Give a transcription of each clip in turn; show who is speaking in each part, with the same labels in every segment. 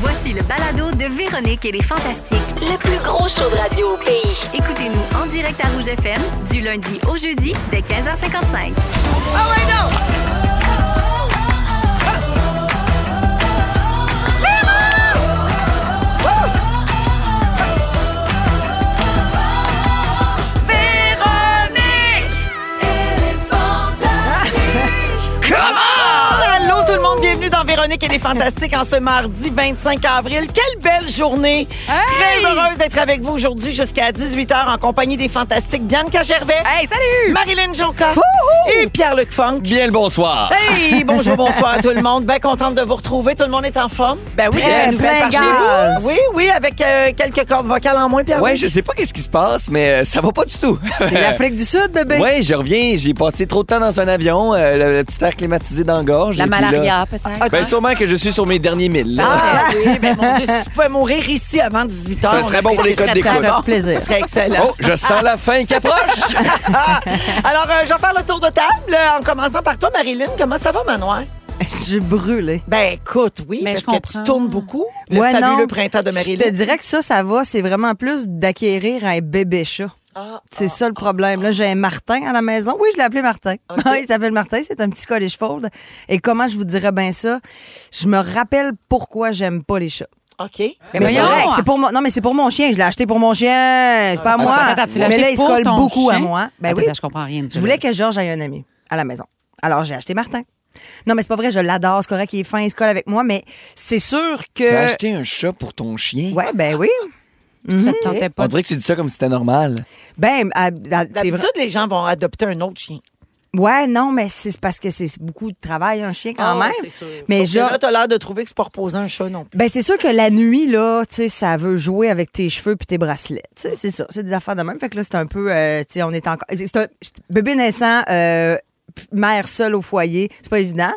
Speaker 1: Voici le balado de Véronique et les Fantastiques,
Speaker 2: le plus gros show de radio au pays.
Speaker 1: Écoutez-nous en direct à Rouge FM du lundi au jeudi dès 15h55.
Speaker 3: Oh wait, no! bienvenue dans Véronique et les Fantastiques en ce mardi 25 avril. Quelle belle journée!
Speaker 4: Hey!
Speaker 3: Très heureuse d'être avec vous aujourd'hui jusqu'à 18h en compagnie des Fantastiques Bianca Gervais,
Speaker 4: Hey, salut!
Speaker 3: Marilyn Jonca et Pierre-Luc Funk.
Speaker 5: Bien le bonsoir.
Speaker 3: Hey, bonjour, bonsoir à tout le monde. Bien contente de vous retrouver. Tout le monde est en forme?
Speaker 4: Ben oui,
Speaker 2: Très
Speaker 4: vous êtes par chez
Speaker 2: zingare.
Speaker 4: vous.
Speaker 3: Oui, oui, avec euh, quelques cordes vocales en moins, Pierre-Luc.
Speaker 5: Ouais, je sais pas qu'est-ce qui se passe, mais euh, ça va pas du tout.
Speaker 2: C'est l'Afrique du Sud, bébé.
Speaker 5: Ouais, je reviens, j'ai passé trop de temps dans un avion, euh, le, le petit air climatisé dans la gorge.
Speaker 4: La
Speaker 5: et puis là-
Speaker 4: malaria,
Speaker 1: Ah.
Speaker 4: peut-être.
Speaker 5: Ben sûrement que je suis sur mes derniers mille. là.
Speaker 3: Ah, oui, ben mon Dieu, si tu pouvais mourir ici avant 18h.
Speaker 5: Ça serait bon pour les codes
Speaker 2: Ça
Speaker 5: d'écoute.
Speaker 2: fait plaisir.
Speaker 3: Ce serait excellent.
Speaker 5: Oh, je sens la fin qui approche.
Speaker 3: Ah! Alors, euh, je vais faire le tour de table euh, en commençant par toi, Marilyn. Comment ça va, Manoir?
Speaker 2: J'ai brûlé.
Speaker 3: Ben, écoute, oui,
Speaker 4: Ben,
Speaker 3: parce
Speaker 4: je
Speaker 3: que
Speaker 4: comprends.
Speaker 3: tu tournes beaucoup. Le
Speaker 2: Ouais,
Speaker 3: fabuleux
Speaker 2: non.
Speaker 3: printemps de
Speaker 2: Je te
Speaker 3: Marilyn.
Speaker 2: dirais que ça, ça va. C'est vraiment plus d'acquérir un bébé chat.
Speaker 3: Ah,
Speaker 2: C'est ça le problème. Là, j'ai un Martin à la maison. Oui, je l'ai appelé Martin.
Speaker 3: Ok.
Speaker 2: Oui, il s'appelle Martin. C'est un petit collège fold. Et comment je vous dirais bien ça? Je me rappelle pourquoi j'aime pas les chats.
Speaker 3: OK.
Speaker 4: Mais
Speaker 2: Mais c'est
Speaker 4: voyons.
Speaker 2: correct, c'est pour mon- non, mais c'est pour mon chien. Je l'ai acheté pour mon chien. C'est pas à
Speaker 4: Attends,
Speaker 2: moi.
Speaker 4: attends, tu l'as
Speaker 2: mais
Speaker 4: acheté
Speaker 2: là, il se
Speaker 4: pour
Speaker 2: colle
Speaker 4: ton
Speaker 2: beaucoup à
Speaker 4: chien?
Speaker 2: moi. Ben
Speaker 4: Attends,
Speaker 2: oui.
Speaker 4: Je comprends rien. de
Speaker 2: Je
Speaker 4: ça.
Speaker 2: voulais que Georges ait un ami à la maison. Alors, j'ai acheté Martin. Non, mais c'est pas vrai, je l'adore, c'est correct, il est fin, il se colle avec moi, mais c'est sûr
Speaker 5: T'as
Speaker 2: que.
Speaker 5: acheté un chat pour ton chien.
Speaker 2: Ouais, ben oui. Mhm.
Speaker 4: Ça te tentait
Speaker 5: On
Speaker 4: pas.
Speaker 5: dirait que tu dis ça comme si c'était normal.
Speaker 2: Ben, à- à- t'es
Speaker 3: D'habitude,
Speaker 2: vrai-
Speaker 3: les gens vont adopter un autre chien.
Speaker 2: Ouais, non, mais c'est parce que c'est beaucoup de travail, un chien quand
Speaker 3: Ah,
Speaker 2: même.
Speaker 3: c'est sûr.
Speaker 2: Mais
Speaker 3: Sauf que
Speaker 2: genre-
Speaker 3: là, t'as l'air de trouver que c'est pas reposer un chat non plus.
Speaker 2: Ben, c'est sûr que la nuit, là, tu sais, ça veut jouer avec tes cheveux puis tes bracelets. Tu sais, c'est ça. C'est des affaires de même. Fait que là, c'est un peu, euh, tu sais, on est encore. C'est un bébé naissant, euh, p- mère seule au foyer. C'est pas évident.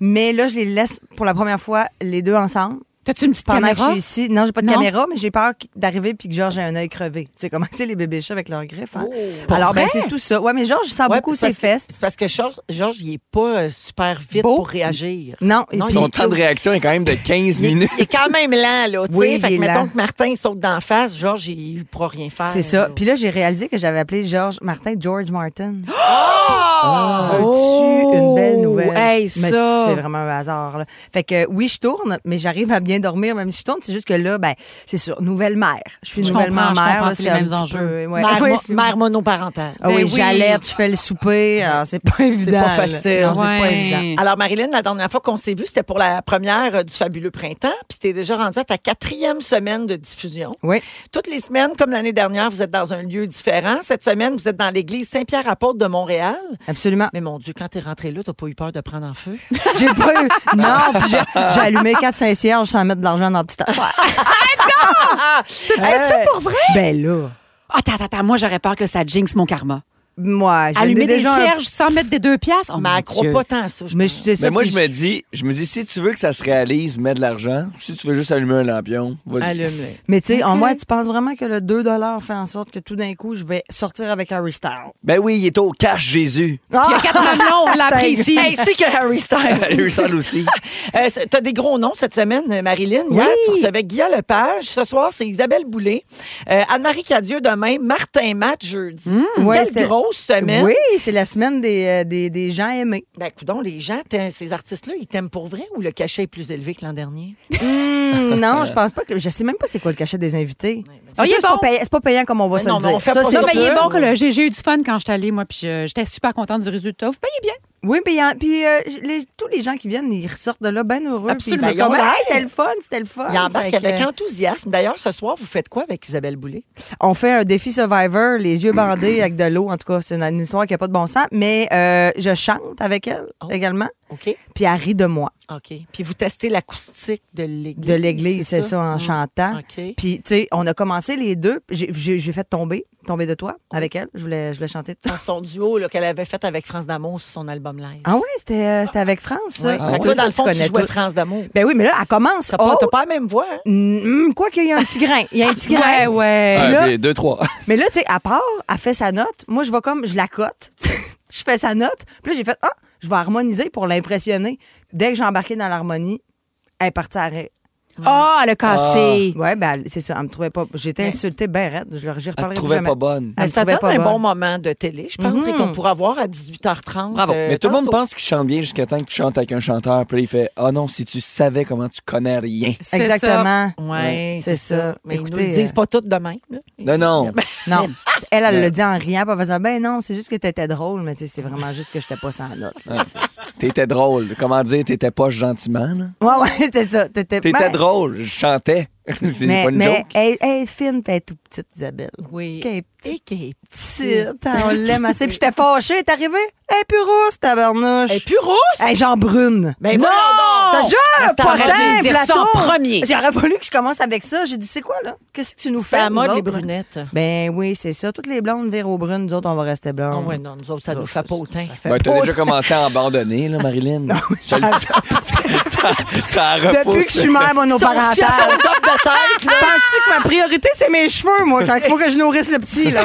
Speaker 2: Mais là, je les laisse pour la première fois, les deux ensemble.
Speaker 4: T'as-tu une petite
Speaker 2: Pendant que je
Speaker 4: caméra?
Speaker 2: suis ici, non, j'ai pas de
Speaker 4: Non.
Speaker 2: caméra, mais j'ai peur qu- d'arriver puis que Georges ait un œil crevé. Tu sais comment c'est les bébés chats avec leurs griffes. hein?
Speaker 3: Oh.
Speaker 2: Alors, ben,
Speaker 4: vrai?
Speaker 2: c'est tout ça. Ouais, mais Georges sent
Speaker 3: Ouais,
Speaker 2: Ah, beaucoup
Speaker 3: c'est parce
Speaker 2: ses
Speaker 3: que-
Speaker 2: fesses.
Speaker 3: C'est parce que Georges, Georges, il est pas euh, super vite
Speaker 4: Beau.
Speaker 3: pour réagir.
Speaker 2: Non, et
Speaker 3: Non,
Speaker 2: puis-
Speaker 3: il
Speaker 5: Son temps de réaction est quand même de 15 minutes.
Speaker 3: Il est quand même lent, là. tu
Speaker 2: Oui,
Speaker 3: sais.
Speaker 2: il
Speaker 3: fait
Speaker 2: est
Speaker 3: que mettons
Speaker 2: lent.
Speaker 3: que Martin saute d'en face, Georges, il pourra rien faire.
Speaker 2: c'est
Speaker 3: là.
Speaker 2: ça. Puis là, j'ai réalisé que j'avais appelé Georges Martin George Martin.
Speaker 3: Oh!
Speaker 2: Oh!
Speaker 3: Ah!
Speaker 2: Veux-tu une
Speaker 4: Oh!
Speaker 2: belle nouvelle?
Speaker 3: Hey,
Speaker 2: mais
Speaker 3: ça.
Speaker 2: c'est vraiment un hasard. là. Fait que oui, je tourne, mais j'arrive à bien dormir même si je tourne. C'est juste que là, ben, c'est sûr, nouvelle mère. Je suis
Speaker 4: Je
Speaker 2: nouvellement
Speaker 4: comprends, je
Speaker 2: mère.
Speaker 4: comprends,
Speaker 2: là,
Speaker 4: c'est les
Speaker 2: un
Speaker 4: mêmes
Speaker 2: petit
Speaker 4: enjeux.
Speaker 2: peu- ouais.
Speaker 3: Mère,
Speaker 2: Ouais,
Speaker 3: mo-
Speaker 2: c'est-
Speaker 3: mère monoparentale.
Speaker 2: Ah oui,
Speaker 4: Ben oui.
Speaker 2: j'alerte, je fais le souper. Alors, c'est pas évident.
Speaker 3: pas
Speaker 2: là.
Speaker 3: facile.
Speaker 2: Non, c'est pas
Speaker 4: Ouais.
Speaker 2: évident.
Speaker 3: Alors, Marilyn, la dernière fois qu'on s'est vu, c'était pour la première euh, du Fabuleux Printemps, puis t'es déjà rendue à ta quatrième semaine de diffusion.
Speaker 2: Oui.
Speaker 3: Toutes les semaines, comme l'année dernière, vous êtes dans un lieu différent. Cette semaine, vous êtes dans l'église Saint-Pierre-Apôtre de Montréal.
Speaker 2: Absolument.
Speaker 3: Mais mon Dieu, quand t'es rentré là, t'as pas eu peur de prendre en feu?
Speaker 2: J'ai pas eu. Non, puis j'ai j'ai allumé 4-5 cierges sans mettre de l'argent dans la petite affaire.
Speaker 4: T'as-tu fait ça pour vrai?
Speaker 2: Ben là.
Speaker 4: Attends, attends, attends, moi j'aurais peur que ça jinx mon karma.
Speaker 2: Moi, j'ai
Speaker 4: Allumer des
Speaker 2: déjà un-
Speaker 4: cierges sans mettre des deux piastres? Oh
Speaker 3: mais
Speaker 4: mon
Speaker 3: elle croit
Speaker 4: Dieu.
Speaker 3: pas tant à ça. je
Speaker 2: Mais
Speaker 3: pense.
Speaker 2: je- c'est ça,
Speaker 5: Mais moi,
Speaker 2: puis
Speaker 5: je me dis, je me dis, si tu veux que ça se réalise, mets de l'argent. Si tu veux juste allumer un lampion, vas-y.
Speaker 3: Allume-le.
Speaker 2: Mais tu sais, en moi, tu penses vraiment que le 2 fait en sorte que tout d'un coup, je vais sortir avec Harry Styles?
Speaker 5: Ben oui, il est au cash Jésus.
Speaker 4: Il y a quatre millions, Ah on l'a appris ici.
Speaker 3: Ainsi que Harry Styles.
Speaker 5: Lui, ça aussi.
Speaker 3: Euh, c'est- T'as des gros noms cette semaine, euh, Marilyn. Hier, tu recevais Guillaume Lepage. Ce soir, c'est Isabelle Boulay. Euh, Anne-Marie Cadieux demain. Martin Matt jeudi.
Speaker 2: Mmh, Ouais, c'était-
Speaker 3: Quelle grosse semaine.
Speaker 2: Ah! Oui, c'est la semaine des, euh, des, des gens aimés.
Speaker 3: Ben, coudon, les gens, t'aimes- ces artistes-là, ils t'aiment pour vrai ou le cachet est plus élevé que l'an dernier?
Speaker 2: Hmm, non, je pense pas que. Je sais même pas c'est quoi le cachet des invités.
Speaker 4: Ah,
Speaker 2: C'est
Speaker 4: il
Speaker 2: sûr,
Speaker 4: est
Speaker 2: c'est pas
Speaker 4: bon.
Speaker 2: payant- c'est pas payant comme on va
Speaker 3: Mais
Speaker 2: se
Speaker 3: non,
Speaker 2: le
Speaker 3: mais on
Speaker 2: dire.
Speaker 3: fait
Speaker 2: Ça,
Speaker 3: pas
Speaker 2: c'est
Speaker 4: Non, mais il est
Speaker 2: sûr.
Speaker 4: bon que le j'ai j'ai eu du fun quand je suis allée, moi, puis euh, j'étais super contente du résultat. Vous payez bien.
Speaker 2: Oui, puis, hein, puis, euh, les- tous les gens qui viennent, ils ressortent de là bien heureux. puis
Speaker 3: Absolument.
Speaker 2: c'est
Speaker 3: Ils ont
Speaker 2: comme,
Speaker 3: l'air.
Speaker 2: Hey, c'était le fun, c'était le fun.
Speaker 3: Il embarque
Speaker 2: Fait que,
Speaker 3: avec
Speaker 2: euh,
Speaker 3: enthousiasme. D'ailleurs, ce soir, vous faites quoi avec Isabelle Boulay?
Speaker 2: On fait un défi Survivor, les yeux bandés avec de l'eau. En tout cas, c'est une, une histoire qui n'a pas de bon sens. Mais euh, je chante avec elle
Speaker 3: Oh.
Speaker 2: également.
Speaker 3: OK.
Speaker 2: Puis elle rit de moi,
Speaker 3: OK. Puis vous testez l'acoustique de l'église.
Speaker 2: de l'église, c'est ça, en
Speaker 3: Mm.
Speaker 2: chantant.
Speaker 3: OK.
Speaker 2: Puis, tu sais, on a commencé les deux. J'ai- J'ai j'ai fait tomber, tomber de toi avec elle. Je voulais, je voulais chanter.
Speaker 3: Dans son duo là, qu'elle avait fait avec France D'Amour sur son album live.
Speaker 2: Ah ouais, c'était euh, c'était avec France. ça.
Speaker 3: Ouais.
Speaker 2: Ah
Speaker 3: Fait que
Speaker 2: ouais.
Speaker 3: toi, dans le fond,
Speaker 2: Tu
Speaker 3: tu
Speaker 2: connais
Speaker 3: jouais
Speaker 2: tout.
Speaker 3: France D'Amour.
Speaker 2: Ben oui, mais là, elle commence.
Speaker 3: T'as pas,
Speaker 2: Oh!
Speaker 3: t'as pas la même voix, hein?
Speaker 2: Mm, quoi qu'il y ait un petit grain. Il y a un petit grain.
Speaker 4: Ouais, ouais.
Speaker 2: là-
Speaker 5: puis deux, trois.
Speaker 2: Mais là, tu sais, à part, elle fait sa note. Moi, je vais comme, je la cote. je fais sa note. Puis là, j'ai fait, ah, je vais harmoniser pour l'impressionner. Dès que j'ai embarqué dans l'harmonie, elle est partie à rire.
Speaker 4: Ah, le cassé.
Speaker 2: Ouais, ben, elle- c'est ça. Elle me trouvait pas. J'étais insultée, ben raide. Je leur j'y
Speaker 5: Elle te
Speaker 2: reparlerai plus
Speaker 5: trouvait
Speaker 2: jamais.
Speaker 5: pas bonne.
Speaker 2: Elle me
Speaker 3: Mais ça
Speaker 2: trouvait
Speaker 3: donne
Speaker 2: pas
Speaker 3: un
Speaker 2: bonne.
Speaker 3: bon moment de télé, je pense,
Speaker 2: Mhm.
Speaker 3: et qu'on pourra voir à 18h30.
Speaker 4: Bravo.
Speaker 3: euh,
Speaker 5: Mais tout le monde
Speaker 3: tantôt.
Speaker 5: pense qu'il chante bien jusqu'à temps que tu chantes avec un chanteur. Puis là, il fait Ah non, si tu savais comment tu connais rien.
Speaker 4: C'est ça.
Speaker 2: Exactement.
Speaker 3: Ouais,
Speaker 2: c'est ça.
Speaker 3: Mais
Speaker 2: Écoutez,
Speaker 3: ils nous le disent
Speaker 2: euh,
Speaker 3: pas toutes demain. là.
Speaker 5: Non, non.
Speaker 2: Non. Elle, elle
Speaker 5: Mais-
Speaker 2: le dit en riant, pas en faisant, ben non, c'est juste que t'étais drôle, mais tu sais, c'est vraiment juste que j'étais pas sans note. là.
Speaker 5: T'étais drôle. Comment dire, t'étais pas gentiment. là?
Speaker 2: Ouais, ouais, c'est ça. T'étais
Speaker 5: T'étais
Speaker 2: Ouais.
Speaker 5: drôle. Je chantais. C'est
Speaker 2: Mais,
Speaker 5: pas une
Speaker 2: Ben mais
Speaker 5: joke.
Speaker 2: elle, elle est fine, puis elle est tout petite, Isabelle.
Speaker 3: Oui.
Speaker 2: Qu'elle est petite.
Speaker 3: Et qui est
Speaker 2: petite. hein, on l'aime assez. Puis j'étais fâchée, elle est arrivée. Elle est plus rousse, tabarnouche.
Speaker 3: Elle est plus rousse! Ben,
Speaker 2: Elle est genre brune.
Speaker 3: Mais non!
Speaker 2: T'as
Speaker 4: Mais
Speaker 2: déjà
Speaker 4: t'aurais dû
Speaker 2: Ah, potin,
Speaker 4: dire ça
Speaker 2: plateau.
Speaker 4: en premier.
Speaker 2: J'aurais voulu que je commence avec ça. J'ai dit, c'est quoi, là? Qu'est-ce que tu nous fais?
Speaker 3: C'est à la
Speaker 2: nous
Speaker 3: mode, les
Speaker 2: autres, hein. là?
Speaker 3: brunettes.
Speaker 2: Ben oui, c'est ça. Toutes les blondes virent aux brunes. Nous autres, on va rester blondes.
Speaker 3: Ah ouais, non, nous autres, ça nous fait pas autant.
Speaker 5: Ben, t'as déjà commencé à abandonner, là, Marilyn. Je le- T'as- t'as
Speaker 2: Ah, Depuis que je
Speaker 5: repoussé.
Speaker 2: suis mère monoparentale.
Speaker 3: top de tête, là.
Speaker 2: Penses-tu que ma priorité, c'est mes cheveux, moi, quand il faut que je nourrisse le petit, là?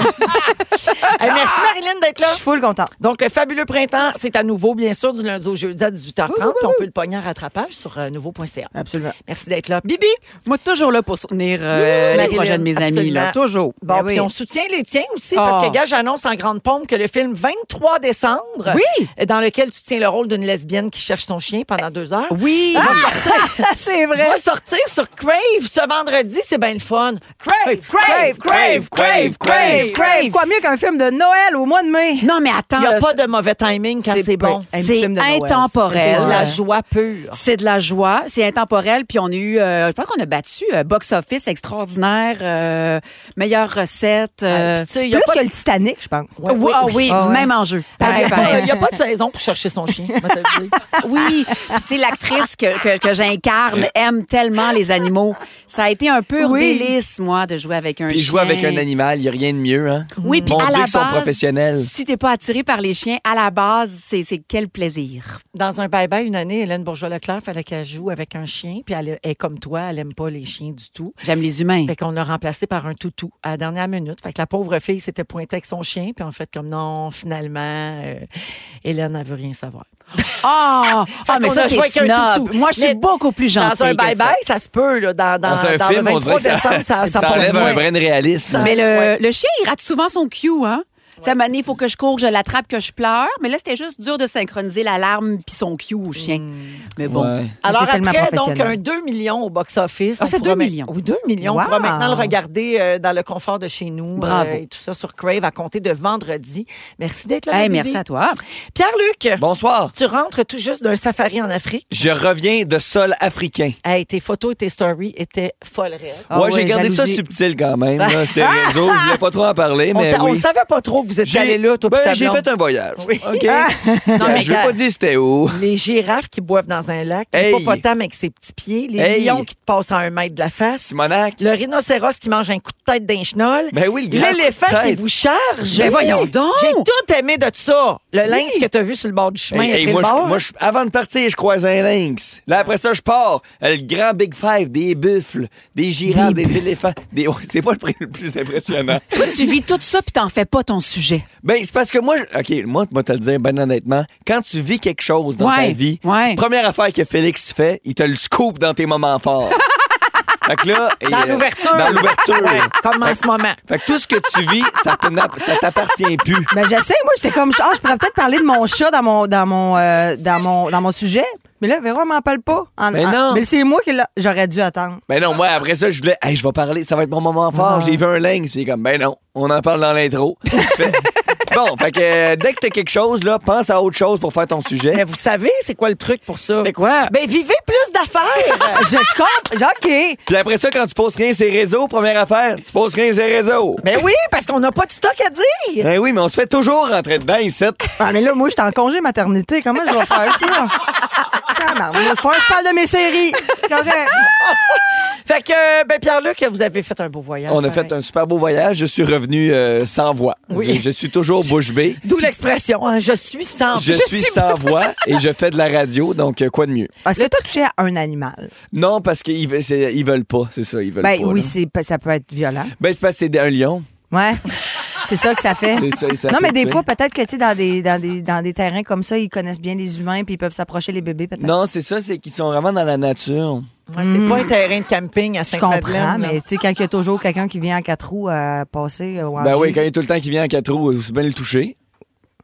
Speaker 3: Hey, merci, Marilyn, d'être
Speaker 2: Je
Speaker 3: là.
Speaker 2: suis full contente.
Speaker 3: Donc, le fabuleux printemps, c'est à nouveau, bien sûr, du lundi au jeudi à 18h30. Puis on peut le pogner en rattrapage sur euh, nouveau.ca.
Speaker 2: Absolument.
Speaker 3: Merci d'être là. Bibi,
Speaker 4: Moi, toujours là pour soutenir euh, les
Speaker 3: Marilyn,
Speaker 4: projets de mes amis.
Speaker 3: absolument.
Speaker 4: Là. Toujours.
Speaker 3: Bon,
Speaker 2: Ben oui.
Speaker 3: puis on soutient les tiens aussi,
Speaker 4: Ah.
Speaker 3: parce que, gars, j'annonce en grande pompe que le film 23 décembre,
Speaker 4: Oui.
Speaker 3: euh, dans lequel tu tiens le rôle d'une lesbienne qui cherche son chien pendant deux heures,
Speaker 4: Oui.
Speaker 2: Ah, c'est vrai.
Speaker 3: va sortir sur Crave ce vendredi. C'est bien le fun. Crave, Crave, Crave, Crave, Crave.
Speaker 2: Crave, quoi mieux qu'un film de Noël au mois de mai?
Speaker 4: Non, mais
Speaker 3: Il
Speaker 4: attends.
Speaker 3: n'y a
Speaker 4: là,
Speaker 3: pas de mauvais timing quand c'est
Speaker 2: pas-
Speaker 3: bon.
Speaker 2: un petit
Speaker 4: Ah, C'est
Speaker 2: film de Noël.
Speaker 4: intemporel.
Speaker 3: C'est de la
Speaker 4: Ouais.
Speaker 3: joie pure.
Speaker 4: C'est de la joie, c'est intemporel, puis on a eu, euh, je pense qu'on a battu euh, box office extraordinaire, euh, meilleure recette. euh,
Speaker 3: Ah, puis tu sais, il y
Speaker 2: Plus
Speaker 3: a pas
Speaker 2: que le Titanic, je pense.
Speaker 4: oui, ah oui,
Speaker 2: Ah ouais.
Speaker 4: même enjeu. Pareil, pareil.
Speaker 3: Il n'y a pas de saison pour chercher son chien. moi, te le dis.
Speaker 4: Oui, puis tu sais, l'actrice que, que, que j'incarne aime tellement les animaux. Ça a été un pur
Speaker 2: Oui.
Speaker 4: délice, moi, de jouer avec un
Speaker 5: Puis
Speaker 4: chien.
Speaker 5: jouer avec un animal, il a rien de mieux, hein?
Speaker 4: Oui, puis
Speaker 5: Mon
Speaker 4: à
Speaker 5: Dieu,
Speaker 4: la
Speaker 5: qu'ils sont
Speaker 4: base,
Speaker 5: professionnels.
Speaker 4: Si t'es pas attiré par les chiens, à la base, c'est c'est quel plaisir.
Speaker 3: Dans un bye-bye, une année, Hélène Bourgeois-Leclerc, fallait qu'elle joue avec un chien. Puis elle est comme toi, elle aime pas les chiens du tout.
Speaker 4: J'aime les humains.
Speaker 3: Fait qu'on l'a remplacé par un toutou à la dernière minute. Fait que la pauvre fille s'était pointée avec son chien. Puis en fait, comme non, finalement, euh, Hélène, elle veut rien savoir.
Speaker 4: Ah, ah, mais
Speaker 3: qu'on a
Speaker 4: ça, c'est
Speaker 3: joué avec un
Speaker 4: snob.
Speaker 3: toutou.
Speaker 4: Moi, je
Speaker 3: Mais
Speaker 4: suis beaucoup plus gentille
Speaker 3: dans un
Speaker 4: que ça.
Speaker 3: bye-bye, ça. se peut. Là, dans, dans,
Speaker 5: Dans un
Speaker 3: dans
Speaker 5: film,
Speaker 3: le
Speaker 5: on
Speaker 3: 23
Speaker 5: dirait que ça,
Speaker 3: décembre, ça, ça,
Speaker 5: ça
Speaker 3: passe
Speaker 5: enlève un
Speaker 3: moins.
Speaker 5: brin de réalisme.
Speaker 4: Mais le,
Speaker 3: Ouais.
Speaker 4: le chien, il rate souvent son cue, hein? Tu sais, à un moment donné, il faut que je cours, que je l'attrape, que je pleure. Mais là, c'était juste dur de synchroniser l'alarme puis son cue au chien.
Speaker 3: Hmm.
Speaker 4: Mais bon.
Speaker 5: Ouais.
Speaker 3: Alors
Speaker 2: T'es tellement
Speaker 3: après, donc,
Speaker 2: professionnelle.
Speaker 3: un 2 millions au box-office.
Speaker 4: Ah,
Speaker 3: On
Speaker 4: c'est
Speaker 3: pourra
Speaker 4: 2
Speaker 3: ma-
Speaker 4: millions.
Speaker 3: Oui, 2 millions. On
Speaker 2: Wow.
Speaker 3: pourra maintenant le regarder euh, dans le confort de chez nous.
Speaker 4: Bravo.
Speaker 3: euh, et tout ça sur Crave à compter de vendredi. Merci d'être là.
Speaker 4: Hey,
Speaker 3: ma
Speaker 4: merci
Speaker 3: bébé.
Speaker 4: à toi.
Speaker 3: Pierre-Luc,
Speaker 5: Bonsoir.
Speaker 3: tu rentres tout juste d'un safari en Afrique.
Speaker 5: Je reviens de sol africain.
Speaker 3: Hey, tes photos et tes stories étaient folles rêves.
Speaker 2: Ah
Speaker 5: ouais,
Speaker 2: ouais,
Speaker 5: j'ai gardé
Speaker 2: jalousie.
Speaker 5: ça subtil quand même. là. C'est réseau, je voulais pas trop en parler,
Speaker 3: On,
Speaker 5: mais
Speaker 3: t'a- on
Speaker 5: oui.
Speaker 3: savait pas trop que vous étiez
Speaker 5: J'ai-
Speaker 3: allé là, toi, puis
Speaker 5: ben,
Speaker 3: ta
Speaker 5: j'ai
Speaker 3: blonde.
Speaker 5: fait un voyage.
Speaker 3: Oui. Ah!
Speaker 5: OK. Euh,
Speaker 3: Non, mais
Speaker 5: je vais
Speaker 3: gars,
Speaker 5: pas dire c'était où.
Speaker 3: Les girafes qui boivent dans un lac, les
Speaker 5: Hey.
Speaker 3: hippopotames avec ses petits pieds, les
Speaker 5: Hey.
Speaker 3: lions qui te passent à un mètre de la face,
Speaker 5: Simonac.
Speaker 3: le rhinocéros qui mange un coup de tête d'un chenol.
Speaker 5: Ben oui, le grand
Speaker 3: L'éléphant
Speaker 5: coup de
Speaker 3: qui
Speaker 5: tête.
Speaker 3: vous charge.
Speaker 4: Ben voyons donc!
Speaker 3: J'ai tout aimé de ça. Le lynx que tu as vu sur le bord du chemin.
Speaker 5: Hey, hey,
Speaker 3: après
Speaker 5: moi,
Speaker 3: le
Speaker 5: je,
Speaker 3: bord.
Speaker 5: moi, je- avant de partir, je croise un lynx. Là, après ça, je pars. Euh, Le grand Big Five, des buffles, des girafes, des, éléphants. Des... Ouais, c'est pas le prix le plus impressionnant.
Speaker 4: Toi, tu vis tout ça puis t'en fais pas ton sujet.
Speaker 5: Ben, c'est parce que moi, je- OK, moi, moi, te le dire, ben honnêtement, quand tu vis quelque chose dans
Speaker 4: Ouais,
Speaker 5: ta vie,
Speaker 4: ouais.
Speaker 5: première affaire que Félix fait, il te le scoop dans tes moments forts. fait que là... et,
Speaker 3: Dans
Speaker 5: euh,
Speaker 3: l'ouverture.
Speaker 5: Dans
Speaker 3: Ouais,
Speaker 5: l'ouverture.
Speaker 3: comme en ce moment.
Speaker 5: fait que tout ce que tu vis, ça te n'a- ça t'appartient plus.
Speaker 2: Ben, j'essaie, moi, j'étais comme, ah, je pourrais peut-être parler de mon chat dans mon, dans mon, euh, dans mon, dans mon sujet. Mais là, Véro, elle m'en parle pas. En-
Speaker 5: Mais
Speaker 2: en-
Speaker 5: non.
Speaker 2: Mais c'est moi qui l'a- J'aurais dû attendre.
Speaker 5: Ben non, moi, après ça, je voulais,
Speaker 3: Ah.
Speaker 5: hey, je vais parler, ça va être mon moment fort. J'ai vu un lynx, puis il est comme, ben non, on en parle dans l'intro. Fait- Bon, fait que euh, dès que t'as quelque chose, là, pense à autre chose pour faire ton sujet.
Speaker 3: Mais Ben, vous savez, c'est quoi le truc pour ça?
Speaker 4: C'est quoi?
Speaker 3: Ben, vivez plus d'affaires!
Speaker 2: Euh, Je, je comprends. OK.
Speaker 5: Puis après ça, quand tu poses rien sur les réseaux, première affaire, tu poses rien sur les réseaux.
Speaker 3: ben oui, parce qu'on n'a pas de stock à dire!
Speaker 5: Ben oui, mais on se fait toujours rentrer dedans ici.
Speaker 2: Ah, mais là, moi, je suis en congé maternité. Comment je vais faire ça? Tabarnouche. Faut que je parle de mes séries. Correct.
Speaker 3: Fait que, ben, Pierre-Luc, vous avez fait un beau voyage.
Speaker 5: On a
Speaker 3: pareil.
Speaker 5: fait un super beau voyage. Je suis revenu euh, sans voix.
Speaker 3: Oui.
Speaker 5: Je, je suis toujours bouche bée.
Speaker 3: D'où l'expression, hein, je suis sans.
Speaker 5: Je, suis, sans voix et je fais de la radio, donc euh, quoi de mieux?
Speaker 2: Est-ce que tu as touché à un animal?
Speaker 5: Non, parce qu'ils ve- c'est- ils veulent pas, c'est ça, ils veulent
Speaker 2: Ben
Speaker 5: pas.
Speaker 2: oui,
Speaker 5: là.
Speaker 2: c'est- ça peut être violent.
Speaker 5: Ben c'est parce que c'est un lion.
Speaker 2: Ouais. C'est ça que ça fait.
Speaker 5: C'est ça, ça
Speaker 2: non,
Speaker 5: peut
Speaker 2: mais des
Speaker 5: tuer.
Speaker 2: fois, peut-être que tu sais, dans des, dans, des, dans des terrains comme ça, ils connaissent bien les humains puis ils peuvent s'approcher les bébés, peut-être.
Speaker 5: Non, c'est ça, c'est qu'ils sont vraiment dans la nature.
Speaker 3: Ouais, c'est pas un terrain de camping à
Speaker 2: Je comprends,
Speaker 3: Saint-Madeleine. là.
Speaker 2: mais tu sais, quand il y a toujours quelqu'un qui vient en quatre roues euh, passer. euh, ou en
Speaker 5: Ben oui,
Speaker 2: jeep.
Speaker 5: quand il y a tout le temps qui vient en quatre roues, c'est bien le toucher.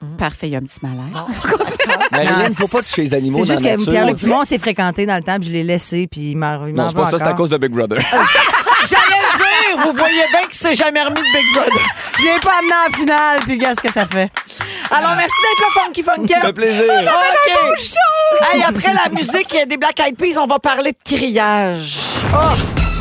Speaker 3: Hmm.
Speaker 4: Parfait, il y a un petit
Speaker 3: Ah.
Speaker 4: malaise.
Speaker 5: Marilyn,
Speaker 2: Non,
Speaker 5: faut pas toucher les animaux
Speaker 2: Ah, C'est
Speaker 5: dans
Speaker 2: juste
Speaker 5: la
Speaker 2: que
Speaker 5: nature.
Speaker 2: Pierre-Luc Dumont s'est fréquenté dans le temps, puis je l'ai laissé, puis il m'en il m'en
Speaker 5: Non, c'est
Speaker 2: veut
Speaker 5: pas ça, c'est à
Speaker 2: encore.
Speaker 5: cause de Big Brother.
Speaker 3: J'allais le dire, vous voyez bien qu'il s'est jamais remis de Big Brother.
Speaker 2: Je l'ai pas amené en finale, puis regarde ce que ça fait.
Speaker 3: Alors, merci d'être là, Funky Funky.
Speaker 5: Ça fait plaisir.
Speaker 3: OK. Hey, après la musique des Black Eyed Peas, on va parler de criage.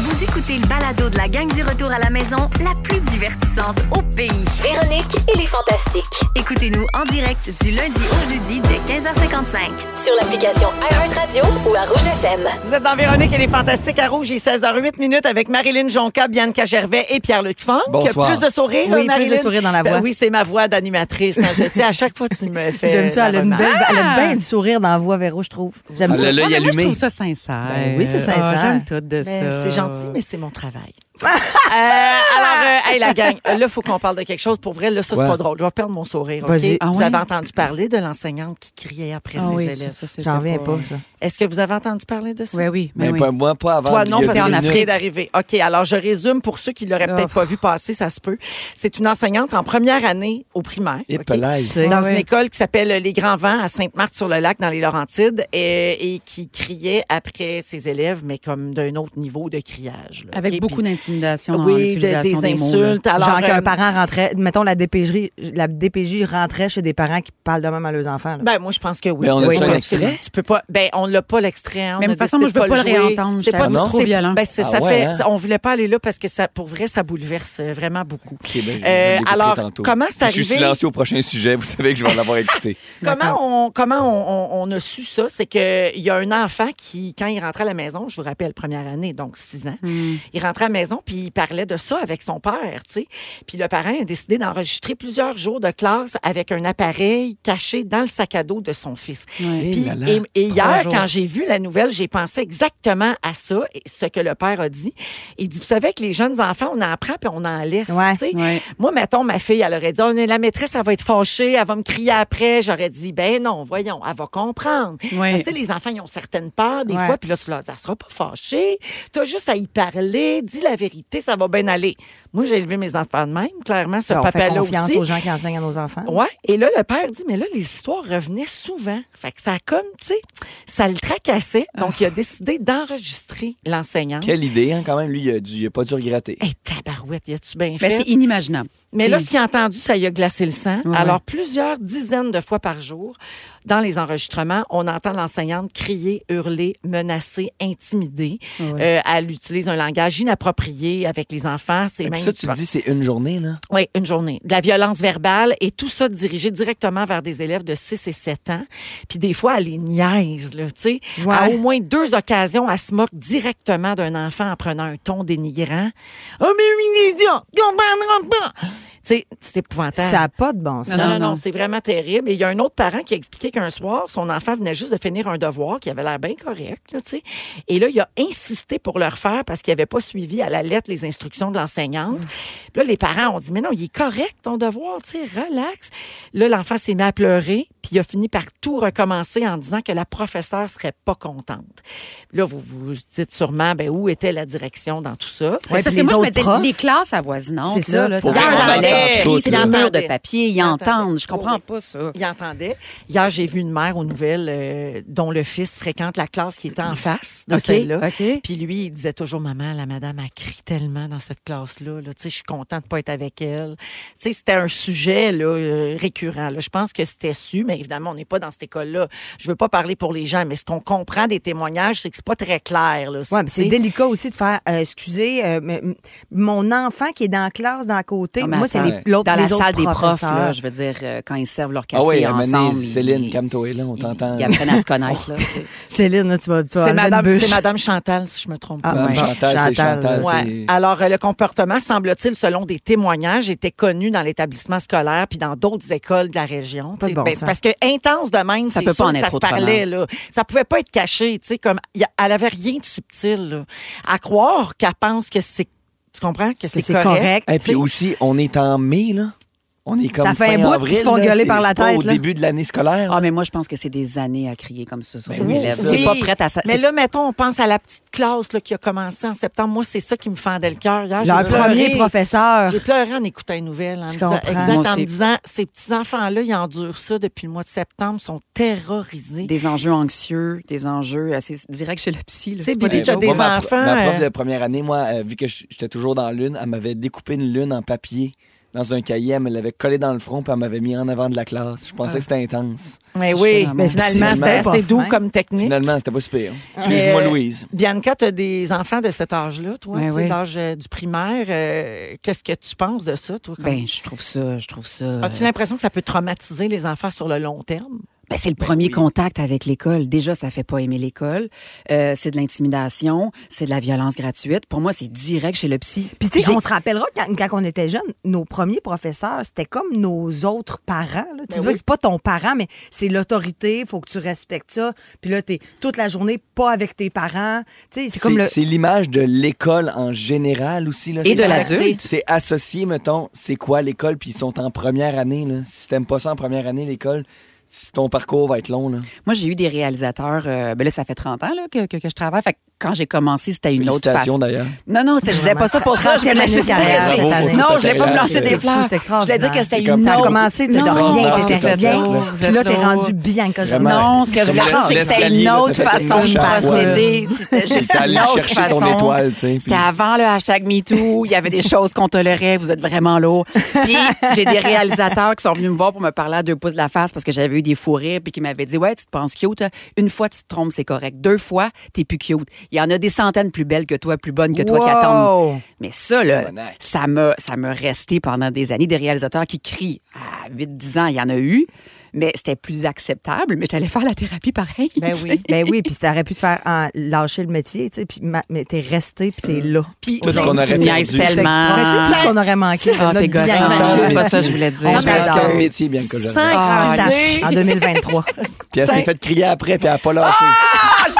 Speaker 1: Vous écoutez le balado de la gang du retour à la maison, la plus divertissante au pays.
Speaker 6: Véronique et les Fantastiques.
Speaker 1: Écoutez-nous en direct du lundi au jeudi dès 15h55.
Speaker 6: Sur l'application iHeartRadio ou à Rouge FM.
Speaker 3: Vous êtes dans Véronique et les Fantastiques à Rouge. Il est 16h08 minutes avec Marilyn Jonca, Bianca Gervais et Pierre-Luc Funk.
Speaker 5: Bonsoir.
Speaker 3: Plus de sourire,
Speaker 2: Oui,
Speaker 3: hein,
Speaker 2: plus de
Speaker 3: Marilyn?
Speaker 2: sourire dans la voix.
Speaker 3: Ben oui, c'est ma voix d'animatrice. hein. Je sais, à chaque fois, tu me fais.
Speaker 2: J'aime ça,
Speaker 3: la
Speaker 2: elle a, une
Speaker 3: remarque.
Speaker 2: belle, elle a bien du sourire dans la voix, Véro, je trouve. J'aime
Speaker 5: Ah, Elle
Speaker 2: ça.
Speaker 5: a l'œil
Speaker 4: Ouais, mais moi, je
Speaker 5: allumé.
Speaker 4: trouve ça sincère.
Speaker 2: Ben oui, c'est sincère.
Speaker 4: Ah, J'aime tout de
Speaker 3: Ben,
Speaker 4: ça.
Speaker 3: C'est gentil, mais c'est mon travail. Euh, alors, euh, hey, la gang, là, il faut qu'on parle de quelque chose. Pour vrai, là, ça, c'est
Speaker 5: Ouais.
Speaker 3: pas drôle. Je vais perdre mon sourire. OK?
Speaker 2: Vas-y.
Speaker 4: Ah
Speaker 3: Vous
Speaker 4: ouais?
Speaker 3: avez entendu parler de l'enseignante qui criait après
Speaker 4: Ah
Speaker 3: ses
Speaker 4: oui,
Speaker 3: élèves.
Speaker 4: ça, ça,
Speaker 2: J'en reviens
Speaker 4: c'était
Speaker 2: pas, ça.
Speaker 3: Est-ce que vous avez entendu parler de ça?
Speaker 4: Oui, oui, mais
Speaker 5: Mais
Speaker 4: oui.
Speaker 5: Ben, pas moi, pas avant.
Speaker 3: Toi, non,
Speaker 5: il y a
Speaker 3: parce
Speaker 5: dix
Speaker 3: qu'on a
Speaker 5: minutes.
Speaker 3: pris d'arriver. OK, alors je résume pour ceux qui l'auraient
Speaker 4: Oh.
Speaker 3: peut-être pas vu passer, ça se peut. C'est une enseignante en première année au primaire.
Speaker 5: Et
Speaker 3: OK?
Speaker 5: pelaille.
Speaker 2: Tu sais.
Speaker 3: Dans
Speaker 4: Ah
Speaker 3: une
Speaker 4: ouais.
Speaker 3: école qui s'appelle Les Grands Vents à Sainte-Marthe-sur-le-Lac, dans les Laurentides, et, et qui criait après ses élèves, mais comme d'un autre niveau de criage. là.
Speaker 4: Avec
Speaker 3: OK?
Speaker 4: beaucoup
Speaker 3: Puis-
Speaker 4: d'intimidation dans
Speaker 3: oui, de- des,
Speaker 4: l'utilisation des, mots. là.
Speaker 3: insultes. alors,
Speaker 2: Genre
Speaker 3: euh,
Speaker 2: qu'un parent rentrait, mettons la DPJ, la DPJ rentrait chez des parents qui parlent de même à leurs enfants. là.
Speaker 3: Ben, moi, je pense que oui.
Speaker 5: Mais on a-tu
Speaker 3: Oui,
Speaker 5: un
Speaker 3: parce que
Speaker 5: extrait?
Speaker 3: Tu peux pas. Ben, on l'a pas l'extrait. hein, on
Speaker 4: Mais de
Speaker 3: a
Speaker 4: toute façon,
Speaker 3: décidé
Speaker 4: moi,
Speaker 3: de
Speaker 4: je veux pas le
Speaker 3: jouer.
Speaker 4: réentendre, je
Speaker 3: C'est pas
Speaker 4: t'avoue,
Speaker 5: c'est
Speaker 3: du
Speaker 5: trop
Speaker 3: c'est-
Speaker 4: violent.
Speaker 3: Ben, c'est-
Speaker 5: Ah
Speaker 3: ça
Speaker 5: ouais,
Speaker 3: fait.
Speaker 5: hein?
Speaker 3: ça- On voulait pas aller là parce que ça, pour vrai, ça bouleverse euh, vraiment beaucoup.
Speaker 5: Ok, ben, je- je
Speaker 3: Euh,
Speaker 5: vais l'écouter
Speaker 3: alors,
Speaker 5: tantôt.
Speaker 3: comment c'est
Speaker 5: Si je suis
Speaker 3: arrivé?
Speaker 5: silencieux au prochain sujet, vous savez que je vais en avoir écouté.
Speaker 2: Ah.
Speaker 3: Comment on, comment on, on- on a su ça? C'est qu'il y a un enfant qui, quand il rentrait à la maison, je vous rappelle, première année, donc six ans,
Speaker 4: Hmm.
Speaker 3: il rentrait à la maison puis il parlait de ça avec son père, tu sais. Puis le parent a décidé d'enregistrer plusieurs jours de classe avec un appareil caché dans le sac à dos de son fils.
Speaker 2: Eh
Speaker 4: Ouais.
Speaker 3: Puis,
Speaker 5: là là.
Speaker 3: et, et
Speaker 4: Trois
Speaker 3: hier,
Speaker 4: jours.
Speaker 3: quand j'ai vu la nouvelle, j'ai pensé exactement à ça, et ce que le père a dit. Il dit, vous savez que les jeunes enfants, on en prend puis on en laisse.
Speaker 2: Ouais.
Speaker 3: tu sais.
Speaker 4: Ouais.
Speaker 3: Moi, mettons, ma fille, elle aurait dit, oh, la maîtresse, elle va être fâchée, elle va me crier après. J'aurais dit, ben non, voyons, elle va comprendre.
Speaker 4: Ouais.
Speaker 3: Parce que tu sais, les enfants, ils ont certaines peurs des
Speaker 2: Ouais.
Speaker 3: fois, puis là, tu leur dis, elle sera pas fâchée. Tu as juste à y parler, dis la vérité, ça va bien aller. Moi, j'ai élevé mes enfants de même, clairement, ce
Speaker 2: Ben, on fait
Speaker 3: papa-là
Speaker 2: confiance
Speaker 3: aussi.
Speaker 2: aux gens qui enseignent à nos enfants.
Speaker 4: Hein?
Speaker 3: Ouais. Et là, le père dit, mais là, les histoires revenaient souvent. Fait que ça a comme, tu sais, ça le tracassait. Donc,
Speaker 4: Ah.
Speaker 3: il a décidé d'enregistrer l'enseignante.
Speaker 5: Quelle idée, hein, quand même. Lui, il a, dû- il a pas dû regretter.
Speaker 3: Eh, tabarouette, y a-tu bien
Speaker 4: Ben,
Speaker 3: fait?
Speaker 4: c'est inimaginable.
Speaker 3: Mais
Speaker 4: C'est-
Speaker 3: là, ce qu'il a entendu, ça y a glacé le sang.
Speaker 4: Ouais,
Speaker 3: Alors,
Speaker 4: ouais.
Speaker 3: plusieurs dizaines de fois par jour, dans les enregistrements, on entend l'enseignante crier, hurler, menacer, intimider.
Speaker 4: Ouais.
Speaker 3: Euh, elle utilise un langage inapproprié avec les enfants. C'est
Speaker 5: Et puis
Speaker 3: même
Speaker 5: ça, tu te dis, c'est une journée, là.
Speaker 3: oui, une journée. De la violence verbale et tout ça dirigé directement vers des élèves de 6 et 7 ans. Puis des fois, elle les niaise, là, tu sais.
Speaker 2: Ouais.
Speaker 3: À au moins deux occasions, elle se moque directement d'un enfant en prenant un ton dénigrant. « Oh, mais oui, les idiots! Ils comprendront pas! » Tu sais, c'est épouvantable.
Speaker 2: Ça n'a pas de bon sens.
Speaker 3: Non, non, non,
Speaker 4: non.
Speaker 3: c'est vraiment terrible. Et il y a un autre parent qui a expliqué qu'un soir, son enfant venait juste de finir un devoir qui avait l'air bien correct, là, tu sais. Et là, il a insisté pour le refaire parce qu'il n'avait pas suivi à la lettre les instructions de l'enseignante. Puis Là, les parents ont dit, mais non, il est correct ton devoir, tu sais, relax. Là, l'enfant s'est mis à pleurer. Puis il a fini par tout recommencer en disant que la professeure serait pas contente. Là, vous vous dites sûrement, ben, où était la direction dans tout ça?
Speaker 2: Ouais,
Speaker 4: parce
Speaker 2: puis
Speaker 4: que moi, je me
Speaker 2: autres profs,
Speaker 4: disais, les classes avoisinantes,
Speaker 2: C'est ça, là,
Speaker 4: là, ils
Speaker 2: Pour
Speaker 5: vrai, on entend tout,
Speaker 4: entendent, ils
Speaker 5: là.
Speaker 4: entendent
Speaker 3: Ils
Speaker 4: de papier, ils
Speaker 3: entendent.
Speaker 4: entendent. Je
Speaker 3: Oui.
Speaker 4: comprends pas ça.
Speaker 3: Il entendait. Hier, j'ai vu une mère aux nouvelles euh, dont le fils fréquente la classe qui était en face de
Speaker 4: OK,
Speaker 3: celle-là.
Speaker 4: OK.
Speaker 3: Puis lui, il disait toujours, maman, la madame a crié tellement dans cette classe-là. là. Tu sais, je suis contente de pas être avec elle. Tu sais, c'était un sujet là, euh, récurrent. là. Je pense que c'était su, mais évidemment, on n'est pas dans cette école-là. Je veux pas parler pour les gens, mais ce qu'on comprend des témoignages, c'est que c'est pas très clair. Là,
Speaker 2: Ouais, mais c'est
Speaker 3: Tu sais,
Speaker 2: délicat aussi de faire euh, excusez euh, mais, m- mon enfant qui est dans la classe d'en côté.
Speaker 3: Ah,
Speaker 4: Non, mais
Speaker 2: moi c'est
Speaker 4: attends,
Speaker 2: les l'autre
Speaker 4: Dans la
Speaker 2: les autres
Speaker 4: salle des profs,
Speaker 2: professeurs.
Speaker 4: là, je veux dire, euh, quand ils servent leur café
Speaker 5: ah oui,
Speaker 4: ensemble.
Speaker 5: amenez Céline,
Speaker 4: ils-
Speaker 5: calme-toi là, on
Speaker 4: ils-
Speaker 5: t'entend.
Speaker 4: Ils apprennent à se connaître. là, tu sais.
Speaker 2: Céline, là, tu vas tu vas
Speaker 3: C'est
Speaker 2: enlever une
Speaker 3: madame,
Speaker 2: bûche.
Speaker 3: c'est madame Chantal, si je me trompe
Speaker 2: Ah,
Speaker 3: pas.
Speaker 5: Madame
Speaker 2: ouais.
Speaker 5: Euh,
Speaker 2: Ah,
Speaker 5: Chantal, c'est Chantal,
Speaker 2: là.
Speaker 5: c'est-
Speaker 3: Ouais. Alors, euh, le comportement, semble-t-il, selon des témoignages, était connu dans l'établissement scolaire puis dans d'autres écoles de la région.
Speaker 2: Pas de
Speaker 3: T'sais,
Speaker 2: bon
Speaker 3: ben,
Speaker 2: sens.
Speaker 3: parce que intense de même,
Speaker 4: Ça
Speaker 3: c'est
Speaker 4: peut pas
Speaker 3: sûr
Speaker 4: en
Speaker 3: que
Speaker 4: être
Speaker 3: ça se parlait. Là. Ça pouvait pas être caché. tu sais, Comme, y a- elle avait rien de subtil. là. À croire qu'elle pense que c'est... Tu comprends? Que
Speaker 2: Que
Speaker 3: c'est
Speaker 2: c'est
Speaker 3: correct.
Speaker 2: correct.
Speaker 5: Et puis aussi, on est en mai, là. On est comme
Speaker 2: Ça fait
Speaker 5: fin
Speaker 2: un bout
Speaker 5: avril,
Speaker 2: qu'ils se font
Speaker 5: là.
Speaker 2: gueuler
Speaker 5: C'est-
Speaker 2: par la
Speaker 5: c'est pas
Speaker 2: tête,
Speaker 5: au
Speaker 2: là.
Speaker 5: début de l'année scolaire.
Speaker 4: Ah, mais moi, je pense que c'est des années à crier comme ça sur
Speaker 5: Ben
Speaker 4: les
Speaker 5: oui,
Speaker 4: élèves.
Speaker 5: c'est
Speaker 3: ça.
Speaker 4: C'est pas prête à ça.
Speaker 3: Mais là, mettons, on pense à la petite classe là, qui a commencé en septembre. Moi, c'est ça qui me fendait le cœur. Hier, j'ai
Speaker 2: Leur premier
Speaker 3: pleuré.
Speaker 2: professeur.
Speaker 3: J'ai pleuré en écoutant une nouvelle. En me
Speaker 2: Je
Speaker 3: disant,
Speaker 2: comprends.
Speaker 3: exact,
Speaker 4: Ah. Moi
Speaker 3: en me
Speaker 4: aussi.
Speaker 3: disant, ces petits-enfants-là, ils endurent ça depuis le mois de septembre, sont terrorisés.
Speaker 4: Des enjeux anxieux, des enjeux. euh, C'est direct chez le psy. là,
Speaker 3: C'est
Speaker 4: pas
Speaker 3: Bibi
Speaker 4: des
Speaker 3: qui a
Speaker 4: jokes.
Speaker 3: des
Speaker 5: moi, ma, pro-
Speaker 3: enfants,
Speaker 5: ma prof
Speaker 2: hein.
Speaker 3: euh,
Speaker 5: de première année, moi, euh, vu que je- j'étais toujours dans la lune, elle m'avait découpé une lune en papier dans un cahier, elle me l'avait collé dans le front, puis elle m'avait mis en avant de la classe. Je pensais
Speaker 2: Ah.
Speaker 5: que c'était intense.
Speaker 3: Mais
Speaker 4: C'est
Speaker 3: oui,
Speaker 4: chaud,
Speaker 3: mais
Speaker 4: maman.
Speaker 3: finalement, c'était
Speaker 5: Finalement,
Speaker 3: assez
Speaker 2: pas
Speaker 3: doux
Speaker 2: fin.
Speaker 3: comme technique.
Speaker 5: Finalement, c'était pas
Speaker 2: Euh,
Speaker 5: super. Excuse-moi,
Speaker 3: Mais-
Speaker 5: Louise.
Speaker 3: Bianca, tu as des enfants de cet âge-là, toi,
Speaker 4: Ben
Speaker 3: tu sais,
Speaker 4: oui.
Speaker 3: l'âge euh, du primaire. euh, Qu'est-ce que tu penses de ça, toi? comme-
Speaker 4: Ben, je trouve ça, je trouve ça.
Speaker 3: As-tu l'impression que ça peut traumatiser les enfants sur le long terme?
Speaker 4: Ben, c'est le premier contact avec l'école. Déjà, ça fait pas aimer l'école. Euh, c'est de l'intimidation, c'est de la violence gratuite. Pour moi, c'est direct chez le psy.
Speaker 2: Puis tu sais,
Speaker 4: J'ai-
Speaker 2: on se rappellera quand, quand on était jeunes, nos premiers professeurs, c'était comme nos autres parents. là. Tu vois que c'est pas ton parent, mais c'est l'autorité, faut que tu respectes ça. Puis là, t'es toute la journée pas avec tes parents. Tu sais, c'est comme le...
Speaker 5: C'est l'image de l'école en général aussi. Là.
Speaker 4: Et
Speaker 5: C'est
Speaker 4: de
Speaker 5: affecté.
Speaker 4: l'adulte.
Speaker 5: C'est associé, mettons, c'est quoi l'école, puis ils sont en première année. Là. Si t'aimes pas ça en première année, l'école, si ton parcours va être long. Là.
Speaker 4: Moi, j'ai eu des réalisateurs. euh, ben là, ça fait 30 ans là, que, que, que je travaille. Fait que quand j'ai commencé, c'était une autre
Speaker 5: Félicitations
Speaker 4: façon.
Speaker 5: d'ailleurs.
Speaker 4: Non, non, c'était- je disais pas ça pour ça. Je
Speaker 2: Trentième
Speaker 4: voulais
Speaker 2: année de
Speaker 4: juste
Speaker 2: carrière
Speaker 5: cette année.
Speaker 4: Non, je voulais pas me
Speaker 5: C'est
Speaker 4: lancer des
Speaker 5: fou,
Speaker 4: fleurs.
Speaker 2: c'est
Speaker 4: Je voulais dire
Speaker 2: extraordinaire.
Speaker 4: que c'était
Speaker 5: C'est
Speaker 4: une
Speaker 5: comme
Speaker 4: autre.
Speaker 2: Ça a
Speaker 5: Non.
Speaker 2: commencé, t'étais
Speaker 4: Non,
Speaker 2: dans rien,
Speaker 5: parce que
Speaker 2: t'étais
Speaker 5: c'est
Speaker 2: rien.
Speaker 5: lourd,
Speaker 2: Puis là, t'es rendu bien que
Speaker 5: Vraiment.
Speaker 4: Non, ce que je voulais
Speaker 5: Comme
Speaker 4: dire, c'est que c'était
Speaker 5: l'escalier,
Speaker 4: une
Speaker 5: là,
Speaker 4: autre
Speaker 5: t'as fait
Speaker 4: façon
Speaker 5: une
Speaker 4: de
Speaker 5: marche à la fois,
Speaker 4: procéder. C'était juste
Speaker 5: T'es allé
Speaker 4: une autre
Speaker 5: chercher ton
Speaker 4: façon.
Speaker 5: étoile, tu sais, puis-
Speaker 4: C'était avant le hashtag MeToo. Il y avait des choses qu'on tolérait. Vous êtes vraiment lourd. Puis j'ai des réalisateurs qui sont venus me voir pour me parler à deux pouces de la face parce que j'avais eu des fous rires puis qui m'avaient dit Ouais, tu te penses cute. hein? Une fois, tu te trompes, c'est correct. Deux fois, t'es plus cute. Il y en a des centaines plus belles que toi, plus bonnes que toi qui attendent.
Speaker 2: Wow!
Speaker 4: Mais ça, là,
Speaker 5: Simonac.
Speaker 4: ça m'a, ça m'a resté pendant des années. Des réalisateurs qui crient à 8-10 ans, il y en a eu, mais c'était plus acceptable. Mais j'allais faire la thérapie pareil.
Speaker 3: Ben
Speaker 4: tu
Speaker 3: oui.
Speaker 4: sais.
Speaker 2: Ben oui, puis ça aurait pu te faire en- lâcher le métier, tu sais, puis ma- mais t'es resté, puis t'es là.
Speaker 3: Puis
Speaker 5: Tout ce qu'on
Speaker 4: Tu
Speaker 5: aurait
Speaker 4: me
Speaker 5: perdu.
Speaker 4: niaises
Speaker 5: C'est
Speaker 4: tellement.
Speaker 2: Mais tu sais, tout ce qu'on aurait manqué.
Speaker 4: Ah,
Speaker 2: notre
Speaker 4: t'es gosse.
Speaker 2: bien
Speaker 5: gossante.
Speaker 2: manger.
Speaker 4: C'est pas ça que je voulais dire.
Speaker 2: On
Speaker 5: Je pense
Speaker 2: t'adore.
Speaker 5: qu'un métier, bien que je
Speaker 3: Sans
Speaker 4: Ah,
Speaker 2: Excusez.
Speaker 3: excuser.
Speaker 2: en 2023.
Speaker 5: Puis elle s'est faite crier après, puis elle a pas lâché.
Speaker 4: Ah,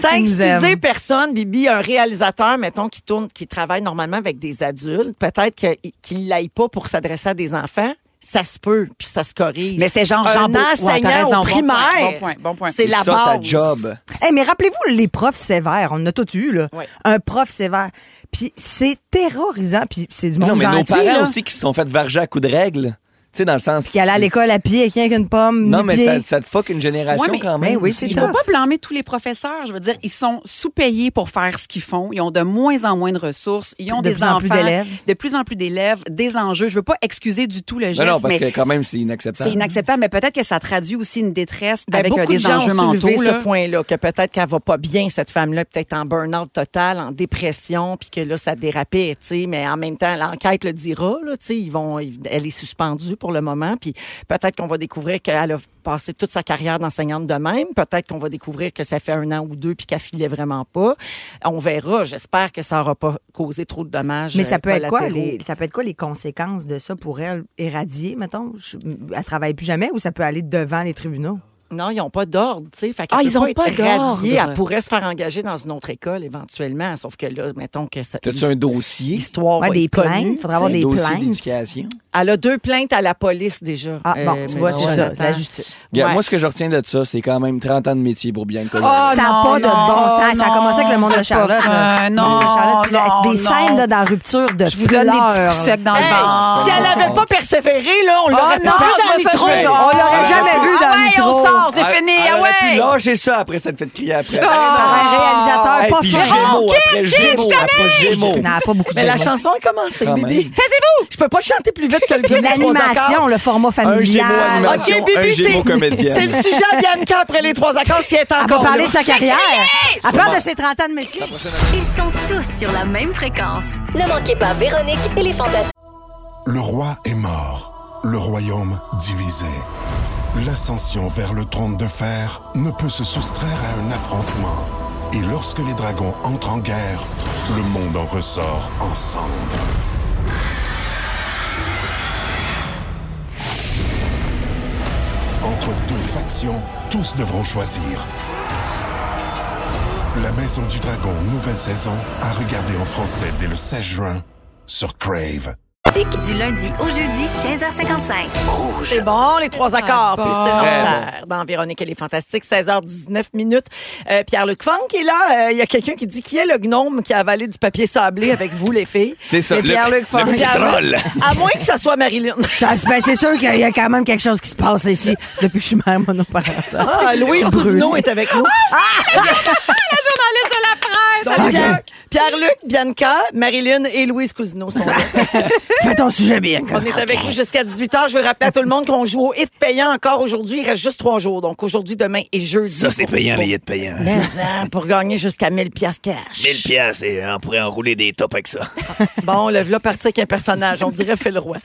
Speaker 3: Sans
Speaker 2: Tu nous
Speaker 3: excuser
Speaker 2: aimes.
Speaker 3: personne, Bibi, un réalisateur, mettons, qui tourne, qui travaille normalement avec des adultes, peut-être que- qu'il l'aille pas pour s'adresser à des enfants, ça se peut, puis ça se corrige.
Speaker 4: Mais c'était genre Jean
Speaker 3: un
Speaker 4: Beau- ouais, t'as
Speaker 3: enseignant
Speaker 4: raison,
Speaker 3: au
Speaker 4: bon point,
Speaker 3: primaire,
Speaker 4: bon point, bon point.
Speaker 3: c'est la
Speaker 5: ça
Speaker 3: base.
Speaker 5: ta job.
Speaker 2: Hey, mais rappelez-vous les profs sévères, on en a tous eu là.
Speaker 3: Ouais.
Speaker 2: Un prof sévère. Puis c'est terrorisant, puis c'est du monde
Speaker 5: non, mais nos
Speaker 2: gentil,
Speaker 5: parents
Speaker 2: là,
Speaker 5: aussi qui se sont fait varger à coups de règles. Tu sais, dans le sens.
Speaker 2: qui allait à l'école à pied avec rien qu'une pomme,
Speaker 5: Non,
Speaker 2: nu
Speaker 5: mais
Speaker 2: pied.
Speaker 5: ça, ça te fuck une génération
Speaker 4: Ouais, mais-
Speaker 5: quand même.
Speaker 2: Ben oui,
Speaker 5: aussi.
Speaker 2: c'est
Speaker 4: Il faut
Speaker 2: tough.
Speaker 4: pas blâmer tous les professeurs. Je veux dire, ils sont sous-payés pour faire ce qu'ils font. Ils ont de moins en moins de ressources. Ils ont
Speaker 2: De
Speaker 4: des
Speaker 2: plus en plus
Speaker 4: enfants,
Speaker 2: d'élèves.
Speaker 4: De plus en plus d'élèves, des enjeux. Je veux pas excuser du tout le geste,
Speaker 5: Non, non, parce
Speaker 4: mais
Speaker 5: que quand même, c'est inacceptable.
Speaker 4: c'est inacceptable. Mais peut-être que ça traduit aussi une détresse
Speaker 3: Ben,
Speaker 4: avec euh,
Speaker 3: beaucoup
Speaker 4: des
Speaker 3: de gens
Speaker 4: enjeux
Speaker 3: ont
Speaker 4: mentaux.
Speaker 3: soulevé
Speaker 4: là.
Speaker 3: ce point-là, que peut-être qu'elle va pas bien, cette femme-là, peut-être en burn-out total, en dépression, puis que là, ça dérapait, tu sais, mais en même temps, l'enquête le dira, là, tu sais, ils vont, ils- elle est suspendue pour le moment, puis peut-être qu'on va découvrir qu'elle a passé toute sa carrière d'enseignante de même, peut-être qu'on va découvrir que ça fait un an ou deux, puis qu'elle filait vraiment pas. On verra, j'espère que ça aura pas causé trop de dommages.
Speaker 2: Mais ça
Speaker 3: euh,
Speaker 2: peut être quoi
Speaker 3: collatéraux.
Speaker 2: les ça peut être quoi les conséquences de ça pour elle éradier mettons, je- elle travaille plus jamais ou ça peut aller devant les tribunaux.
Speaker 3: Non, ils n'ont pas d'ordre, tu sais. Fait qu'elle
Speaker 4: Ah,
Speaker 3: peut
Speaker 4: ils ont pas
Speaker 3: être radiée.
Speaker 4: d'ordre.
Speaker 3: Elle pourrait se faire engager dans une autre école éventuellement, sauf que là, mettons que ça.
Speaker 5: T'as-tu un dossier?
Speaker 3: L'histoire
Speaker 2: Ouais,
Speaker 3: va
Speaker 2: des
Speaker 3: être connue,
Speaker 2: plaintes,
Speaker 3: tu
Speaker 2: faudra avoir
Speaker 5: Un
Speaker 2: des
Speaker 5: dossier
Speaker 2: plaintes.
Speaker 5: d'éducation?
Speaker 3: Elle a deux plaintes à la police déjà.
Speaker 2: Ah,
Speaker 3: Euh,
Speaker 2: bon, tu vois, c'est
Speaker 3: Jonathan.
Speaker 2: ça, la justice.
Speaker 5: Regarde,
Speaker 3: Ouais.
Speaker 5: Moi, ce que je retiens de ça, c'est quand même 30 ans de métier pour bien connaître.
Speaker 4: Ah,
Speaker 2: ça n'a
Speaker 4: non,
Speaker 2: pas de
Speaker 4: non,
Speaker 2: bon sens. Ça a commencé avec le monde
Speaker 4: c'est
Speaker 2: de Charlotte.
Speaker 4: pas
Speaker 2: là.
Speaker 4: fin.
Speaker 2: Le
Speaker 4: Non,
Speaker 2: monde de Charlotte, puis là,
Speaker 4: non,
Speaker 2: Des
Speaker 4: non.
Speaker 2: scènes là, dans la rupture de
Speaker 4: Je vous donne des petits
Speaker 2: fleurs.
Speaker 4: coups secs dans le
Speaker 3: Hey,
Speaker 4: ventre.
Speaker 3: si elle n'avait pas persévéré,
Speaker 2: Ah,
Speaker 3: là, on l'aurait
Speaker 4: non,
Speaker 3: pas vu dans
Speaker 4: moi,
Speaker 3: le
Speaker 4: ça, je
Speaker 3: métro.
Speaker 4: veux dire,
Speaker 2: On l'aurait
Speaker 5: Ah,
Speaker 2: jamais vu dans
Speaker 4: ah
Speaker 2: le
Speaker 4: ouais,
Speaker 2: métro.
Speaker 4: on sort, c'est
Speaker 5: Elle-
Speaker 4: fini.
Speaker 5: elle
Speaker 4: ah
Speaker 5: aurait pu
Speaker 4: ouais. Ah,
Speaker 5: lâcher ça après cette fête crier après. Ben
Speaker 2: Par un réalisateur
Speaker 5: Hey,
Speaker 2: pas
Speaker 5: puis
Speaker 2: fin.
Speaker 5: Gémeaux, après Gémeaux, après Gémeaux.
Speaker 2: On n'a pas beaucoup de
Speaker 3: Mais la
Speaker 2: Gémeaux.
Speaker 3: chanson est commencée,
Speaker 5: Quand
Speaker 3: bébé.
Speaker 5: même.
Speaker 3: Taisez-vous! Je peux pas chanter plus vite que le gars. de trois
Speaker 2: L'animation,
Speaker 3: accords.
Speaker 2: le format
Speaker 5: Un
Speaker 2: familial.
Speaker 5: Gémeaux
Speaker 3: Ok,
Speaker 5: animation, un
Speaker 3: bébé,
Speaker 5: Gémeaux
Speaker 3: c'est, c'est
Speaker 5: comédienne.
Speaker 3: le sujet à Bianca après les trois accords, si elle est encore
Speaker 2: Elle va parler
Speaker 3: là.
Speaker 2: de sa carrière. Elle parle de ses 30 ans de métier.
Speaker 1: Ils sont tous sur la même fréquence.
Speaker 6: Ne manquez pas Véronique et les Fantastiques.
Speaker 7: Le roi est mort, le royaume divisé. L'ascension vers le trône de fer ne peut se soustraire à un affrontement. Et lorsque les dragons entrent en guerre, le monde en ressort en cendres. Entre deux factions, tous devront choisir. La Maison du Dragon, nouvelle saison, à regarder en français dès le 16 juin sur Crave.
Speaker 1: Du lundi au jeudi, 15h55.
Speaker 3: C'est bon, les trois accords. C'est
Speaker 5: très
Speaker 3: sédentaire. Dans Véronique, elle est fantastique. 16h19 minutes. Euh, Pierre-Luc Funk est là. Euh, Il y a quelqu'un qui dit qui est le gnome qui a avalé du papier sablé avec vous, les filles.
Speaker 5: C'est ça,
Speaker 3: C'est
Speaker 5: le-
Speaker 3: Pierre-Luc Funk.
Speaker 5: le petit
Speaker 3: Pierre-Luc.
Speaker 5: troll.
Speaker 3: À moins que ça soit Marilyn.
Speaker 2: Ça, ben, c'est sûr qu'il y a quand même quelque chose qui se passe ici depuis que je suis mère monoparentale.
Speaker 3: Ah, Louise
Speaker 2: Ça brûle.
Speaker 3: Cousineau est avec nous. Ah! la journaliste de la presse. Pierre-Luc, Bianca, Marilyn et Louise Cousineau sont là.
Speaker 2: Fais ton sujet bien.
Speaker 3: On est avec vous jusqu'à 18h. Je veux rappeler à tout le monde qu'on joue au hit payant encore aujourd'hui. Il reste juste trois jours. Donc aujourd'hui, demain et jeudi.
Speaker 8: Ça, c'est
Speaker 3: Pour-
Speaker 8: payant,
Speaker 3: pour-
Speaker 8: les hits payants.
Speaker 3: Mais, hein, pour gagner jusqu'à 1000 piastres cash.
Speaker 8: 1000 piastres et on pourrait enrouler des tops avec ça.
Speaker 3: Bon, le v'là parti avec un personnage. On dirait Phil Roy.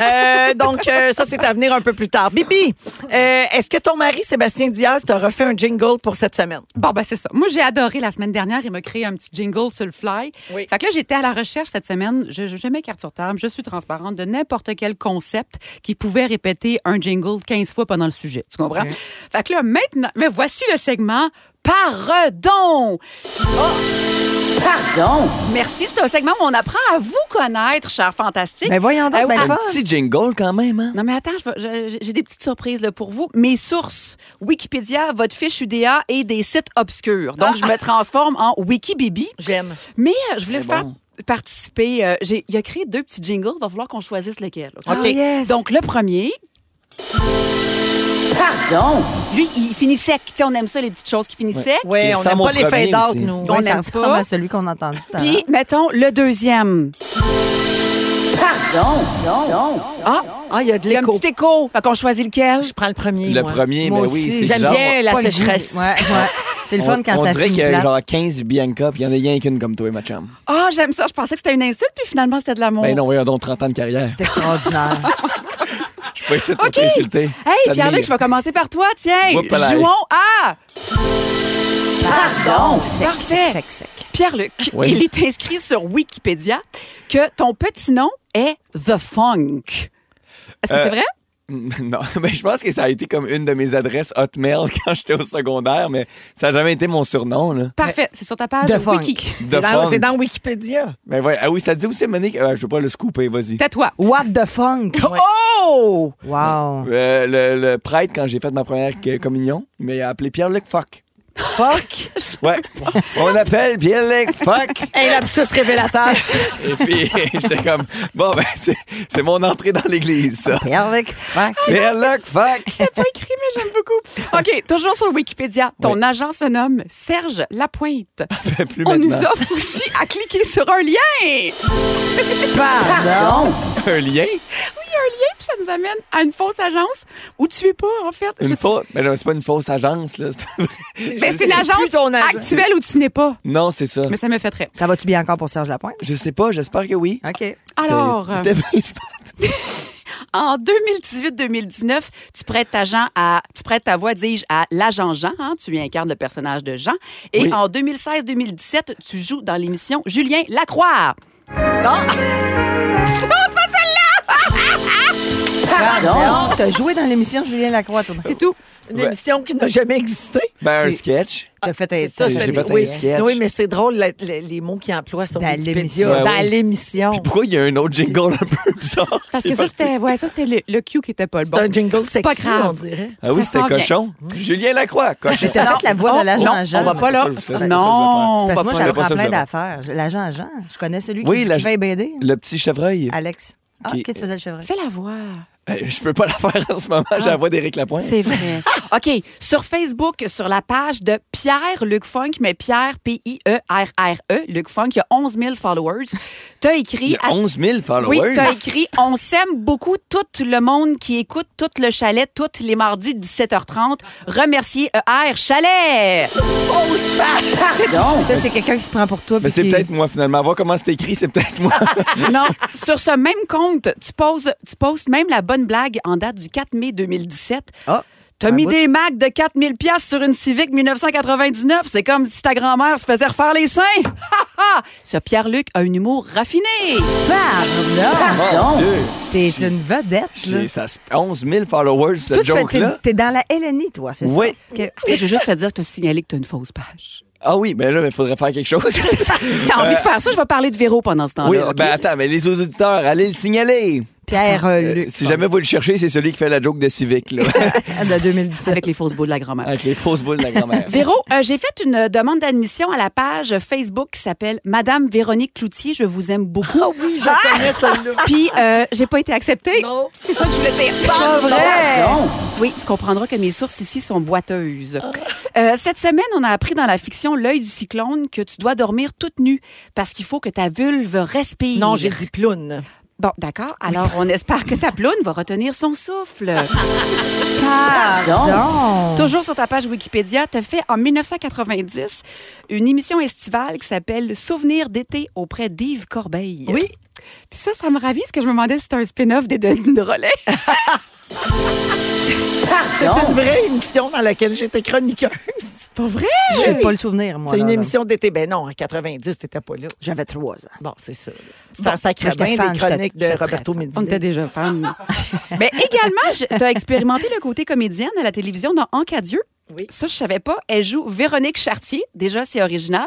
Speaker 3: Euh, donc, euh, ça, c'est à venir un peu plus tard. Bibi, euh, est-ce que ton mari, Sébastien Diaz, t'a refait un jingle pour cette semaine?
Speaker 4: Bon, ben c'est ça. Moi, j'ai adoré la semaine dernière. Il m'a créé un petit jingle sur le fly.
Speaker 3: Oui.
Speaker 4: Fait que là, j'étais à la recherche cette semaine. Je, je, je m'écarte sur table. Je suis transparente de n'importe quel concept qui pouvait répéter un jingle 15 fois pendant le sujet. Tu comprends? Fait que là, maintenant, mais voici le segment Pardon!
Speaker 2: Oh,
Speaker 4: Pardon! Merci. C'est un segment où on apprend à vous connaître, cher fantastique.
Speaker 2: Mais Ben, voyons donc,
Speaker 4: Euh,
Speaker 2: c'est bien
Speaker 4: à-
Speaker 2: le
Speaker 5: Un
Speaker 2: fun.
Speaker 5: petit jingle quand même, hein?
Speaker 4: non, mais attends, je vais- je- j'ai des petites surprises là, pour vous. Mes sources, Wikipédia, votre fiche UDA et des sites obscurs. Donc, je me transforme en Wikibibi.
Speaker 3: J'aime.
Speaker 4: Mais euh, je voulais vous faire participer. euh, j'ai- il a créé deux petits jingles. Il va falloir qu'on choisisse lequel. OK?
Speaker 2: Ah, yes.
Speaker 4: Donc, le premier. Pardon! Lui, il finit sec. Tu sais, on aime ça, les petites choses qui finissent sec.
Speaker 3: Oui,
Speaker 5: Il
Speaker 3: on
Speaker 5: sent
Speaker 3: n'aime
Speaker 5: mon
Speaker 3: pas les
Speaker 5: premier
Speaker 3: fades out,
Speaker 5: aussi.
Speaker 3: nous.
Speaker 4: On
Speaker 2: Ouais, ça
Speaker 4: aime
Speaker 2: ressemble
Speaker 4: pas.
Speaker 2: à ah. celui qu'on entend tout à l'heure.
Speaker 4: Puis, mettons, le deuxième. Pardon! Ah,
Speaker 3: Ah, il y a de
Speaker 4: il y a un
Speaker 3: l'écho.
Speaker 4: petit écho. Fait qu'on choisit lequel?
Speaker 3: Je prends le premier.
Speaker 5: Le
Speaker 3: moi.
Speaker 5: premier,
Speaker 2: Moi
Speaker 5: mais oui,
Speaker 2: aussi,
Speaker 5: c'est
Speaker 3: J'aime
Speaker 5: genre-
Speaker 3: bien la
Speaker 2: Pas le goût.
Speaker 3: sécheresse.
Speaker 2: Ouais, ouais. C'est le fun
Speaker 5: on,
Speaker 2: quand
Speaker 5: on
Speaker 2: ça
Speaker 5: dirait
Speaker 2: finit
Speaker 5: qu'il y a
Speaker 2: plate.
Speaker 5: genre 15 Bianca, puis il y en a rien qu'une comme toi, ma chum.
Speaker 4: Ah, j'aime ça. Je pensais que c'était une insulte, puis finalement, c'était de l'amour.
Speaker 5: Ben non, voyons donc 30 ans de carrière.
Speaker 2: C'est extraordinaire.
Speaker 5: Je peux essayer de
Speaker 4: OK.
Speaker 5: t'insulter.
Speaker 4: Hey,
Speaker 5: T'admire.
Speaker 4: Pierre-Luc, je vais commencer par toi, tiens.
Speaker 5: Whoopalaï.
Speaker 4: Jouons à
Speaker 2: Pardon. Sec,
Speaker 4: Parfait.
Speaker 2: sec, sec, sec.
Speaker 4: Pierre-Luc.
Speaker 5: Oui.
Speaker 4: Il est inscrit sur Wikipédia que ton petit nom est The Funk. Est-ce que
Speaker 5: Euh,
Speaker 4: c'est vrai?
Speaker 5: Non, mais je pense que ça a été comme une de mes adresses hotmail quand j'étais au secondaire, mais ça n'a jamais été mon surnom, là.
Speaker 4: Parfait. C'est sur ta page
Speaker 2: The Funk.
Speaker 4: Wiki.
Speaker 5: The
Speaker 3: C'est dans,
Speaker 5: Funk.
Speaker 3: c'est dans Wikipédia.
Speaker 5: Ben ouais, ah oui, ça dit aussi, Monique, euh, je veux pas le scooper, vas-y.
Speaker 4: T'as toi.
Speaker 2: What the funk?
Speaker 4: Oh!
Speaker 2: Wow.
Speaker 5: Euh, le, le prêtre, quand j'ai fait ma première que- communion, il m'a appelé Pierre-Luc Fuck.
Speaker 2: Fuck.
Speaker 5: Ouais. On appelle Pierre-Luc Fuck.
Speaker 3: Hey, lapsus révélateur.
Speaker 5: Et puis, j'étais comme, bon, ben, c'est c'est mon entrée dans l'église, ça.
Speaker 2: Pierre-Luc, fuck.
Speaker 4: Ah,
Speaker 5: Pierre-Luc Fuck.
Speaker 4: C'était pas écrit, mais j'aime beaucoup. OK, toujours sur Wikipédia. Ton
Speaker 5: Oui.
Speaker 4: agent se nomme Serge Lapointe.
Speaker 5: Plus
Speaker 4: On nous
Speaker 5: maintenant.
Speaker 4: offre aussi à cliquer sur un lien.
Speaker 2: Pardon.
Speaker 5: Un lien,
Speaker 4: Il y a un lien, puis ça nous amène à une fausse agence où tu es pas, en fait. Je-
Speaker 5: une fausse. Mais non, c'est pas une fausse agence, là. c'est un vrai-
Speaker 4: Mais c'est une
Speaker 3: plus
Speaker 4: agence
Speaker 3: ton agent.
Speaker 4: actuelle où tu n'es pas.
Speaker 5: Non, c'est ça.
Speaker 4: Mais ça me fait très.
Speaker 2: Ça va-tu bien encore pour Serge Lapointe?
Speaker 5: Je sais pas, j'espère que oui.
Speaker 2: OK.
Speaker 4: Ah, Alors, euh,
Speaker 5: T'es- t'es bien smart.
Speaker 4: en 2018-2019, tu prêtes ta, Jean à, tu prêtes ta voix, dis-je, à l'agent Jean. hein, tu y incarnes le personnage de Jean. Et
Speaker 5: Oui.
Speaker 4: en 2016-2017, tu joues dans l'émission Julien Lacroix. Non!
Speaker 2: Pardon? T'as joué dans l'émission Julien Lacroix, toi.
Speaker 3: C'est tout. Une
Speaker 5: Ouais.
Speaker 3: émission qui n'a jamais existé.
Speaker 5: Ben, un
Speaker 2: C'est-
Speaker 5: sketch.
Speaker 2: T'as fait
Speaker 3: C'est
Speaker 2: un
Speaker 3: ça,
Speaker 5: J'ai
Speaker 3: c'est-
Speaker 5: fait un
Speaker 3: oui.
Speaker 5: sketch.
Speaker 3: Oui, mais c'est drôle la- la- les mots qu'ils emploient sur
Speaker 2: Dans
Speaker 3: Wikipédia.
Speaker 2: l'émission.
Speaker 5: Ouais,
Speaker 3: Dans
Speaker 5: ouais.
Speaker 3: l'émission.
Speaker 5: Puis pourquoi il y a un autre jingle un peu bizarre?
Speaker 4: Oh. Parce que ça, c'était ouais, ça, c'était le, le cue qui était pas le
Speaker 3: C'est
Speaker 4: bon.
Speaker 3: un jingle sexy,
Speaker 4: pas grave.
Speaker 3: on dirait.
Speaker 5: Ah oui,
Speaker 4: Ça
Speaker 5: c'était
Speaker 4: sent bien.
Speaker 5: cochon. Julien Lacroix, cochon.
Speaker 2: T'as fait la voix de l'agent
Speaker 4: non,
Speaker 2: à Jean.
Speaker 4: on va pas là.
Speaker 5: Ça, je sais, ça, je
Speaker 4: Non,
Speaker 2: Parce que moi,
Speaker 5: pas-
Speaker 2: j'apprends
Speaker 5: pas ça, je
Speaker 2: plein
Speaker 5: le vois.
Speaker 2: d'affaires. L'agent à Jean, je connais celui
Speaker 5: Oui,
Speaker 2: qui, qui
Speaker 5: l'agent-
Speaker 2: fait BD.
Speaker 5: Le petit chevreuil.
Speaker 2: Alex. Ah,
Speaker 5: Qui-
Speaker 2: ok, tu faisais le chevreuil.
Speaker 4: Fais la voix.
Speaker 5: Euh, Je peux pas la faire en ce moment, j'ai la voix d'Éric Lapointe.
Speaker 4: Ah. C'est vrai. OK. Sur Facebook, sur la page de Pierre Luc Funk, mais Pierre, E P-I-E-R-R-E, Luc Funk, il y a 11 000 followers. T'as
Speaker 5: Il y
Speaker 4: écrit.
Speaker 5: a 11 000
Speaker 4: Oui,
Speaker 5: followers.
Speaker 4: t'as écrit On s'aime beaucoup, tout le monde qui écoute tout le chalet, tous les mardis 17h30. Remercier ER Chalet.
Speaker 2: Ça, c'est quelqu'un qui se prend pour toi.
Speaker 5: mais
Speaker 2: puis
Speaker 5: c'est
Speaker 2: qui-
Speaker 5: peut-être moi finalement. Voir comment c'est écrit, c'est peut-être moi.
Speaker 4: Non, sur ce même compte, tu poses, tu postes même la bonne blague en date du 4 mai 2017.
Speaker 2: Ah,
Speaker 4: T'as
Speaker 2: un
Speaker 4: mis
Speaker 2: bout.
Speaker 4: des Macs de 4000 pièces sur une Civic 1999. C'est comme si ta grand-mère se faisait refaire les seins. Ha ha! Ce Pierre-Luc a un humour raffiné. Ah,
Speaker 5: Mon
Speaker 2: Barbe,
Speaker 5: Dieu.
Speaker 2: T'es une vedette, là.
Speaker 5: J'ai- ça se- 11 000 followers,
Speaker 2: Toi,
Speaker 5: cette
Speaker 2: tu fais- t'es-
Speaker 5: joke-là.
Speaker 2: t'es dans la Hélénie, toi, c'est
Speaker 5: Oui.
Speaker 2: ça? Oui.
Speaker 4: Je veux juste te dire, te signaler que t'as une fausse page.
Speaker 5: Ah oui, mais là, il faudrait faire quelque chose.
Speaker 4: T'as envie de faire ça? Je vais parler de Véro pendant ce temps-là.
Speaker 5: oui,
Speaker 4: OK?
Speaker 5: ben attends, mais les auditeurs, allez le signaler.
Speaker 2: Pierre euh,
Speaker 5: Euh,
Speaker 2: Luc.
Speaker 5: si jamais vous le cherchez, c'est celui qui fait la joke de Civic, là.
Speaker 2: De 2017.
Speaker 4: Avec les fausses boules de la grand-mère.
Speaker 5: avec les fausses boules de la grand-mère.
Speaker 4: Véro, euh, j'ai fait une euh, demande d'admission à la page Facebook qui s'appelle Madame Véronique Cloutier. Je vous aime beaucoup. Ah oui, je connais celle-là. Puis, euh, j'ai pas été acceptée. C'est ça que je voulais dire. C'est pas vrai. Oui, tu comprendras que mes sources ici sont boiteuses. Euh, cette semaine, on a appris dans la fiction L'œil du cyclone que tu dois dormir toute nue parce qu'il faut que ta vulve respire.
Speaker 3: Non, j'ai dit ploune.
Speaker 4: Bon, d'accord. Alors, on espère que ta ploune va retenir son souffle. Pardon.
Speaker 2: Non.
Speaker 4: Toujours sur ta page Wikipédia, tu fait en 1990 une émission estivale qui s'appelle Souvenirs d'été auprès d'Yves Corbeil.
Speaker 3: Oui.
Speaker 4: Puis ça, ça me ravit parce que je me demandais si c'était un spin-off des Denis de Relais.
Speaker 3: C'est une vraie émission dans laquelle j'étais chroniqueuse.
Speaker 4: Pas vrai?
Speaker 2: Je n'ai pas le souvenir, moi.
Speaker 3: C'est une
Speaker 2: là, là.
Speaker 3: émission d'été. Ben non, en 90, t'étais pas là.
Speaker 2: J'avais trois ans.
Speaker 3: Bon, c'est ça. Ça sacrait
Speaker 2: j'étais
Speaker 3: bien
Speaker 2: fan,
Speaker 3: des
Speaker 2: j'étais-
Speaker 3: chroniques de
Speaker 2: j'étais très
Speaker 3: Roberto Medina.
Speaker 4: On était déjà fan. Mais également, tu as expérimenté le côté comédienne à la télévision dans Encadieu.
Speaker 3: Oui.
Speaker 4: Ça, je savais pas. Elle joue Véronique Chartier. Déjà, c'est original.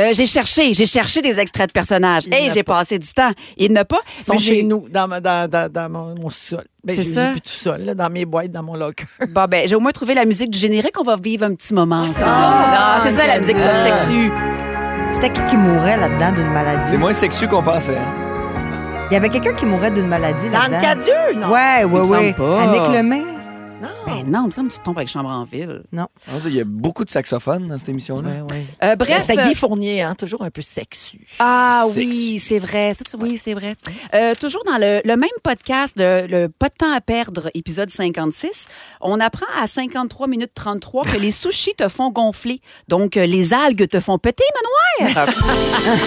Speaker 4: Euh, j'ai cherché, j'ai cherché des extraits de personnages.
Speaker 3: Il
Speaker 4: Et
Speaker 3: n'a
Speaker 4: j'ai passé du temps. Il n'a pas.
Speaker 3: Ils sont
Speaker 4: Mais j'ai-
Speaker 3: chez nous, dans, ma- dans, dans, dans mon, mon sol. Ben,
Speaker 4: C'est
Speaker 3: je les ai
Speaker 4: ça.
Speaker 3: plus tout seul, là, dans mes boîtes, dans mon locker.
Speaker 4: Bon, ben, j'ai au moins trouvé la musique du générique. On va vivre un petit moment. ensemble.
Speaker 2: ça.
Speaker 4: Ah, c'est ça, la musique ça sexue.
Speaker 2: C'était qui qui mourait là-dedans d'une maladie?
Speaker 5: C'est moins sexu qu'on pensait. hein.
Speaker 2: Il y avait quelqu'un qui mourait d'une maladie
Speaker 3: Dans le
Speaker 2: là-dedans.
Speaker 3: cas de Dieu, non?
Speaker 2: Ouais,
Speaker 4: me
Speaker 2: ouais, ouais.
Speaker 4: semble pas.
Speaker 2: Annick Lemay?
Speaker 4: Ben non, il me semble que tu tombes avec Chambre en ville.
Speaker 5: On dit, Il y a beaucoup de saxophones dans cette émission-là.
Speaker 4: Euh,
Speaker 3: Bref,
Speaker 4: bref.
Speaker 3: c'était Guy Fournier, hein, toujours un peu sexu.
Speaker 4: Ah
Speaker 5: Sexy.
Speaker 4: oui, c'est vrai. Ça, tu- oui, c'est vrai. Euh, toujours dans le, le même podcast, le, le Pas de temps à perdre, épisode 56, on apprend à 53 minutes 33 que les sushis te font gonfler. Donc, euh, les algues te font péter,
Speaker 3: Ah,
Speaker 4: manoir.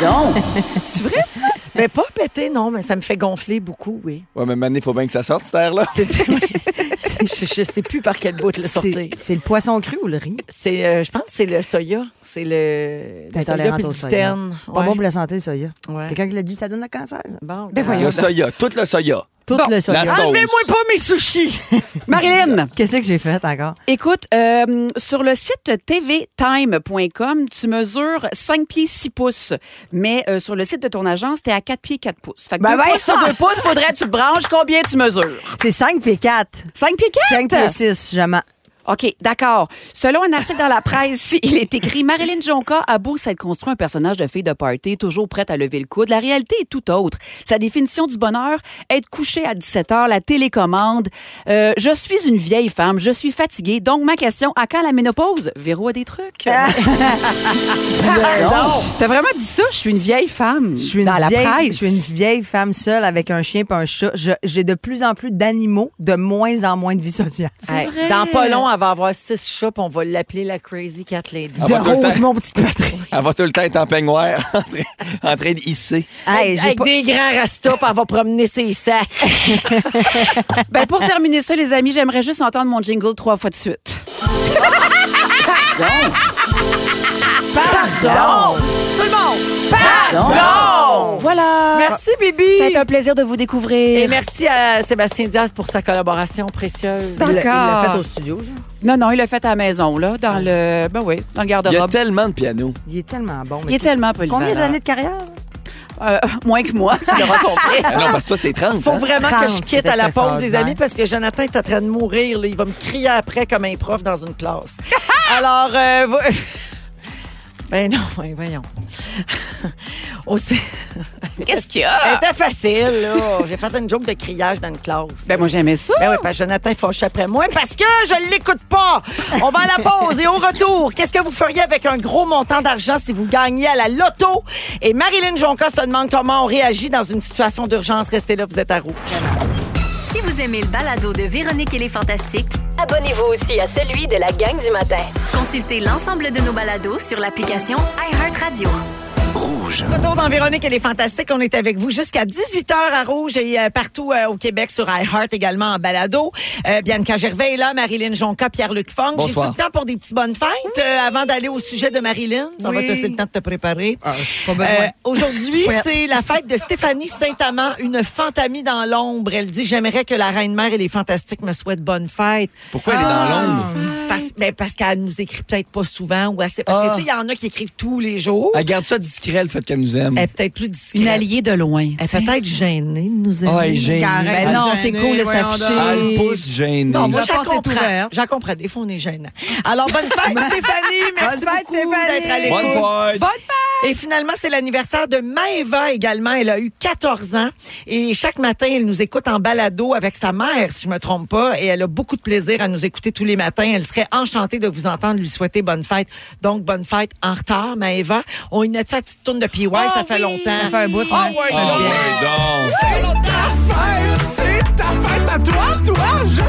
Speaker 4: Pardon. C'est vrai, ça?
Speaker 3: Mais Ben, pas pété, non, mais ça me fait gonfler beaucoup, oui.
Speaker 5: Ouais, mais maintenant, il faut bien que ça sorte, cette air-là.
Speaker 3: je, je sais plus par quel bout le sortir.
Speaker 2: C'est c'est le poisson cru ou le riz?
Speaker 3: C'est, euh, je pense que c'est le soya. C'est le. le
Speaker 2: T'es
Speaker 3: soya
Speaker 2: intolérante
Speaker 3: puis le
Speaker 2: au soya.
Speaker 3: gluten.
Speaker 2: Pas
Speaker 3: Ouais.
Speaker 2: bon pour la santé, ça, y a.
Speaker 3: Ouais.
Speaker 2: Quelqu'un qui l'a dit, ça donne le cancer. ça.
Speaker 3: Bon,
Speaker 2: Ben
Speaker 3: ben,
Speaker 2: voyons.
Speaker 5: Le soya, tout le soya.
Speaker 2: Tout
Speaker 4: Bon,
Speaker 2: le soya.
Speaker 5: la sauce.
Speaker 3: Enlevez-moi pas mes sushis!
Speaker 4: Marilyn.
Speaker 2: Qu'est-ce que j'ai fait encore?
Speaker 4: Écoute, euh, sur le site tvtime.com, tu mesures 5 pieds 6 pouces. Mais euh, sur le site de ton agence, t'es à 4 pieds 4 pouces. Fait que
Speaker 2: Ben
Speaker 4: deux
Speaker 2: ben
Speaker 4: pouces sur
Speaker 2: ça!
Speaker 4: 2 pouces, faudrait que tu te branches. Combien tu mesures?
Speaker 2: C'est 5 puis 4.
Speaker 4: 5 pieds
Speaker 2: 5
Speaker 4: 4?
Speaker 2: puis 6, jamais.
Speaker 4: OK, d'accord. Selon un article dans la presse, il est écrit Marilyn Jonca a beau s'être construit un personnage de fille de party, toujours prête à lever le coude. La réalité est tout autre. Sa définition du bonheur, être couchée à 17 heures, la télécommande. Euh, je suis une vieille femme, je suis fatiguée. Donc, ma question, à quand la ménopause? Véro a des trucs.
Speaker 2: Ah.
Speaker 4: Pardon. T'as vraiment dit ça? Je suis une vieille femme.
Speaker 2: Je suis une
Speaker 4: dans
Speaker 2: vieille,
Speaker 4: la presse.
Speaker 2: je suis une vieille femme seule avec un chien et un chat. Je- J'ai de plus en plus d'animaux, de moins en moins de vie sociale.
Speaker 3: Hey,
Speaker 4: vrai.
Speaker 3: Dans pas long, elle va avoir six chats, puis on va l'appeler la Crazy Cat Lady.
Speaker 5: Ah,
Speaker 2: de
Speaker 5: bah, tout le
Speaker 2: Rose,
Speaker 5: temps.
Speaker 2: mon petit Patrick.
Speaker 5: Elle va tout le temps être en peignoir, en train, en train de hisser.
Speaker 2: Hey, j'ai
Speaker 3: Avec
Speaker 2: pas-
Speaker 3: des grands rastas, puis elle va promener ses sacs.
Speaker 4: Ben, pour terminer ça, les amis, j'aimerais juste entendre mon jingle trois fois de suite. Pardon. Pardon. Tout le monde. Pardon. Oh! Voilà.
Speaker 3: Merci, Bibi.
Speaker 4: Ça a été un plaisir de vous découvrir.
Speaker 3: Et merci à Sébastien Diaz pour sa collaboration précieuse.
Speaker 2: Il l'a- Il l'a
Speaker 4: D'accord.
Speaker 2: fait au studio, ça.
Speaker 4: Non, non, il l'a fait à la maison, là, dans
Speaker 9: Ah.
Speaker 4: le. Ben oui, dans le
Speaker 5: Il y a
Speaker 4: garde-robe.
Speaker 5: tellement de pianos.
Speaker 2: Il est tellement bon. mais
Speaker 4: Il est tellement polyvalent.
Speaker 2: Combien d'années de carrière?
Speaker 4: Euh, moins que moi, tu l'auras compris.
Speaker 5: Ah non, parce que toi, c'est 30.
Speaker 3: Faut
Speaker 5: hein?
Speaker 3: vraiment que je
Speaker 2: 30,
Speaker 3: quitte à la pause,
Speaker 2: c'était
Speaker 3: les
Speaker 2: extraordinaire.
Speaker 3: amis, parce que Jonathan est en train de mourir. là. Il va me crier après comme un prof dans une classe. Alors, euh, vo- ben non, ben voyons. Oh, c'est-
Speaker 4: Qu'est-ce qu'il y a?
Speaker 3: C'était facile, là. J'ai fait une joke de criage dans une classe.
Speaker 4: Ben moi, j'aimais ça.
Speaker 3: Ben oui, parce que Jonathan est fâché après moi parce que je l'écoute pas. On va à la pause et au retour, qu'est-ce que vous feriez avec un gros montant d'argent si vous gagnez à la loto? Et Marilyn Jonca se demande comment on réagit dans une situation d'urgence. Restez là, vous êtes à roue.
Speaker 1: Si vous aimez le balado de Véronique et les Fantastiques,
Speaker 6: Abonnez-vous aussi à celui de la gang du matin.
Speaker 1: consultez l'ensemble de nos balados sur l'application iHeartRadio.
Speaker 3: Retour dans Véronique, elle est fantastique. On est avec vous jusqu'à 18h à Rouge et euh, partout euh, au Québec sur iHeart, également en balado. Euh, Bianca Gervais est là, Marilyn Jonca, Pierre-Luc Fong. J'ai tout
Speaker 5: Bonsoir.
Speaker 3: le temps pour des petits bonnes fêtes euh, avant d'aller au sujet de Marilyn. Ça va
Speaker 2: Oui.
Speaker 3: te laisser le temps de te préparer.
Speaker 4: Ah,
Speaker 5: Ah,
Speaker 2: pas
Speaker 4: ben,
Speaker 2: besoin.
Speaker 3: Euh, Aujourd'hui,
Speaker 2: prête.
Speaker 3: c'est la fête de Stéphanie Saint-Amand, une fantamie dans l'ombre. Elle dit J'aimerais que la Reine-Mère et les Fantastiques me souhaitent bonne fête.
Speaker 5: Pourquoi elle est dans
Speaker 3: Ah.
Speaker 5: l'ombre?
Speaker 3: Parce, ben, parce qu'elle nous écrit peut-être pas souvent. ou assez, parce que,
Speaker 5: Ah.
Speaker 3: tu sais, il y en a qui écrivent tous les jours.
Speaker 5: Elle garde ça discret, le fait qu'elle nous aime.
Speaker 3: Elle est peut-être plus discrète.
Speaker 4: Une alliée de loin.
Speaker 3: Elle est peut-être gênée de nous aimer.
Speaker 5: Ah, elle est gênée.
Speaker 2: Carré-
Speaker 4: Ben non, c'est
Speaker 2: Gênée,
Speaker 4: cool de
Speaker 2: voyons
Speaker 4: s'afficher.
Speaker 2: donc.
Speaker 5: Elle pousse gênée.
Speaker 3: Non, moi,
Speaker 2: La
Speaker 3: j'en
Speaker 2: porte est
Speaker 3: comprends.
Speaker 2: ouverte.
Speaker 3: J'en comprends. Des fois, on est gênant. Alors, bonne fête, Stéphanie. Merci
Speaker 2: Bonne fête,
Speaker 3: beaucoup d'être à
Speaker 2: Stéphanie.
Speaker 5: Bonne
Speaker 3: l'écoute.
Speaker 5: fête!
Speaker 3: Et finalement, c'est l'anniversaire de Maëva également. Elle a eu 14 ans. Et chaque matin, elle nous écoute en balado avec sa mère, si je me trompe pas. Et elle a beaucoup de plaisir à nous écouter tous les matins. Elle serait enchantée de vous entendre lui souhaiter bonne fête. Donc, bonne fête en retard, Maëva. On y a sa petite tourne de PY,
Speaker 2: Ah
Speaker 3: ça fait longtemps.
Speaker 2: Ça fait un bout,
Speaker 3: Ah
Speaker 2: ouais.
Speaker 3: ouais,
Speaker 5: Ah
Speaker 3: donc.
Speaker 5: ouais, donc.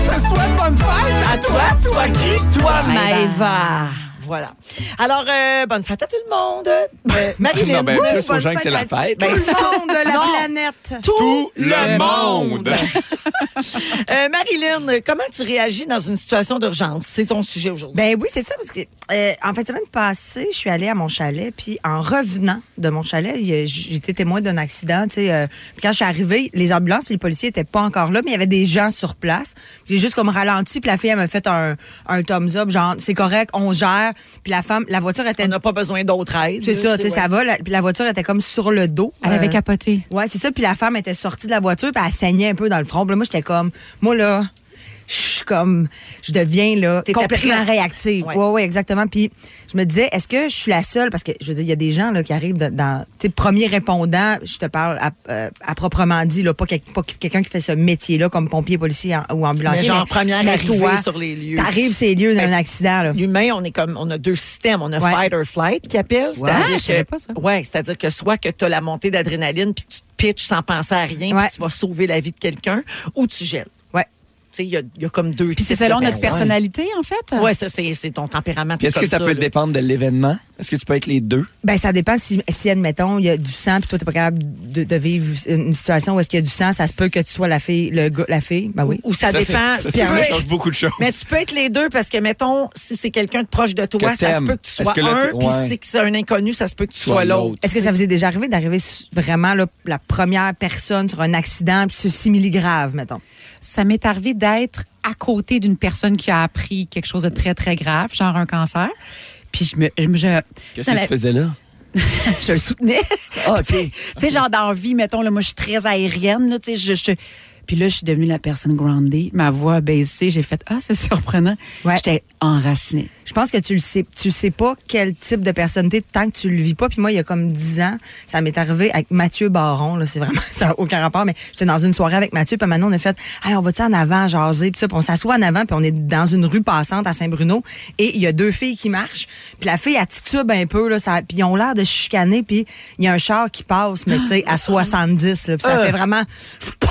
Speaker 3: À toi, toi qui, toi,
Speaker 5: Ah,
Speaker 3: Maëva. Voilà. Alors, euh, bonne fête à tout le monde. Euh, Marilyn.
Speaker 5: Non, ben, plus aux
Speaker 2: Bonne
Speaker 5: gens que c'est la
Speaker 2: à
Speaker 5: fête.
Speaker 2: Tout le monde de la planète.
Speaker 5: Tout le monde!
Speaker 3: Euh, Marilyn, comment tu réagis dans une situation d'urgence? C'est ton sujet aujourd'hui.
Speaker 2: Ben oui, c'est ça, parce que euh, en fait, semaine passée, je suis allée à mon chalet, puis en revenant de mon chalet, il y a- j'étais témoin d'un accident. Tu sais, euh, puis quand je suis arrivée, les ambulances, puis les policiers étaient pas encore là, mais il y avait des gens sur place. J'ai juste comme ralenti, puis la fille elle m'a fait un, un thumbs up, genre c'est correct, on gère. Puis la femme, la voiture était,
Speaker 3: on n'a pas besoin d'autre aide.
Speaker 2: c'est ça, tu sais,
Speaker 3: ouais.
Speaker 2: ça va. la- puis la voiture était comme sur le dos.
Speaker 4: Elle avait
Speaker 2: Euh,
Speaker 4: capoté.
Speaker 2: Ouais, c'est ça. Puis la femme était sortie de la voiture, puis elle saignait un peu dans le front. Puis là, moi, j'étais comme, moi, là, je suis comme, je deviens, là,
Speaker 3: T'étais
Speaker 2: complètement
Speaker 3: prête.
Speaker 2: réactive.
Speaker 3: Ouais.
Speaker 2: Ouais, ouais, exactement. Puis je me disais, est-ce que je suis la seule? Parce que, je veux dire, il y a des gens, là, qui arrivent de- dans, tu sais, premier répondant, je te parle à, euh, à proprement dit, là, pas, quel- pas quelqu'un qui fait ce métier-là, comme pompier, policier en- ou ambulancier.
Speaker 3: Mais genre première
Speaker 2: mais
Speaker 3: arrivée
Speaker 2: toi,
Speaker 3: sur les lieux.
Speaker 2: T'arrives sur les lieux d'un
Speaker 3: Fait-
Speaker 2: accident, là.
Speaker 3: Ben, L'humain, on est comme on a deux systèmes, on a
Speaker 2: Ouais.
Speaker 3: fight or flight qui appelle,
Speaker 4: Ah, je savais
Speaker 3: c'est-à-dire
Speaker 4: pas ça.
Speaker 3: que ouais, c'est-à-dire que soit que tu as la montée d'adrénaline puis tu te pitches sans penser à rien,
Speaker 2: Ouais.
Speaker 3: puis tu vas sauver la vie de quelqu'un ou tu gèles.
Speaker 2: Ouais.
Speaker 3: Tu sais, il y, a- il y a comme deux
Speaker 4: Puis c'est
Speaker 3: types
Speaker 4: selon
Speaker 3: de
Speaker 4: notre
Speaker 3: personnes.
Speaker 4: personnalité, en fait.
Speaker 3: Ouais, ça c'est c'est ton tempérament.
Speaker 5: Puis Est-ce que
Speaker 3: comme
Speaker 5: ça peut
Speaker 3: là.
Speaker 5: dépendre de l'événement? Est-ce que tu peux être les deux?
Speaker 2: Ben, ça dépend si, si admettons, il y a du sang, puis toi, t'es pas capable de, de vivre une situation où est-ce qu'il y a du sang, ça se peut que tu sois la fille, le gars, la fille. Ben oui.
Speaker 3: Ou ça, dépend.
Speaker 5: Ça,
Speaker 3: Pierre-
Speaker 5: ça change beaucoup de choses.
Speaker 3: Mais tu peux être les deux parce que, mettons, si c'est quelqu'un de proche de toi, ça
Speaker 5: Que
Speaker 3: se
Speaker 5: t'aimes.
Speaker 3: peut que tu
Speaker 5: Est-ce
Speaker 3: sois
Speaker 5: que là,
Speaker 3: un,
Speaker 5: t'es-
Speaker 3: puis
Speaker 5: ouais.
Speaker 3: si c'est un inconnu, ça se peut que tu
Speaker 5: Soit
Speaker 3: sois l'autre.
Speaker 5: l'autre.
Speaker 2: Est-ce que ça vous est déjà arrivé d'arriver su- vraiment là, la première personne sur un accident, puis sur 6 milligrammes, mettons?
Speaker 9: ça m'est arrivé d'être à côté d'une personne qui a appris quelque chose de très, très grave, genre un cancer. Puis je me. Je, me- je-
Speaker 5: Qu'est-ce
Speaker 9: ça
Speaker 5: que
Speaker 9: la-
Speaker 5: tu faisais là?
Speaker 9: je le soutenais.
Speaker 5: Ah, OK.
Speaker 9: tu sais, genre dans la vie, mettons, là, moi, je suis très aérienne, là, tu sais, je. je- puis là, je suis devenue la personne groundée. Ma voix a baissé. J'ai fait Ah, c'est surprenant.
Speaker 2: Ouais.
Speaker 9: J'étais enracinée.
Speaker 2: Je pense que tu le sais, tu sais pas quel type de personne t'es tant que tu le vis pas. Puis moi, il y a comme 10 ans, ça m'est arrivé avec Mathieu Baron. Là, c'est vraiment, ça n'a aucun rapport, mais j'étais dans une soirée avec Mathieu. Puis maintenant, on a fait, hey, on va-tu en avant jaser? Puis ça, puis on s'assoit en avant, puis on est dans une rue passante à Saint-Bruno. Et il y a deux filles qui marchent. Puis la fille attitube un peu, là, ça, puis ils ont l'air de chicaner. Puis il y a un char qui passe, mais tu sais, à 70. là, puis ça fait vraiment, pow!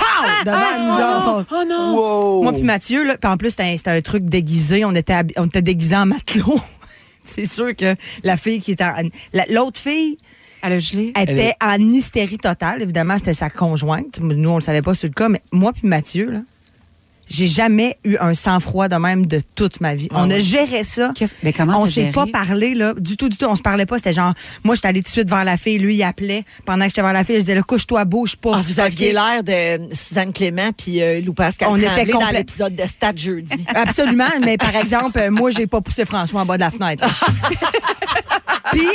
Speaker 2: devant nous autres.
Speaker 9: Oh non!
Speaker 5: Wow!
Speaker 2: Moi puis Mathieu, là, puis en plus, c'était un- c'était un truc déguisé. On était, habi- on était déguisés en matelot. C'est sûr que la fille qui était en. la- L'autre fille
Speaker 9: Elle a gelé.
Speaker 2: était en hystérie totale. Évidemment, c'était sa conjointe. Nous, on le savait pas sur le cas, mais moi puis Mathieu, là. J'ai jamais eu un sang-froid de même de toute ma vie. on a géré ça.
Speaker 9: Ah Qu'est-ce- mais comment
Speaker 2: on
Speaker 9: t'as
Speaker 2: s'est
Speaker 9: géré?
Speaker 2: pas parlé là, du tout, du tout. On se parlait pas. C'était genre, moi, j'étais allée tout de suite vers la fille, lui, il appelait. Pendant que j'étais vers la fille, je disais, là, couche-toi, bouge pas.
Speaker 3: Ah, vous aviez
Speaker 2: Ok.
Speaker 3: l'air de Suzanne Clément puis euh, Lou Pascal
Speaker 2: On
Speaker 3: on
Speaker 2: était
Speaker 3: était dans
Speaker 2: complè-
Speaker 3: l'épisode de Stade jeudi.
Speaker 2: Absolument, mais par exemple, euh, moi, j'ai pas poussé François en bas de la fenêtre. puis,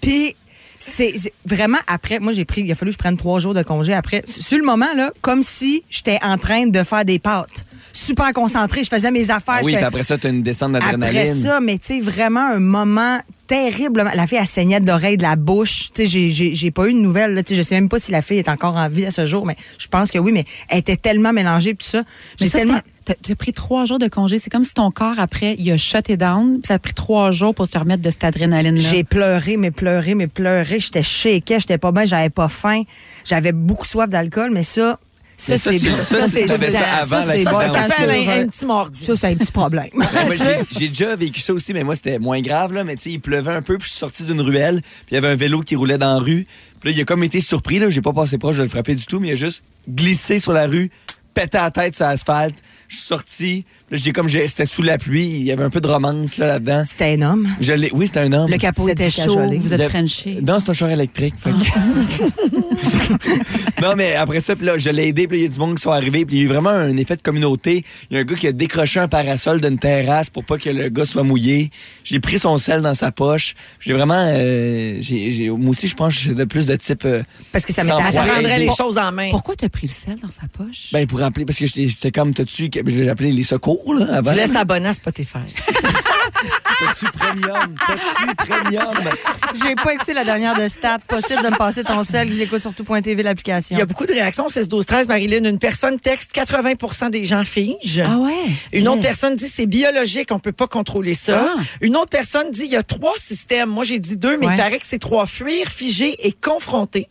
Speaker 2: puis c'est c'est vraiment après, moi, j'ai pris, il a fallu que je prenne trois jours de congé après. Sur le moment, là, comme si j'étais en train de faire des pâtes. Super concentrée, je faisais mes affaires.
Speaker 5: Ah oui,
Speaker 2: j'étais-
Speaker 5: puis après ça, t'as une descente
Speaker 2: après
Speaker 5: d'adrénaline.
Speaker 2: ça, mais tu sais, vraiment un moment terrible. La fille, elle saignait de l'oreille, de la bouche. Tu sais, j'ai- j'ai j'ai pas eu de nouvelles. là. Tu sais, je sais même pas si la fille est encore en vie à ce jour, mais je pense que oui, mais elle était tellement mélangée, puis tout ça.
Speaker 9: Mais
Speaker 2: J'ai
Speaker 9: ça,
Speaker 2: tellement.
Speaker 9: c'était- t'as- T'as pris trois jours de congé. C'est comme si ton corps, après, il a shuté down. puis Ça a pris trois jours pour se remettre de cette adrénaline-là.
Speaker 2: J'ai pleuré, mais pleuré, mais pleuré. J'étais shaké, j'étais pas bien, j'avais pas faim. J'avais beaucoup soif d'alcool, mais ça, ça,
Speaker 5: Mais ça,
Speaker 2: c'est
Speaker 5: c'est- ça,
Speaker 2: ça,
Speaker 5: c'est-
Speaker 2: c'est-
Speaker 5: tu avais ça avant
Speaker 2: c'est
Speaker 5: l'accident
Speaker 2: bon,
Speaker 5: aussi.
Speaker 2: ça,
Speaker 5: Ça
Speaker 2: c'est
Speaker 3: fait un-
Speaker 2: heureux.
Speaker 3: un petit mordu.
Speaker 2: Ça, c'est un petit problème.
Speaker 5: Ben, moi, j'ai- j'ai déjà vécu ça aussi, mais moi, c'était moins grave, là. Mais tu sais, il pleuvait un peu, puis je suis sorti d'une ruelle, puis il y avait un vélo qui roulait dans la rue. Puis là, il a comme été surpris, là. J'ai pas passé proche de le frapper du tout, mais il a juste glissé sur la rue, pété la tête sur l'asphalte. Je suis sorti, puis là, j'ai comme, j'ai- c'était sous la pluie, il y avait un peu de romance, là, là-dedans.
Speaker 2: C'était un homme.
Speaker 5: Je l'ai- oui, c'était un homme.
Speaker 9: Le capot
Speaker 2: Vous êtes
Speaker 9: était chaud.
Speaker 2: cajolé.
Speaker 9: Vous
Speaker 5: Le-
Speaker 9: êtes frenché.
Speaker 5: Non, c'est un char électrique. fait que- non, mais après ça, puis là, je l'ai aidé, puis là, il y a du monde qui sont arrivés, puis il y a eu vraiment un effet de communauté. Il y a un gars qui a décroché un parasol d'une terrasse pour pas que le gars soit mouillé. J'ai pris son sel dans sa poche. J'ai vraiment. euh, j'ai- j'ai- moi aussi, je pense que j'ai de plus de type. euh,
Speaker 2: Parce que ça
Speaker 5: sans
Speaker 2: m'était
Speaker 5: froid
Speaker 2: arrivé.
Speaker 3: Prendrait
Speaker 5: aidé.
Speaker 3: les choses en main.
Speaker 9: Pourquoi t'as pris le sel dans sa poche?
Speaker 5: Ben, pour appeler, parce que j'étais j'étais comme, t'as-tu. que- J'ai appelé les secours, là, avant.
Speaker 3: Je laisse abonner à Spotify.
Speaker 5: T'as-tu premium? T'as-tu premium?
Speaker 2: J'ai pas écouté la dernière de Stat. Possible de me passer ton sel que j'écoute sur tout.tv l'application.
Speaker 3: Il y a beaucoup de réactions. 16, 12, 13. Marilyn, une personne texte 80 des gens figent.
Speaker 9: Ah ouais?
Speaker 3: Une autre personne dit c'est biologique, on peut pas contrôler ça.
Speaker 9: Ah.
Speaker 3: Une autre personne dit il y a trois systèmes. Moi j'ai dit deux, mais
Speaker 9: Ouais.
Speaker 3: il paraît que c'est trois fuir, figer et confronter.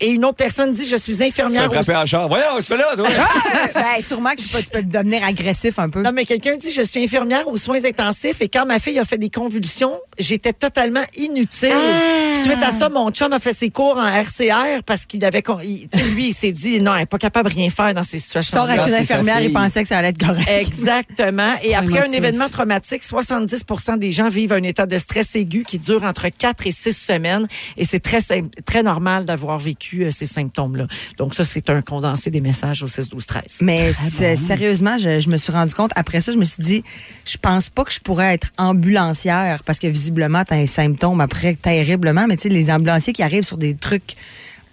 Speaker 3: Et une autre personne dit je suis
Speaker 5: Tu as
Speaker 3: infirmière.
Speaker 5: frappé
Speaker 3: au-
Speaker 5: en char. Voyons, je fais là, toi!
Speaker 2: ben, sûrement que je sais pas, tu peux devenir agressif un peu.
Speaker 3: Non mais quelqu'un dit je suis infirmière aux soins intensifs et quand ma fille a fait des convulsions, j'étais totalement inutile.
Speaker 9: Ah.
Speaker 3: Suite à ça, mon chum a fait ses cours en RCR parce qu'il avait con- il- tu sais, lui il s'est dit non, elle est pas capable de rien faire dans ces
Speaker 2: Je sors
Speaker 3: situations.
Speaker 2: avec
Speaker 5: Non,
Speaker 2: une
Speaker 5: Ah, c'est sa
Speaker 2: infirmière et
Speaker 5: fille.
Speaker 2: pensait que ça allait être correct.
Speaker 3: Exactement. Et après un
Speaker 9: Traumatisme.
Speaker 3: événement traumatique, 70 des gens vivent un état de stress aigu qui dure entre 4 et 6 semaines. Et c'est très, sim- très normal d'avoir vécu euh, ces symptômes-là. Donc, ça, c'est un condensé des messages au 16, 12, 13.
Speaker 2: Mais c'est- sérieusement, je, je me suis rendu compte. Après ça, je me suis dit, je pense pas que je pourrais être ambulancière parce que visiblement, t'as un symptôme après terriblement. Mais tu sais, les ambulanciers qui arrivent sur des trucs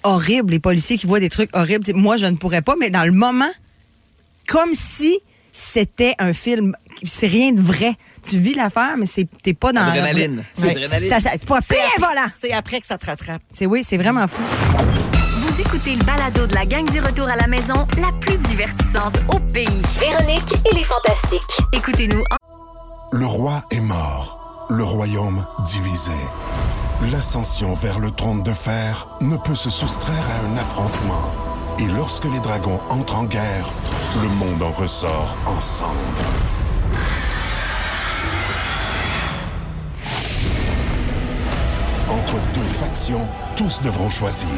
Speaker 2: horribles, les policiers qui voient des trucs horribles, tu sais, moi, je ne pourrais pas. Mais dans le moment, comme si c'était un film, c'est rien de vrai. Tu vis l'affaire, mais c'est- t'es pas dans
Speaker 5: Adrénaline.
Speaker 2: C'est-
Speaker 5: C'est adrénaline.
Speaker 2: Ça, ça- c'est pas pire volant.
Speaker 3: C'est après que ça te rattrape.
Speaker 2: C'est oui, c'est vraiment fou.
Speaker 1: Vous écoutez le balado de la gang du retour à la maison la plus divertissante au pays.
Speaker 6: Véronique et les Fantastiques.
Speaker 1: Écoutez-nous en
Speaker 7: Le roi est mort, le royaume divisé. L'ascension vers le trône de fer ne peut se soustraire à un affrontement. Et lorsque les dragons entrent en guerre, le monde en ressort ensemble. Entre deux factions, tous devront choisir.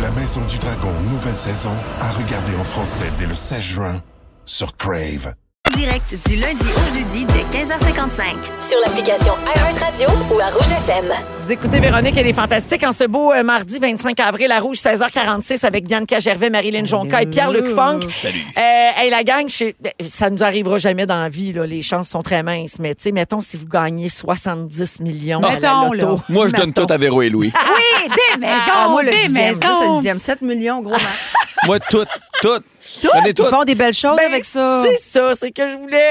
Speaker 7: La Maison du Dragon, nouvelle saison, à regarder en français dès le 16 juin sur Crave.
Speaker 1: direct du lundi au jeudi dès 15h55.
Speaker 6: Sur l'application iHeartRadio ou à Rouge FM.
Speaker 3: Vous écoutez Véronique et les Fantastiques en ce beau euh, mardi 25 avril à Rouge 16h46 avec Bianca Gervais, Marilyn Jonca et Pierre-Luc Funk. Salut. hey, la gang, je- ben, ça nous arrivera jamais dans la vie. Là. Les chances sont très minces. Mais tu sais, mettons si vous gagnez 70 millions à la
Speaker 9: Mettons,
Speaker 3: loto.
Speaker 9: là.
Speaker 5: Moi, je donne tout à Véro et Louis.
Speaker 9: Oui, des maisons,
Speaker 2: Ah, moi, le
Speaker 9: des
Speaker 2: dixième, juste le
Speaker 9: maisons.
Speaker 2: dixième. 7 millions, gros max.
Speaker 5: Moi, tout, tout. Prenez tout.
Speaker 4: Ils font des belles choses avec ça.
Speaker 3: C'est ça, c'est que je voulais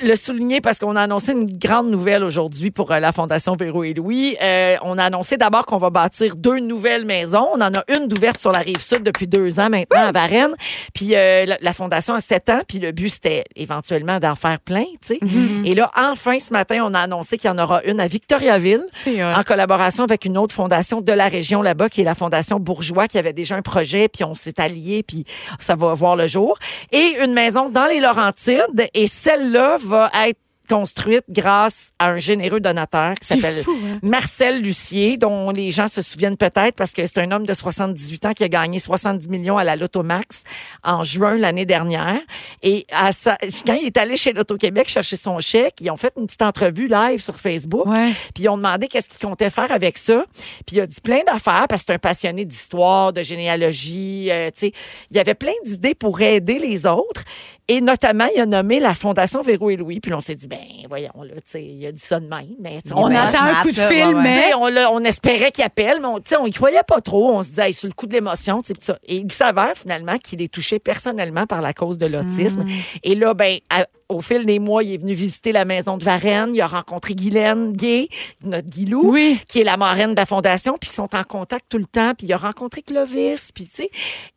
Speaker 3: euh, le souligner parce qu'on a annoncé une grande nouvelle aujourd'hui pour euh, la Fondation Véro et Louis. Euh, on a annoncé d'abord qu'on va bâtir deux nouvelles maisons. On en a une d'ouverte sur la rive sud depuis deux ans maintenant à Varennes. Puis euh, la, la Fondation a sept ans, puis le but c'était éventuellement d'en faire plein, tu sais. Et là, enfin, ce matin, on a annoncé qu'il y en aura une à Victoriaville
Speaker 9: C'est
Speaker 4: euh,
Speaker 9: hot.
Speaker 3: en collaboration avec une autre fondation de la région là-bas, qui est la Fondation Bourgeois, qui avait déjà un projet, puis on s'est alliés, puis ça va voir le jour. Et une maison dans les Laurentides, et celle-là va être construite grâce à un généreux donateur qui
Speaker 4: C'est
Speaker 3: s'appelle
Speaker 4: fou, hein?
Speaker 3: Marcel Lucier, dont les gens se souviennent peut-être parce que c'est un homme de 78 ans qui a gagné 70 millions à la Lotomax en juin l'année dernière. Et à sa- quand il est allé chez l'Auto-Québec chercher son chèque, ils ont fait une petite entrevue live sur Facebook.
Speaker 9: Ouais.
Speaker 3: Puis ils ont demandé qu'est-ce qu'il comptait faire avec ça. Puis il a dit plein d'affaires parce que c'est un passionné d'histoire, de généalogie. euh, tu sais. il y avait plein d'idées pour aider les autres. Et notamment, il a nommé la Fondation Véro et Louis. Puis là, on s'est dit, ben voyons, là, tu sais, il a dit ça de même. Mais, tu sais,
Speaker 9: On
Speaker 3: on a-
Speaker 9: entend un coup de
Speaker 2: là,
Speaker 9: fil,
Speaker 2: ouais, ouais.
Speaker 3: tu
Speaker 9: mais.
Speaker 3: sais, on, l'a- on espérait qu'il appelle, mais on, tu sais, on y croyait pas trop. On se disait, Hey, sur le coup de l'émotion, tu sais, pis ça. Et il s'avère finalement qu'il est touché personnellement par la cause de l'autisme. Et là, ben, à- au fil des mois, il est venu visiter la maison de Varennes. Il a rencontré Guylaine Gay, notre Guilou,
Speaker 9: Oui.
Speaker 3: qui est la marraine de la fondation. Puis ils sont en contact tout le temps. Puis il a rencontré Clovis. Puis tu sais,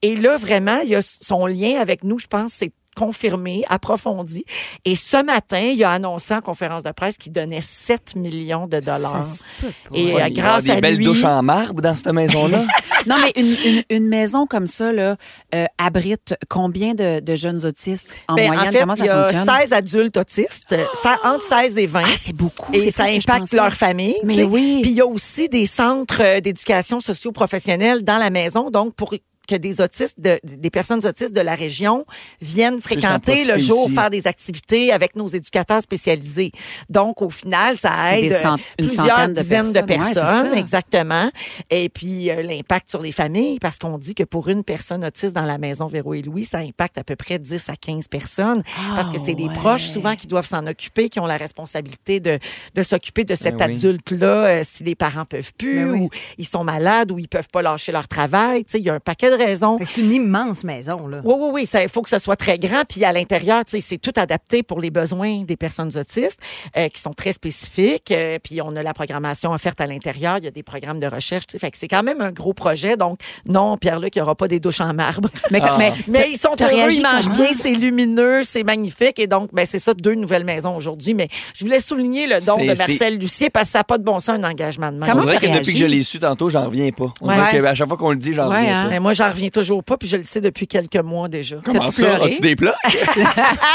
Speaker 3: et là vraiment, il y a son lien avec nous. Je pense c'est confirmé, approfondi. Et ce matin, il a annoncé en conférence de presse qu'il donnait 7 millions de dollars. Et euh,
Speaker 4: Oh,
Speaker 5: Ouais, il va y avoir
Speaker 3: grâce
Speaker 5: des
Speaker 3: à
Speaker 5: belles
Speaker 3: lui,
Speaker 5: douches en marbre dans cette maison-là.
Speaker 4: Non,
Speaker 3: Ah!
Speaker 4: mais une, une- une maison comme ça là, euh, abrite combien de, de jeunes autistes en
Speaker 3: ben,
Speaker 4: moyenne?
Speaker 3: en fait,
Speaker 4: Comment ça
Speaker 3: il y a
Speaker 4: fonctionne?
Speaker 3: 16 adultes autistes, ça- entre 16 et 20.
Speaker 4: Ah, c'est beaucoup.
Speaker 3: et
Speaker 4: c'est
Speaker 3: ça
Speaker 4: plus que je
Speaker 3: impacte
Speaker 4: pensais.
Speaker 3: leur famille.
Speaker 4: Mais
Speaker 3: tu sais.
Speaker 4: oui.
Speaker 3: Puis il y a aussi des centres euh, d'éducation socio-professionnelle dans la maison, donc pour que des autistes, de- des personnes autistes de la région viennent fréquenter
Speaker 5: profiter
Speaker 3: le jour,
Speaker 5: aussi.
Speaker 3: faire des activités avec nos éducateurs spécialisés. Donc, au final, ça
Speaker 4: C'est des
Speaker 3: aide euh,
Speaker 4: cent- une
Speaker 3: plusieurs
Speaker 4: centaine de
Speaker 3: dizaines de
Speaker 4: personnes. Ouais, c'est
Speaker 3: personnes,
Speaker 4: ça.
Speaker 3: exactement. Et puis, euh, l'impact sur les familles, parce qu'on dit que pour une personne autiste dans la maison Véro et Louis, ça impacte à peu près 10 à 15 personnes, parce que c'est des
Speaker 4: Ah, ouais.
Speaker 3: proches souvent qui doivent s'en occuper, qui ont la responsabilité de, de s'occuper de cet
Speaker 5: Ben oui.
Speaker 3: adulte-là euh, si les parents peuvent plus,
Speaker 2: Ben oui.
Speaker 3: ou ils sont malades, ou ils peuvent pas lâcher leur travail. Tu sais, il y a un paquet de raisons.
Speaker 2: Fait que C'est une immense maison, là.
Speaker 3: Oui, oui, oui, ça- il faut que ce soit très grand. Puis à l'intérieur, tu sais, c'est tout adapté pour les besoins des personnes autistes euh, qui sont très spécifiques. Euh, puis on a la programmation offerte à l'intérieur. Il y a des programmes de recherche. tu sais. Fait que c'est quand même un gros projet. Donc, non, Pierre-Luc, il n'y aura pas des douches en marbre.
Speaker 4: Mais, mais-
Speaker 3: Ah. Mais ils sont
Speaker 4: t'as
Speaker 3: heureux,
Speaker 4: réagi
Speaker 3: ils mangent
Speaker 4: comment?
Speaker 3: bien, c'est lumineux, c'est magnifique. Et donc, ben, c'est ça, deux nouvelles maisons aujourd'hui. Mais je voulais souligner le don
Speaker 5: C'est-
Speaker 3: de
Speaker 5: c'est-
Speaker 3: Marcel Lucier parce que ça n'a pas de bon sens un engagement de même.
Speaker 5: On
Speaker 4: Comment
Speaker 5: dirait
Speaker 4: t'as
Speaker 5: que depuis que
Speaker 4: réagi?
Speaker 5: je l'ai su tantôt, j'en reviens pas. On
Speaker 3: Ouais.
Speaker 5: dirait qu'à chaque fois qu'on le dit, j'en
Speaker 4: Ouais,
Speaker 5: reviens
Speaker 4: hein.
Speaker 5: pas.
Speaker 3: Mais moi, j'en reviens toujours pas, puis je le sais depuis quelques mois déjà.
Speaker 5: Comment
Speaker 4: T'as-tu
Speaker 5: ça?
Speaker 4: pleuré?
Speaker 5: As-tu des plats?
Speaker 3: Ah.
Speaker 4: Non,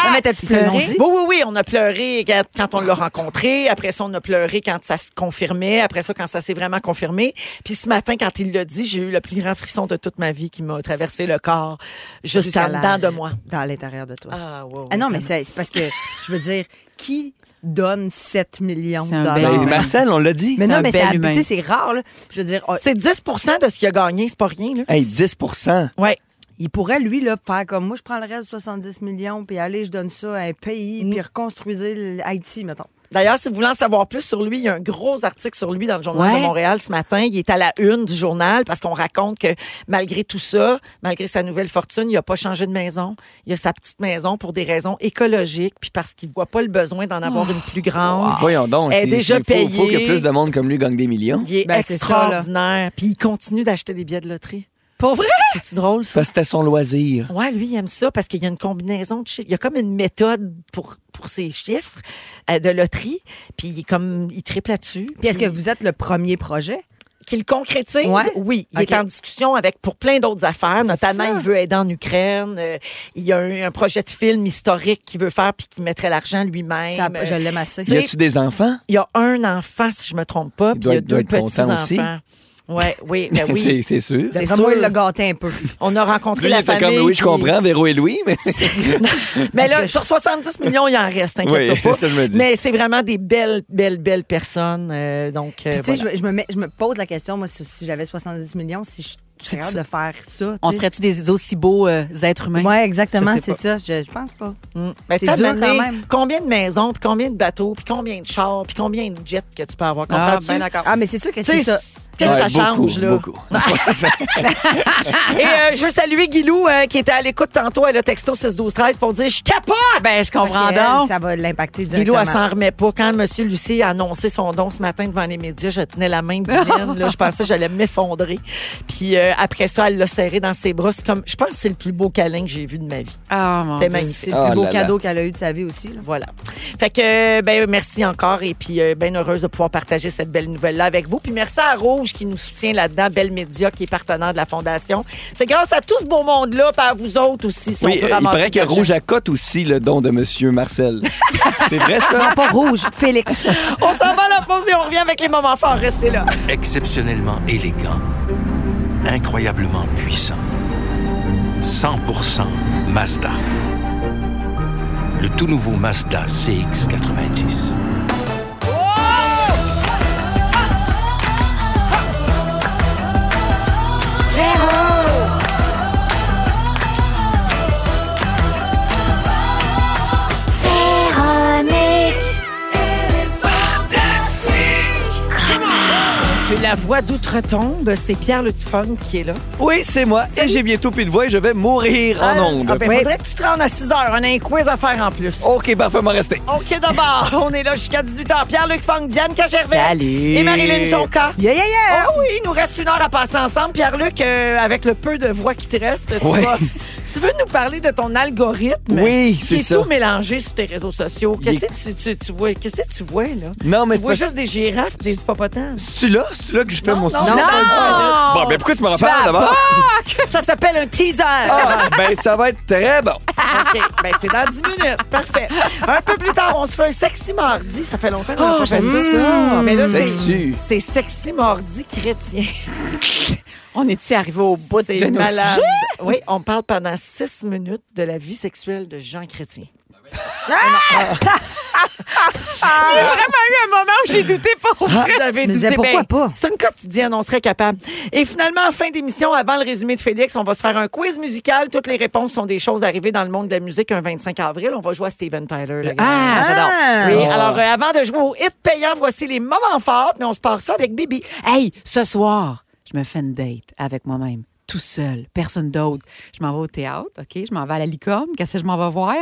Speaker 4: Ah, mais t'as-tu pleuré?
Speaker 3: Hein? Oui, oui, oui, on a pleuré quand- quand on l'a rencontré. Après ça, on a pleuré quand ça se confirmait. Après ça, quand ça s'est vraiment confirmé. Puis ce matin, quand il l'a dit, j'ai eu le plus grand frisson de toute ma vie qui m'a traversé le corps juste
Speaker 2: Jusqu'à
Speaker 3: en
Speaker 2: la-
Speaker 3: dedans de moi.
Speaker 2: Dans l'intérieur de toi.
Speaker 3: Ah, wow,
Speaker 2: Ah non, mais c'est c'est parce que, je veux dire, qui donne 7 millions de
Speaker 4: C'est un bel
Speaker 2: dollars?
Speaker 5: Ben, Marcel, on l'a dit.
Speaker 2: mais
Speaker 4: c'est
Speaker 2: non,
Speaker 4: un
Speaker 2: mais
Speaker 4: bel
Speaker 2: ça-
Speaker 4: humain.
Speaker 2: tu sais, c'est rare, là. Je veux dire, oh,
Speaker 3: C'est 10 de ce qu'il a gagné, c'est pas rien, là.
Speaker 5: Hey, 10 Moi,
Speaker 3: Ouais.
Speaker 2: il pourrait, lui, là, faire comme moi, je prends le reste de 70 millions, puis allez, je donne ça à un pays, puis reconstruisez l'Haïti, mettons.
Speaker 3: D'ailleurs, si vous voulez en savoir plus sur lui, il y a un gros article sur lui dans le Journal
Speaker 4: Ouais.
Speaker 3: de Montréal ce matin. Il est à la une du journal parce qu'on raconte que malgré tout ça, malgré sa nouvelle fortune, il n'a pas changé de maison. Il a sa petite maison pour des raisons écologiques, puis parce qu'il ne voit pas le besoin d'en avoir une plus
Speaker 2: Oh.
Speaker 3: grande.
Speaker 5: Voyons donc.
Speaker 3: Elle est
Speaker 5: c'est-
Speaker 3: déjà
Speaker 5: c'est- faut- faut que
Speaker 3: payée.
Speaker 5: plus de monde comme lui gagne des millions.
Speaker 3: Il est
Speaker 2: Ben, c'est ça, là.
Speaker 3: extraordinaire. Puis il continue d'acheter des billets de loterie.
Speaker 4: Pour vrai?
Speaker 3: C'est drôle ça.
Speaker 5: Parce que c'était son loisir.
Speaker 3: Ouais, lui, il aime ça parce qu'il y a une combinaison de chiffres. Il y a comme une méthode pour, pour ses chiffres euh, de loterie. Puis il, est comme, il triple là-dessus.
Speaker 2: Puis est-ce que
Speaker 3: Puis-
Speaker 2: vous êtes le premier projet?
Speaker 3: qu'il concrétise,
Speaker 2: Ouais.
Speaker 3: oui, il
Speaker 2: Ok.
Speaker 3: est en discussion avec pour plein d'autres affaires,
Speaker 2: C'est
Speaker 3: notamment
Speaker 2: ça.
Speaker 3: il veut aider en Ukraine, euh, il y a un, un projet de film historique qu'il veut faire puis qu'il mettrait l'argent lui-même.
Speaker 2: Ça,
Speaker 3: Euh,
Speaker 2: je l'aime assez.
Speaker 5: Y a-tu des enfants?
Speaker 3: Il y a un enfant si je me trompe pas, puis
Speaker 5: Il doit
Speaker 3: il y a
Speaker 5: être- doit
Speaker 3: deux
Speaker 5: être content aussi.
Speaker 3: petits-enfants. Ouais, oui, ben
Speaker 5: C'est-
Speaker 3: oui.
Speaker 5: c'est sûr.
Speaker 3: c'est
Speaker 2: D'après moi,
Speaker 3: sûr.
Speaker 2: il l'a gâté un peu.
Speaker 3: On a rencontré
Speaker 5: Lui, il
Speaker 3: la
Speaker 5: était
Speaker 3: famille.
Speaker 5: comme, oui, je
Speaker 3: puis-
Speaker 5: comprends, Véro et Louis, mais
Speaker 3: Mais
Speaker 2: Parce
Speaker 3: là,
Speaker 2: que-
Speaker 3: sur 70 millions, il en reste, inquiète
Speaker 5: oui,
Speaker 3: pas.
Speaker 5: ça je me dis.
Speaker 3: Mais c'est vraiment des belles, belles, belles personnes. euh, donc, euh,
Speaker 2: Puis, tu sais,
Speaker 3: voilà.
Speaker 2: je, me- je me mets- je me pose la question, moi, si, si j'avais 70 millions, si je je serais hâte de faire ça. tu
Speaker 4: On
Speaker 2: sais.
Speaker 4: serait-tu des aussi beaux euh, êtres humains?
Speaker 2: Ouais, exactement,
Speaker 4: Je sais
Speaker 2: c'est ça. Je, je pense pas.
Speaker 3: Mm. Ben,
Speaker 2: C'est
Speaker 3: t'as
Speaker 2: dur
Speaker 3: amené
Speaker 2: quand même.
Speaker 3: Combien de maisons, puis combien de bateaux, puis combien de chars, puis combien de jets que tu peux avoir.
Speaker 4: Ah,
Speaker 3: Comprends-tu?
Speaker 4: ben d'accord.
Speaker 2: Ah, mais c'est sûr que
Speaker 3: Tu sais,
Speaker 2: c'est ça.
Speaker 3: Qu'est-ce que ça
Speaker 5: Ouais, beaucoup,
Speaker 3: change, là?
Speaker 5: beaucoup.
Speaker 3: Et euh, je veux saluer Guilou euh, qui était à l'écoute tantôt. Elle a texto 6-12-13 pour dire Je capote!
Speaker 4: Ben,
Speaker 2: Parce
Speaker 4: je comprends
Speaker 2: que elle,
Speaker 4: donc.
Speaker 2: Ça va l'impacter
Speaker 3: Guilou,
Speaker 2: directement.
Speaker 3: elle s'en remet pas. Quand M. Lucie a annoncé son don ce matin devant les médias, je tenais la main de Guylaine. là, je pensais que j'allais m'effondrer. Puis euh, après ça, elle l'a serré dans ses bras. C'est Comme, je pense que c'est le plus beau câlin que j'ai vu de ma vie.
Speaker 4: Ah, mon
Speaker 3: C'était
Speaker 4: Dieu.
Speaker 3: magnifique.
Speaker 2: C'est le plus
Speaker 5: Ah
Speaker 2: beau
Speaker 5: là là.
Speaker 2: cadeau qu'elle a eu de sa vie aussi. là.
Speaker 3: Voilà. Fait que, euh, ben, merci encore. Et puis, euh, ben heureuse de pouvoir partager cette belle nouvelle-là avec vous. Puis merci à Rouge Rouge qui nous soutient là-dedans, Belle Média qui est partenaire de la Fondation. C'est grâce à tout ce beau monde-là, par vous autres aussi, si
Speaker 5: Oui,
Speaker 3: on peut
Speaker 5: euh, il
Speaker 3: ramasser
Speaker 5: paraît que
Speaker 3: de l'argent.
Speaker 5: Rouge accote aussi le don de Monsieur Marcel. C'est vrai ça?
Speaker 2: Non, pas rouge, Félix.
Speaker 3: On s'en va à la pause et on revient avec les moments forts. Restez là.
Speaker 8: Exceptionnellement élégant. Incroyablement puissant. 100% Mazda. Le tout nouveau Mazda CX90.
Speaker 3: Tu la voix d'outre-tombe, c'est Pierre Le Funk qui est là.
Speaker 5: Oui, c'est moi. Et j'ai bientôt plus de voix et je vais mourir en ondes. Oh.
Speaker 3: Ah, ben, faudrait que tu te rendes à 6 heures. On a un quiz à faire en plus.
Speaker 5: OK, parfait, m'en rester.
Speaker 3: OK, d'abord, on est là jusqu'à 18h. Pierre-Luc Funk, Diane Cagervais.
Speaker 10: Salut.
Speaker 3: Et Marilyn Jonca.
Speaker 2: Yeah, yeah, yeah.
Speaker 3: Oh oui, il nous reste une heure à passer ensemble. Pierre-Luc, euh, avec le peu de voix qui te reste, tu,
Speaker 5: Ouais.
Speaker 3: vas- tu veux nous parler de ton algorithme?
Speaker 5: Oui,
Speaker 3: qui
Speaker 5: c'est
Speaker 3: est
Speaker 5: ça.
Speaker 3: tout mélangé sur tes réseaux sociaux.
Speaker 5: Il est-
Speaker 3: Qu'est-ce que tu, tu- tu vois? Qu'est-ce que tu vois, là?
Speaker 5: Oh, Non, mais
Speaker 3: tu
Speaker 5: c'est
Speaker 3: vois
Speaker 5: pas
Speaker 3: juste des girafes, des hippopotames.
Speaker 5: C'est-tu là? C'est-tu là que je fais mon
Speaker 3: non,
Speaker 5: sujet?
Speaker 3: non.
Speaker 5: Bon, ben pourquoi tu me rappelles d'abord?
Speaker 3: Ça s'appelle un teaser.
Speaker 5: Ah, ben ça va être très bon.
Speaker 3: OK, ben c'est dans 10 minutes. Parfait. Un peu plus tard, on se fait un sexy mardi. Ça fait longtemps qu'on n'a pas fait ça. Mais là, c'est-
Speaker 5: Ah, Sexy.
Speaker 3: c'est sexy mardi chrétien.
Speaker 10: On est-tu arrivé au bout de
Speaker 3: C'est
Speaker 10: nos
Speaker 3: malade.
Speaker 10: sujets?
Speaker 3: Oui, on parle pendant six minutes de la vie sexuelle de Jean Chrétien. Il y a vraiment eu un moment où j'ai douté pour vrai. Vous avez
Speaker 2: me disais,
Speaker 3: douté.
Speaker 2: pourquoi
Speaker 3: ben,
Speaker 2: pas?
Speaker 3: C'est une quotidienne, on serait capable. Et finalement, en fin d'émission, avant le résumé de Félix, on va se faire un quiz musical. Toutes les réponses sont des choses arrivées dans le monde de la musique un 25 avril. On va jouer à Steven Tyler. le grand.
Speaker 2: Ah,
Speaker 3: Oui, alors euh, avant de jouer au hit payant, voici les moments forts, mais on se part ça avec Bibi.
Speaker 4: Hey, ce soir, je me fais une date avec moi-même, tout seul, personne d'autre. Je m'en vais au théâtre, OK? Je m'en vais à la licorne. Qu'est-ce que je m'en vais voir?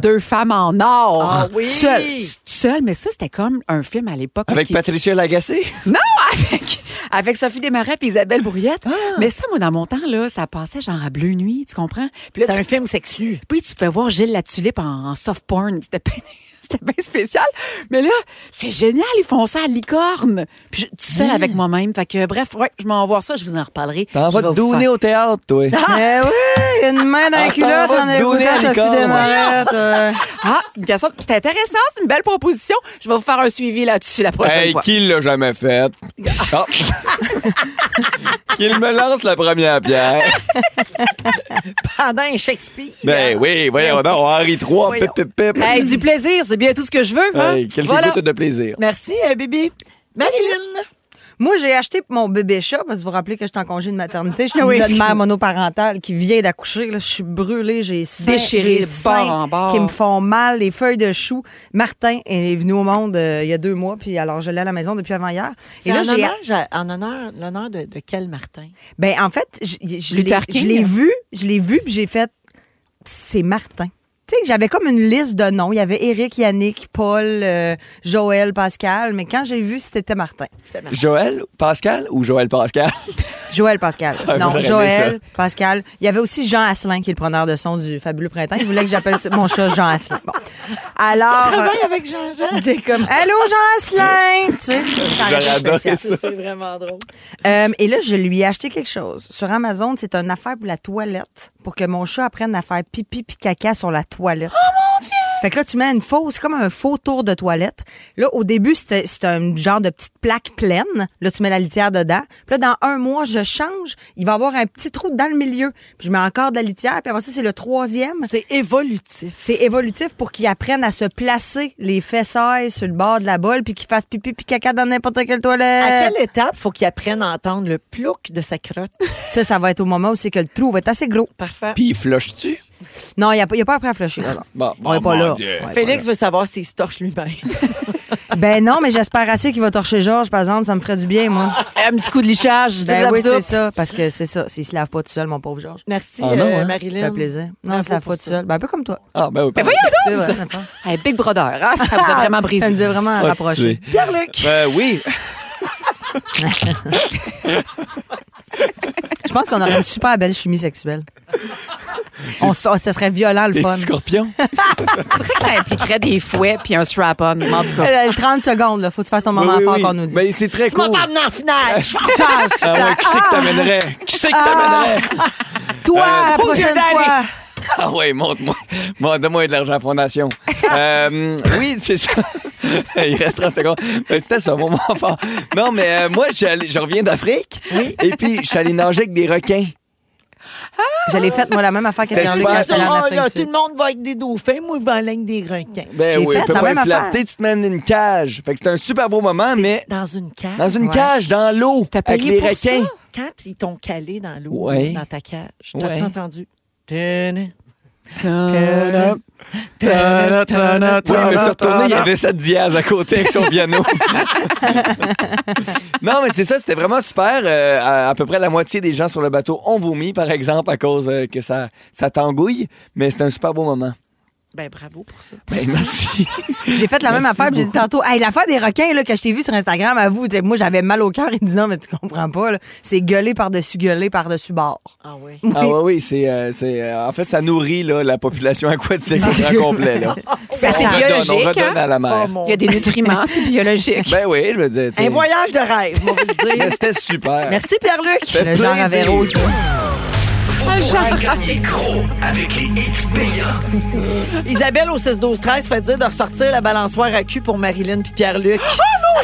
Speaker 4: Deux femmes en or.
Speaker 3: Ah oui!
Speaker 4: Seul. Seul, mais ça, c'était comme un film à l'époque.
Speaker 5: Avec
Speaker 4: qui-
Speaker 5: Patricia Lagacé?
Speaker 4: Non, avec, avec Sophie Desmarais et Isabelle Brouillette. Mais ça, moi, dans mon temps, là, ça passait genre à bleu nuit, tu comprends? Puis
Speaker 3: C'est
Speaker 4: là, tu
Speaker 3: un film sexu.
Speaker 4: puis tu peux voir Gilles la Tulipe en, en soft porn. C'était bien, c'était bien spécial. Mais là, c'est génial, ils font ça à licorne. Puis je, tu sais, avec moi-même. Fait que bref, ouais, je m'en vais voir ça, je vous en reparlerai.
Speaker 5: T'en
Speaker 4: Je
Speaker 5: vas
Speaker 4: vais
Speaker 5: te
Speaker 4: vous
Speaker 5: donner
Speaker 4: faire-
Speaker 5: au théâtre, toi.
Speaker 3: Ah,
Speaker 2: Mais Ben oui, une main dans
Speaker 5: Ah,
Speaker 2: la
Speaker 5: ça
Speaker 2: culotte,
Speaker 5: va se
Speaker 2: on a
Speaker 5: donner
Speaker 2: écouté
Speaker 5: à
Speaker 2: Sophie
Speaker 5: l'écart,
Speaker 2: Desmarettes. euh.
Speaker 4: Ah, c'est une question- c'est intéressant, c'est une belle proposition. Je vais vous faire un suivi là-dessus la prochaine
Speaker 5: Hey,
Speaker 4: fois.
Speaker 5: qui l'a jamais fait? Ah. Qu'il me lance la première pierre.
Speaker 3: Pendant un Shakespeare.
Speaker 5: Ben oui, voyons donc, Henri III,
Speaker 3: Voyons.
Speaker 5: pip, pip, pip. Hein?
Speaker 4: Hey, du plaisir, c'est bien tout ce que je veux. hein?
Speaker 5: Hey, quelques
Speaker 4: Voilà.
Speaker 5: gouttes de plaisir.
Speaker 3: Merci, euh, Bibi. Marilyn.
Speaker 2: Moi, j'ai acheté pour mon bébé chat, parce que vous vous rappelez que j'étais en congé de maternité. Je suis une jeune mère monoparentale qui vient d'accoucher. là. Je suis brûlée, j'ai seins,
Speaker 4: Déchirée
Speaker 2: j'ai
Speaker 4: de bord
Speaker 2: seins
Speaker 4: en bord.
Speaker 2: qui me font mal, les feuilles de chou. Martin est venu au monde euh, il y a deux mois, puis alors je l'ai à la maison depuis avant-hier. Et là, j'ai
Speaker 3: en honneur, l'honneur de, de quel Martin?
Speaker 2: Ben en fait, je, je- je l'ai
Speaker 4: Luther King.
Speaker 2: je l'ai vu, je l'ai vu, puis j'ai fait c'est Martin. Tu sais, j'avais comme une liste de noms. Il y avait Eric, Yannick, Paul, euh, Joël, Pascal, mais quand j'ai vu, c'était Martin.
Speaker 5: Joël Pascal ou Joël Pascal?
Speaker 2: Joël Pascal.
Speaker 5: Ah,
Speaker 2: non,
Speaker 5: j'aurais aimé
Speaker 2: Joël Pascal. Il y avait aussi Jean Asselin, qui est le preneur de son du Fabuleux Printemps. Il voulait que j'appelle mon chat Jean Asselin. Bon. Alors.
Speaker 3: Travaille
Speaker 2: euh,
Speaker 3: avec Jean-Jean.
Speaker 2: c'est comme Allô Jean Asselin! tu sais, ça aurait été
Speaker 5: adoré
Speaker 2: spécial.
Speaker 5: ça.
Speaker 3: C'est vraiment drôle.
Speaker 2: Euh, et là, je lui ai acheté quelque chose. Sur Amazon, c'est une affaire pour la toilette, pour que mon chat apprenne à faire pipi puis caca sur la toilette. Oh mon Dieu! Fait que là, tu mets une fausse, c'est comme un faux tour de toilette. Là, au début, c'était c'est un genre de petite plaque pleine. Là, tu mets la litière dedans. Puis là, dans un mois, je change. Il va y avoir un petit trou dans le milieu. Puis je mets encore de la litière. Puis après ça, c'est le troisième.
Speaker 3: C'est évolutif.
Speaker 2: C'est évolutif pour qu'ils apprennent à se placer les fessées sur le bord de la bolle puis qu'ils fassent pipi puis caca dans n'importe quelle toilette.
Speaker 3: À quelle étape faut qu'il apprenne à entendre le plouc de sa crotte?
Speaker 2: Ça, ça va être au moment où c'est que le trou va être assez gros.
Speaker 3: Parfait.
Speaker 5: Puis il flush-tu?
Speaker 2: Non, il n'y a, pas- il y a pas après à flusher. là, non.
Speaker 5: Bon,
Speaker 2: On n'est
Speaker 5: bon,
Speaker 2: pas
Speaker 5: mon
Speaker 2: là.
Speaker 5: Dieu.
Speaker 2: Ouais,
Speaker 3: Félix veut savoir s'il se torche lui-même.
Speaker 2: pas là. Ben non, mais j'espère assez qu'il va torcher Georges, par exemple. Ça me ferait du bien, moi.
Speaker 4: Un petit coup de lichage, c'est de
Speaker 2: Ben
Speaker 4: la
Speaker 2: oui, c'est
Speaker 4: soupe.
Speaker 2: ça. Parce que c'est ça. S'il se lave pas tout seul, mon pauvre Georges.
Speaker 3: Merci,
Speaker 5: Ah non,
Speaker 3: euh,
Speaker 5: hein?
Speaker 2: Ça
Speaker 3: Marilyn.
Speaker 2: fait plaisir. Non,
Speaker 3: Bravo
Speaker 2: il se lave
Speaker 3: pour
Speaker 2: pas tout
Speaker 3: ça.
Speaker 2: seul. Ben un peu comme toi.
Speaker 5: Ah, ben oui, pardon.
Speaker 2: C'est vrai,
Speaker 4: Hey, Big Brother, hein, ça vous a vraiment
Speaker 2: Ça nous
Speaker 4: brisé.
Speaker 2: a vraiment euh,
Speaker 5: Ah,
Speaker 2: rapprochés.
Speaker 5: tu es.
Speaker 3: Pierre-Luc.
Speaker 5: Ben oui.
Speaker 2: Je pense qu'on aurait une super belle chimie sexuelle. On, s- oh, ça serait violent, le
Speaker 5: Des
Speaker 2: fun.
Speaker 5: petits scorpions.
Speaker 4: C'est vrai que ça impliquerait des fouets puis un strap-on. En tout cas,
Speaker 2: Euh, 30 secondes, là. Faut que tu fasses ton moment
Speaker 5: Oui, oui,
Speaker 2: fort
Speaker 5: oui.
Speaker 2: qu'on nous dit.
Speaker 5: Ben, c'est très
Speaker 3: Tu
Speaker 5: cool.
Speaker 3: m'as pas amené en finale. Je m'en
Speaker 2: Ah,
Speaker 5: Ah ouais, qui c'est que t'amènerais? Qui c'est que t'amènerais?
Speaker 2: toi,
Speaker 5: Euh,
Speaker 2: la
Speaker 5: pour
Speaker 2: prochaine
Speaker 5: Dieu
Speaker 2: fois.
Speaker 5: Ah ouais, montre-moi. Bon, donne-moi de l'argent à la fondation. Euh, oui, c'est ça. Il reste 30 secondes. Ben, C'était ça, mon moment fort. Non, mais euh, moi, je, suis allé- je reviens d'Afrique. Et puis, je suis allé nager avec des requins.
Speaker 2: Je l'ai faite, moi, la même affaire que
Speaker 5: C'était
Speaker 2: Pierre-Luc
Speaker 5: super.
Speaker 2: quand
Speaker 5: J'étais
Speaker 2: j'étais allée en
Speaker 3: Oh,
Speaker 2: Afrique
Speaker 3: là,
Speaker 2: du
Speaker 3: tout le
Speaker 2: Sud.
Speaker 3: monde va avec des dauphins. Moi, je vais en ligne des requins.
Speaker 5: Ben
Speaker 2: J'ai
Speaker 5: oui,
Speaker 2: fait
Speaker 5: peut
Speaker 2: la
Speaker 5: pas
Speaker 2: même
Speaker 5: être flatté.
Speaker 2: affaire.
Speaker 5: Tu te mènes une cage. Fait que c'était un super beau moment, mais
Speaker 3: Dans une cage.
Speaker 5: dans une
Speaker 2: Ouais.
Speaker 5: cage, dans l'eau,
Speaker 3: T'as
Speaker 5: avec
Speaker 3: payé
Speaker 5: les
Speaker 3: pour
Speaker 5: requins.
Speaker 3: ça? Quand ils t'ont calé dans l'eau,
Speaker 5: Ouais.
Speaker 3: dans ta cage, t'as-tu
Speaker 5: Ouais.
Speaker 3: entendu?
Speaker 5: Oui, mais sur tournée, il y avait cette Diaz à côté avec son piano. non, mais c'est ça, c'était vraiment super. Euh, à, à peu près la moitié des gens sur le bateau ont vomi, par exemple, à cause euh, que ça, ça t'engouille. Mais c'était un super beau moment.
Speaker 3: Ben, bravo pour ça.
Speaker 5: Ben, merci.
Speaker 2: J'ai fait la même
Speaker 5: Merci
Speaker 2: affaire, puis j'ai dit tantôt, hey, l'affaire des requins, là, que je t'ai vu sur Instagram, à vous, t'es- moi, j'avais mal au cœur. Il dit non, mais tu comprends pas, là. C'est gueuler par-dessus, gueuler par-dessus bord.
Speaker 3: Ah oui.
Speaker 5: Ah oui, oui, c'est, euh, c'est, euh, en fait, ça nourrit là, la population aquatique
Speaker 2: Mon
Speaker 5: en
Speaker 2: Dieu.
Speaker 5: complet. Là.
Speaker 4: ça, c'est
Speaker 5: on redonne, on
Speaker 4: biologique.
Speaker 5: redonne
Speaker 4: hein?
Speaker 5: à la mer.
Speaker 4: Il y a des nutriments, c'est biologique.
Speaker 5: Ben oui, je veux dire. tu sais.
Speaker 3: Un voyage de rêve, on va vous le
Speaker 5: Mais
Speaker 3: dire.
Speaker 5: c'était super.
Speaker 3: Merci, Pierre-Luc.
Speaker 5: Fait
Speaker 2: Le genre
Speaker 5: plaisir.
Speaker 2: à Véro, ça.
Speaker 8: Gagnez gros avec les hits payants.
Speaker 3: Isabelle au 6 12 13 fait dire de ressortir la balançoire à cul pour Marilyn puis Pierre-Luc.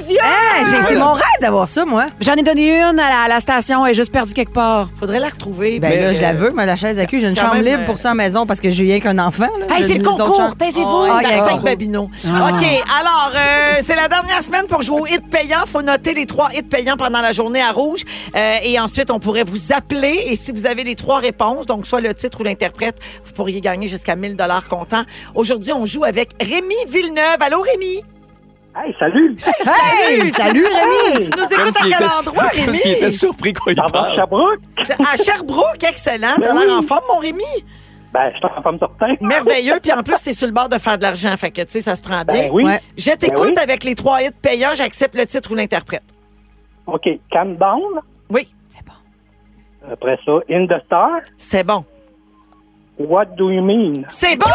Speaker 2: Hey, Ah, j'ai- c'est mon rêve d'avoir ça, moi.
Speaker 4: J'en ai donné une à la, à la station, elle est juste perdue quelque part.
Speaker 3: Faudrait la retrouver.
Speaker 2: Ben
Speaker 5: Mais,
Speaker 2: là, je la
Speaker 5: euh,
Speaker 2: veux, mais la chaise à cul, j'ai une
Speaker 3: quand
Speaker 2: chambre
Speaker 3: même,
Speaker 2: libre
Speaker 3: euh,
Speaker 2: pour ça en maison parce que j'ai rien qu'un enfant. là.
Speaker 4: Hey,
Speaker 2: J'ai
Speaker 4: c'est le
Speaker 2: une autre
Speaker 4: concours,
Speaker 2: chambre.
Speaker 4: taisez-vous.
Speaker 2: Ah,
Speaker 3: il
Speaker 2: d'accord. Ah.
Speaker 3: avec Babineau. OK, alors, euh, c'est la dernière semaine pour jouer au hit payant. faut noter les trois hits payants pendant la journée à rouge. Euh, et ensuite, on pourrait vous appeler. Et si vous avez les trois réponses, donc soit le titre ou l'interprète, vous pourriez gagner jusqu'à 1000 comptant. Aujourd'hui, on joue avec Rémi Villeneuve. Allô, Rémi?
Speaker 11: Hey, salut!
Speaker 2: Hey, salut, Rémi!
Speaker 3: Tu nous
Speaker 5: Comme
Speaker 3: écoutes à
Speaker 5: s'il
Speaker 3: quel
Speaker 5: était, sur-
Speaker 3: endroit,
Speaker 5: comme
Speaker 3: Rémi?
Speaker 5: s'il était surpris qu'on y
Speaker 11: Ça va,
Speaker 5: parle.
Speaker 11: Sherbrooke?
Speaker 3: À Sherbrooke, excellent. T'as
Speaker 11: Ben
Speaker 3: l'air
Speaker 11: oui.
Speaker 3: en forme, mon Rémi?
Speaker 11: Ben, je t'en pas me certain.
Speaker 3: Merveilleux. Puis en plus, t'es sur le bord de faire de l'argent. Fait que, tu sais, ça se prend bien.
Speaker 11: Ben oui.
Speaker 2: Ouais.
Speaker 3: Je t'écoute
Speaker 11: Ben oui.
Speaker 3: avec les trois hits payants. J'accepte le titre ou l'interprète.
Speaker 11: OK, Calm Down.
Speaker 3: Oui,
Speaker 11: Après ça, In the Star.
Speaker 3: c'est bon.
Speaker 11: What do you mean?
Speaker 3: C'est bon!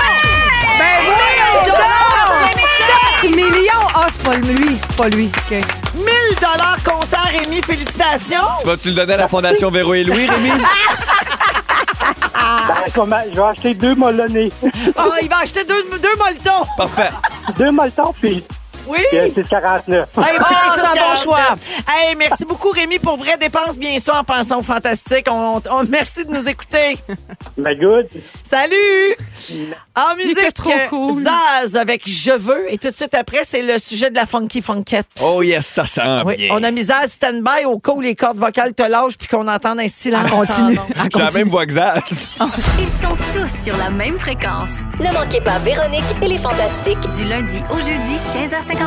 Speaker 3: Ben oui, on dort!
Speaker 2: 7 millions! Ah, c'est pas lui, c'est pas lui. OK.
Speaker 3: 1000 dollars comptant, Rémi, félicitations!
Speaker 5: Tu vas-tu le donner à la Fondation Véro et Louis, Rémi?
Speaker 11: Ben, je vais m'a- je vais acheter deux molonnés.
Speaker 3: Ah, il va acheter deux, deux molletons!
Speaker 5: Parfait.
Speaker 11: deux molletons, puis
Speaker 3: Oui!
Speaker 11: puis un 649.
Speaker 3: Hey, puis
Speaker 4: c'est un bon
Speaker 3: 6,49.
Speaker 4: choix.
Speaker 3: Hey, merci beaucoup, Rémi, pour vraies dépenses, bien sûr, en pensant au fantastique. On, on- merci de nous écouter.
Speaker 11: Mais good.
Speaker 3: Salut! En musique,
Speaker 4: trop
Speaker 3: euh,
Speaker 4: cool.
Speaker 3: Zaz avec Je veux. Et tout de suite après, c'est le sujet de la funky funkette.
Speaker 5: Oh yes, ça sent
Speaker 3: Oui,
Speaker 5: bien.
Speaker 3: on a mis Zaz stand-by au cas où les cordes vocales te lâchent puis qu'on entend un silence.
Speaker 2: Continue.
Speaker 3: sans nom.
Speaker 5: J'ai la même voix que Zaz.
Speaker 1: Ils sont tous sur la même fréquence.
Speaker 6: Ne manquez pas Véronique et les Fantastiques.
Speaker 1: Du lundi au jeudi, 15h55.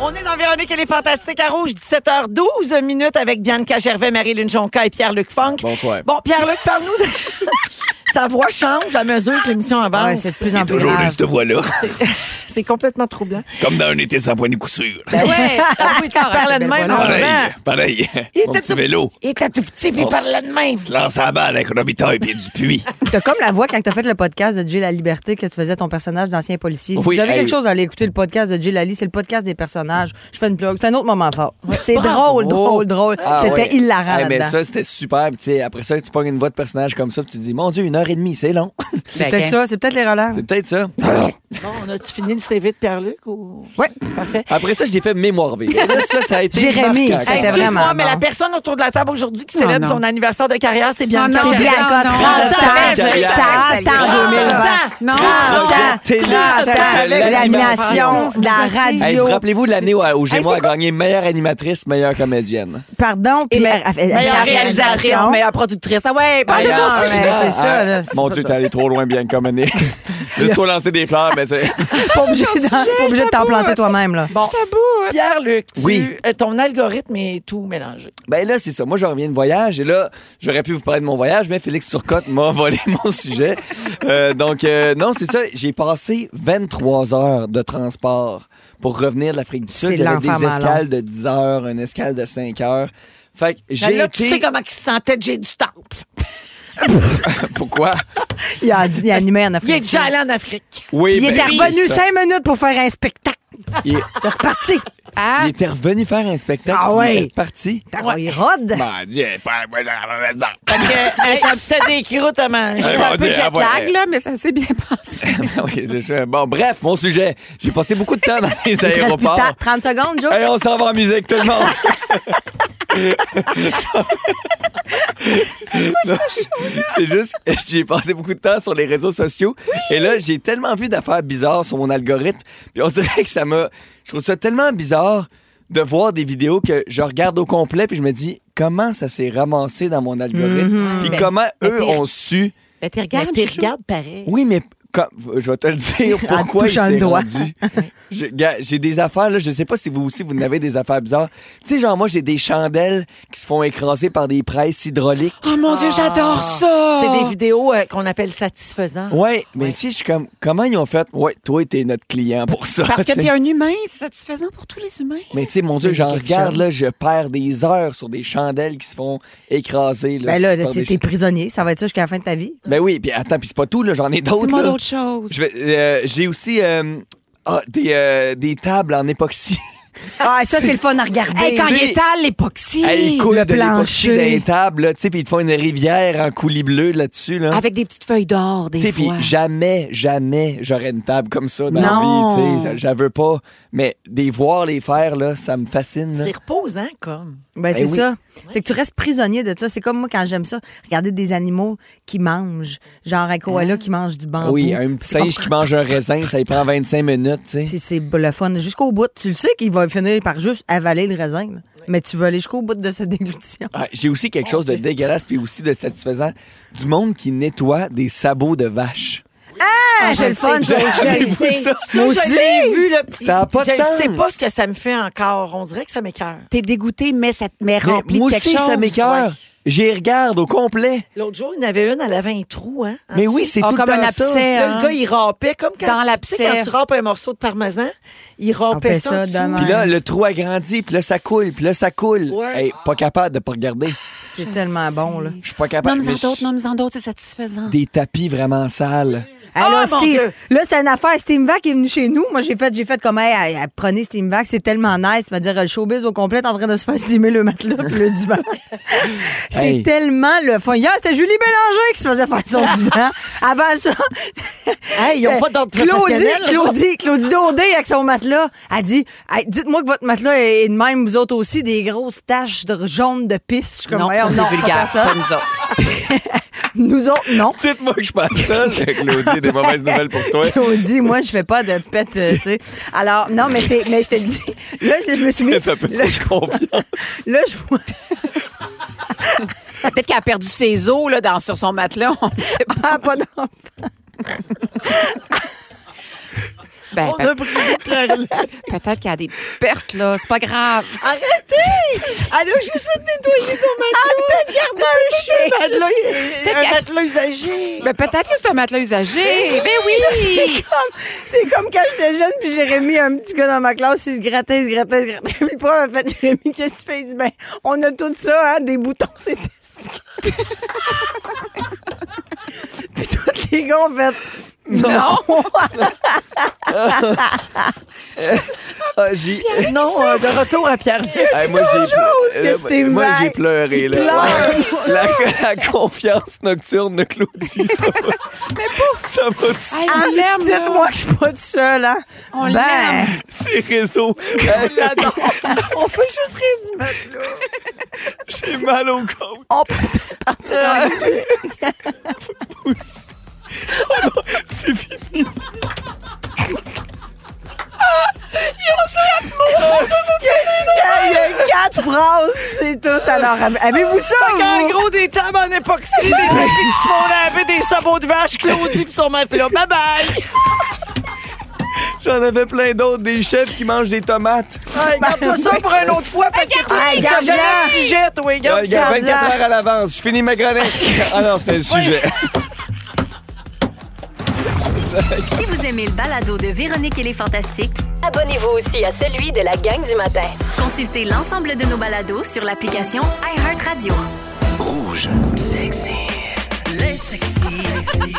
Speaker 3: On est dans Véronique et les Fantastiques à Rouge, 17h12 minutes avec Bianca Gervais, Marie-Lynne Jonca et Pierre-Luc Funk.
Speaker 5: Bonsoir.
Speaker 3: Bon, Pierre-Luc, parle-nous de... Sa voix change à mesure que l'émission avance.
Speaker 2: Ouais, c'est de plus en plus
Speaker 8: Toujours de
Speaker 2: grave.
Speaker 8: cette voix-là,
Speaker 3: C'est complètement troublant.
Speaker 8: comme dans un été sans point de couture.
Speaker 4: Ben ouais,
Speaker 3: oui, tu parlais de même en
Speaker 8: Pareil,
Speaker 3: disant...
Speaker 8: pareil.
Speaker 3: Il
Speaker 8: Mon
Speaker 3: était
Speaker 8: petit
Speaker 3: tout-
Speaker 5: oh.
Speaker 8: vélo.
Speaker 3: Il était tout petit, puis il
Speaker 8: On
Speaker 3: parlait de même.
Speaker 8: se lance à la balle avec un habitaille et du puits.
Speaker 2: T'as comme la voix quand t'as fait le podcast de Jay La Liberté que tu faisais ton personnage d'ancien policier. Si
Speaker 5: Oui,
Speaker 2: vous avez
Speaker 5: hey.
Speaker 2: quelque chose à aller écouter le podcast de Jay Lali, c'est le podcast des personnages. Je fais une plug. C'est un autre moment fort. C'est
Speaker 5: Bravo.
Speaker 2: drôle, drôle, drôle.
Speaker 5: Ah,
Speaker 2: T'étais
Speaker 5: ouais.
Speaker 2: hilarant
Speaker 5: Hey, mais
Speaker 2: là-dedans.
Speaker 5: ça, c'était super. Puis, tu sais, après ça, tu pognes une voix de personnage comme ça, puis tu te dis, mon Dieu, une heure et demie, c'est long.
Speaker 2: C'est peut-être ça, c'est peut-être les relents.
Speaker 5: C'est peut-être ça.
Speaker 3: Bon, on a-tu fini le CV de Pierre-Luc ou...
Speaker 2: Ouais.
Speaker 3: Parfait.
Speaker 5: Après ça, je l'ai fait mémoire vive. Et là, ça, ça a été
Speaker 2: Jérémy,
Speaker 5: marquant.
Speaker 2: c'était
Speaker 5: Excuse-
Speaker 2: vraiment
Speaker 3: Excuse-moi, mais
Speaker 2: bon.
Speaker 3: la personne autour de la table aujourd'hui qui célèbre
Speaker 4: non.
Speaker 3: son anniversaire de carrière, c'est bien
Speaker 4: Non,
Speaker 2: C'est
Speaker 4: non,
Speaker 2: bien
Speaker 4: non,
Speaker 2: encore
Speaker 4: non,
Speaker 2: 30
Speaker 4: non,
Speaker 2: ans,
Speaker 4: non,
Speaker 2: 30 ans en 2020.
Speaker 4: Ah,
Speaker 3: Ah,
Speaker 5: Ah,
Speaker 4: Non,
Speaker 5: Projet télé.
Speaker 2: T'as l'animation,
Speaker 4: Vous
Speaker 2: de la
Speaker 4: passez.
Speaker 5: Hey, vous
Speaker 2: radio.
Speaker 5: rappelez-vous de l'année où, où
Speaker 4: Hey,
Speaker 5: Gémeaux
Speaker 4: c'est
Speaker 5: a
Speaker 4: quoi-
Speaker 5: gagné meilleure animatrice, meilleure comédienne?
Speaker 2: Pardon, puis
Speaker 4: meilleure-
Speaker 2: elle- elle-
Speaker 4: meilleure
Speaker 2: elle-
Speaker 4: réalisatrice,
Speaker 2: elle-
Speaker 4: meilleure productrice. Ah ouais,
Speaker 2: Ah,
Speaker 4: parle de
Speaker 2: non,
Speaker 4: ton
Speaker 2: mais
Speaker 4: sujet.
Speaker 2: c'est ça, là.
Speaker 5: Ah, Mon Dieu, t'es allé trop loin, bien comme année. Juste trop lancer des fleurs, mais tu sais.
Speaker 2: Pas obligé de- pas obligé de t'en planter toi-même, là.
Speaker 3: Bon.
Speaker 4: hein.
Speaker 3: Pierre-Luc, tu-
Speaker 5: Oui.
Speaker 3: euh, ton algorithme est tout mélangé.
Speaker 5: Ben là, c'est ça. Moi, je reviens de voyage et là, j'aurais pu vous parler de mon voyage, mais Félix Turcotte m'a volé mon sujet. Euh, donc, euh, non, c'est ça. J'ai passé 23 heures de transport pour revenir de l'Afrique du
Speaker 2: C'est
Speaker 5: Sud. J'avais
Speaker 2: l'enfer
Speaker 5: des
Speaker 2: malade.
Speaker 5: escales de 10 heures, une escale de 5 heures. Fait que j'ai
Speaker 3: Ben Là,
Speaker 5: été...
Speaker 3: tu sais comment il se sentait J'ai du temple.
Speaker 5: Pourquoi?
Speaker 2: Il a, il a animé en Afrique.
Speaker 3: Il est déjà allé en Afrique.
Speaker 5: Oui,
Speaker 2: Il est
Speaker 5: ben,
Speaker 2: revenu
Speaker 5: ça.
Speaker 2: cinq minutes pour faire un spectacle.
Speaker 5: Il, Ah.
Speaker 2: Il est reparti.
Speaker 5: il était revenu faire un spectacle.
Speaker 2: Ah ouais.
Speaker 5: Il est parti.
Speaker 2: Alors, Il rôde.
Speaker 5: Ben,
Speaker 8: Mon Dieu, pas moi dans la maison.
Speaker 3: Fait que, euh, hey, t'as peut-être des croûtes à manger.
Speaker 8: Mon
Speaker 4: un peu
Speaker 8: Dieu,
Speaker 4: de jet
Speaker 8: ah ouais.
Speaker 4: lag, là, mais ça s'est bien passé.
Speaker 5: Oui, déjà. bon, bref, mon sujet. J'ai passé beaucoup de temps dans les
Speaker 2: Il te reste plus de temps.
Speaker 5: aéroports.
Speaker 2: 30 secondes, Joe.
Speaker 5: Hey, oh, on s'en va en musique, tout le monde. Non, C'est juste, j'ai passé beaucoup de temps sur les réseaux sociaux et là, j'ai tellement vu d'affaires bizarres sur mon algorithme. Puis on dirait que ça m'a. Je trouve ça tellement bizarre de voir des vidéos que je regarde au complet puis je me dis comment ça s'est ramassé dans mon algorithme. Puis comment eux ont su.
Speaker 4: Ben, t'es
Speaker 3: Mais
Speaker 4: regardes,
Speaker 3: tu
Speaker 4: chouchou.
Speaker 3: regardes pareil.
Speaker 5: Oui, mais quand- je vais te le dire pourquoi il
Speaker 2: touchant
Speaker 5: s'est
Speaker 2: le doigt.
Speaker 5: rendu. Je- gars, J'ai des affaires, là, je sais pas si vous aussi, vous en avez des affaires bizarres. Tu sais, genre, moi, j'ai des chandelles qui se font écraser par des presses hydrauliques.
Speaker 4: Oh mon Dieu,
Speaker 8: Ah.
Speaker 4: j'adore ça!
Speaker 3: C'est des vidéos euh, qu'on appelle
Speaker 2: Ah.
Speaker 3: satisfaisantes.
Speaker 5: Ouais, mais tu sais, je suis comme, comment ils ont fait? Ouais, toi, t'es notre client pour ça.
Speaker 4: Parce que
Speaker 5: tu sais.
Speaker 4: t'es un humain, c'est satisfaisant pour tous les humains.
Speaker 5: Mais tu sais, mon Dieu, j'en regarde, là, je perds des heures sur des chandelles qui se font écraser. Là,
Speaker 2: Ben là,
Speaker 5: par
Speaker 2: là,
Speaker 5: des
Speaker 2: t'es t'es
Speaker 5: ch-
Speaker 2: prisonnier. Ça va être ça jusqu'à la fin de ta vie.
Speaker 5: Ben oui, puis attends, puis c'est pas tout, là, j'en ai d'autres.
Speaker 4: Dis-moi
Speaker 5: là.
Speaker 4: d'autres choses.
Speaker 5: Je vais- euh, J'ai aussi euh, ah, des, euh, des tables en époxy.
Speaker 2: Ah, ça, c'est le fun à regarder.
Speaker 4: Hey, quand il
Speaker 5: Des-
Speaker 4: étale l'époxy!
Speaker 5: Hey, ils coulent
Speaker 2: le
Speaker 5: de l'époxy
Speaker 2: plancher.
Speaker 5: dans les tables, là, tu sais, puis ils te font une rivière en coulis bleu là-dessus, là.
Speaker 4: Avec des petites feuilles d'or, des
Speaker 5: Tu sais, puis
Speaker 4: fois.
Speaker 5: jamais, jamais j'aurais une table comme ça dans
Speaker 4: Non.
Speaker 5: la vie, tu sais, j'en veux pas. Mais des voir les faire, là, ça me fascine, là.
Speaker 3: C'est reposant, comme.
Speaker 2: Ben,
Speaker 5: Ben
Speaker 2: c'est
Speaker 5: oui.
Speaker 2: ça. C'est que tu restes prisonnier de ça. C'est comme moi quand j'aime ça, regarder des animaux qui mangent, genre un koala qui mange du bambou.
Speaker 5: Ah. Oui, un petit singe qui mange un raisin, ça y prend 25 minutes, tu sais.
Speaker 2: Puis c'est le fun jusqu'au bout. Tu le sais qu'il va finir par juste avaler le raisin, là. mais tu veux aller jusqu'au bout de cette déglutition.
Speaker 5: Ah, J'ai aussi quelque chose de dégueulasse puis aussi de satisfaisant. Du monde qui nettoie des sabots de vache.
Speaker 2: Ah, j'ai le fun,
Speaker 5: sais.
Speaker 2: j'ai-
Speaker 5: J'ai-
Speaker 3: Je
Speaker 5: Vous,
Speaker 3: sais.
Speaker 5: ça?
Speaker 3: Ça, je l'ai vu, là. puis
Speaker 5: Ça a Ah, pas de
Speaker 3: je
Speaker 5: sens.
Speaker 3: sais pas ce que ça me fait encore. On dirait que ça m'écœure.
Speaker 4: T'es dégoûté, mais ça te met
Speaker 5: Mais
Speaker 4: rempli
Speaker 5: moi
Speaker 4: de quelque
Speaker 5: aussi,
Speaker 4: chose.
Speaker 5: ça m'écœure. J'y regarde au complet.
Speaker 3: L'autre jour, il y en avait une, elle avait un trou, hein. en
Speaker 5: Mais
Speaker 3: dessous.
Speaker 5: oui, c'est
Speaker 4: Ah,
Speaker 5: tout le
Speaker 4: comme un
Speaker 5: temps ça.
Speaker 4: abcès,
Speaker 3: Là,
Speaker 4: hein.
Speaker 3: le gars, il rampait comme quand,
Speaker 4: Dans
Speaker 3: tu- tu sais,
Speaker 4: l'abcès.
Speaker 3: quand tu rampes un morceau de parmesan, il rampait
Speaker 2: Rampait
Speaker 3: ça.
Speaker 2: ça
Speaker 3: en dessous.
Speaker 2: de même.
Speaker 5: Puis là, le trou a grandi, puis là, ça coule, puis là, ça coule.
Speaker 3: Ouais.
Speaker 5: Hey, pas capable de pas regarder.
Speaker 2: c'est tellement bon, là.
Speaker 5: Je suis pas capable.
Speaker 4: Nomme-en
Speaker 5: mais
Speaker 4: d'autres,
Speaker 5: je-
Speaker 4: nomme-en d'autres, c'est satisfaisant.
Speaker 5: Des tapis vraiment sales.
Speaker 2: Alors,
Speaker 3: mon
Speaker 2: Steve,
Speaker 3: Dieu!
Speaker 2: là, c'est une affaire. Steam Vac est venu chez nous. Moi, j'ai fait, j'ai fait comme, hey, hey, hey, prenez Steam Vac, c'est tellement nice. C'est-à-dire, le showbiz au complet est en train de se faire steamer le matelas puis le divan. c'est
Speaker 5: Hey.
Speaker 2: tellement le fun. Hier, c'était Julie Bélanger qui se faisait faire son divan. Avant ça,
Speaker 3: Hey, ils ont pas d'ordre
Speaker 2: Claudie,
Speaker 3: professionnel, là.
Speaker 2: Claudie, Claudie Daudé avec son matelas, a dit, Hey, dites-moi que votre matelas est est de même, vous autres aussi, des grosses taches de jaune de pisse. Je suis comme,
Speaker 4: Non,
Speaker 2: voyons,
Speaker 4: ça, c'est
Speaker 2: non, pas
Speaker 4: vulgaire,
Speaker 2: personne.
Speaker 4: pas nous autres.
Speaker 2: Nous autres, non.
Speaker 5: Dites-moi que je suis pas seul. Claudie, des mauvaises nouvelles pour toi.
Speaker 2: Claudie, moi, je fais pas de pète, euh, tu sais. Alors, non, mais c'est, mais je te le dis. Là, je, je me suis mis.
Speaker 5: Ça peut
Speaker 2: là,
Speaker 5: trop je confiance.
Speaker 2: là, je vois.
Speaker 4: Peut-être qu'elle a perdu ses os là, dans, sur son matelas. On le sait pas.
Speaker 2: Ah, pas d'enfant.
Speaker 4: Ben,
Speaker 3: On a brisé plein de-
Speaker 4: pe- Ben, peut-être qu'elle a des petites pertes, là. C'est pas grave.
Speaker 2: Arrêtez! Elle a juste fait nettoyer son matelas. Ah, peut-être garder un chien.
Speaker 4: Peut-être
Speaker 3: Un
Speaker 4: qu'elle-
Speaker 3: matelas usagé.
Speaker 4: Ben, peut-être que c'est un matelas usagé. Ben oui!
Speaker 2: C'est comme, c'est comme quand j'étais jeune, puis Jérémy, un petit gars dans ma classe, il se grattait, il se grattait, il se grattait. Puis le prof a fait, Jérémy, qu'est-ce que tu fais? Il dit, ben, on a tout ça, hein, des boutons, c'est testicules. puis tous les gars ont fait, non.
Speaker 5: Ah, j'ai...
Speaker 3: Non, euh, de retour à pierre
Speaker 5: Hey, moi, j'ai...
Speaker 2: que
Speaker 5: Euh,
Speaker 2: c'est
Speaker 5: moi,
Speaker 2: mal.
Speaker 5: j'ai pleuré. Là.
Speaker 2: pleure.
Speaker 5: La, la confiance nocturne de Claudie, ça va... Ça va
Speaker 4: Hey,
Speaker 5: dessus.
Speaker 4: on l'aime, là.
Speaker 2: Ah, Dites-moi que je suis pas toute seule, hein.
Speaker 4: On
Speaker 2: ben,
Speaker 4: l'aime.
Speaker 5: Ces réseaux. Hey,
Speaker 2: on fait juste rire du matelas.
Speaker 5: j'ai mal au compte.
Speaker 2: On peut peut-être partir en musique. Oh
Speaker 5: C'est fini.
Speaker 4: Ah,
Speaker 2: Il y a quatre phrases, c'est tout. Alors, avez- avez-vous ça,
Speaker 3: En
Speaker 2: vous?
Speaker 3: gros, des tables en époxy, des tapis qui se font laver, des sabots de vache, Claudie pis son matelas. Bye bye!
Speaker 5: J'en avais plein d'autres. Des chefs qui mangent des tomates.
Speaker 3: Hey, Garde-toi ça pour une autre fois parce que toi,
Speaker 2: Hey,
Speaker 3: tu
Speaker 2: garde-la.
Speaker 3: t'as jamais de sujet, toi,
Speaker 5: Ouais,
Speaker 3: garde
Speaker 5: il y a
Speaker 2: ça,
Speaker 5: 24 Euh, heures à l'avance. Je finis ma chronique. Ah non, c'était le sujet.
Speaker 1: Si vous aimez le balado de Véronique et les Fantastiques,
Speaker 6: Abonnez-vous aussi à celui de la gang du matin.
Speaker 1: consultez l'ensemble de nos balados sur l'application iHeartRadio.
Speaker 8: Rouge. Sexy. Les
Speaker 12: sexy,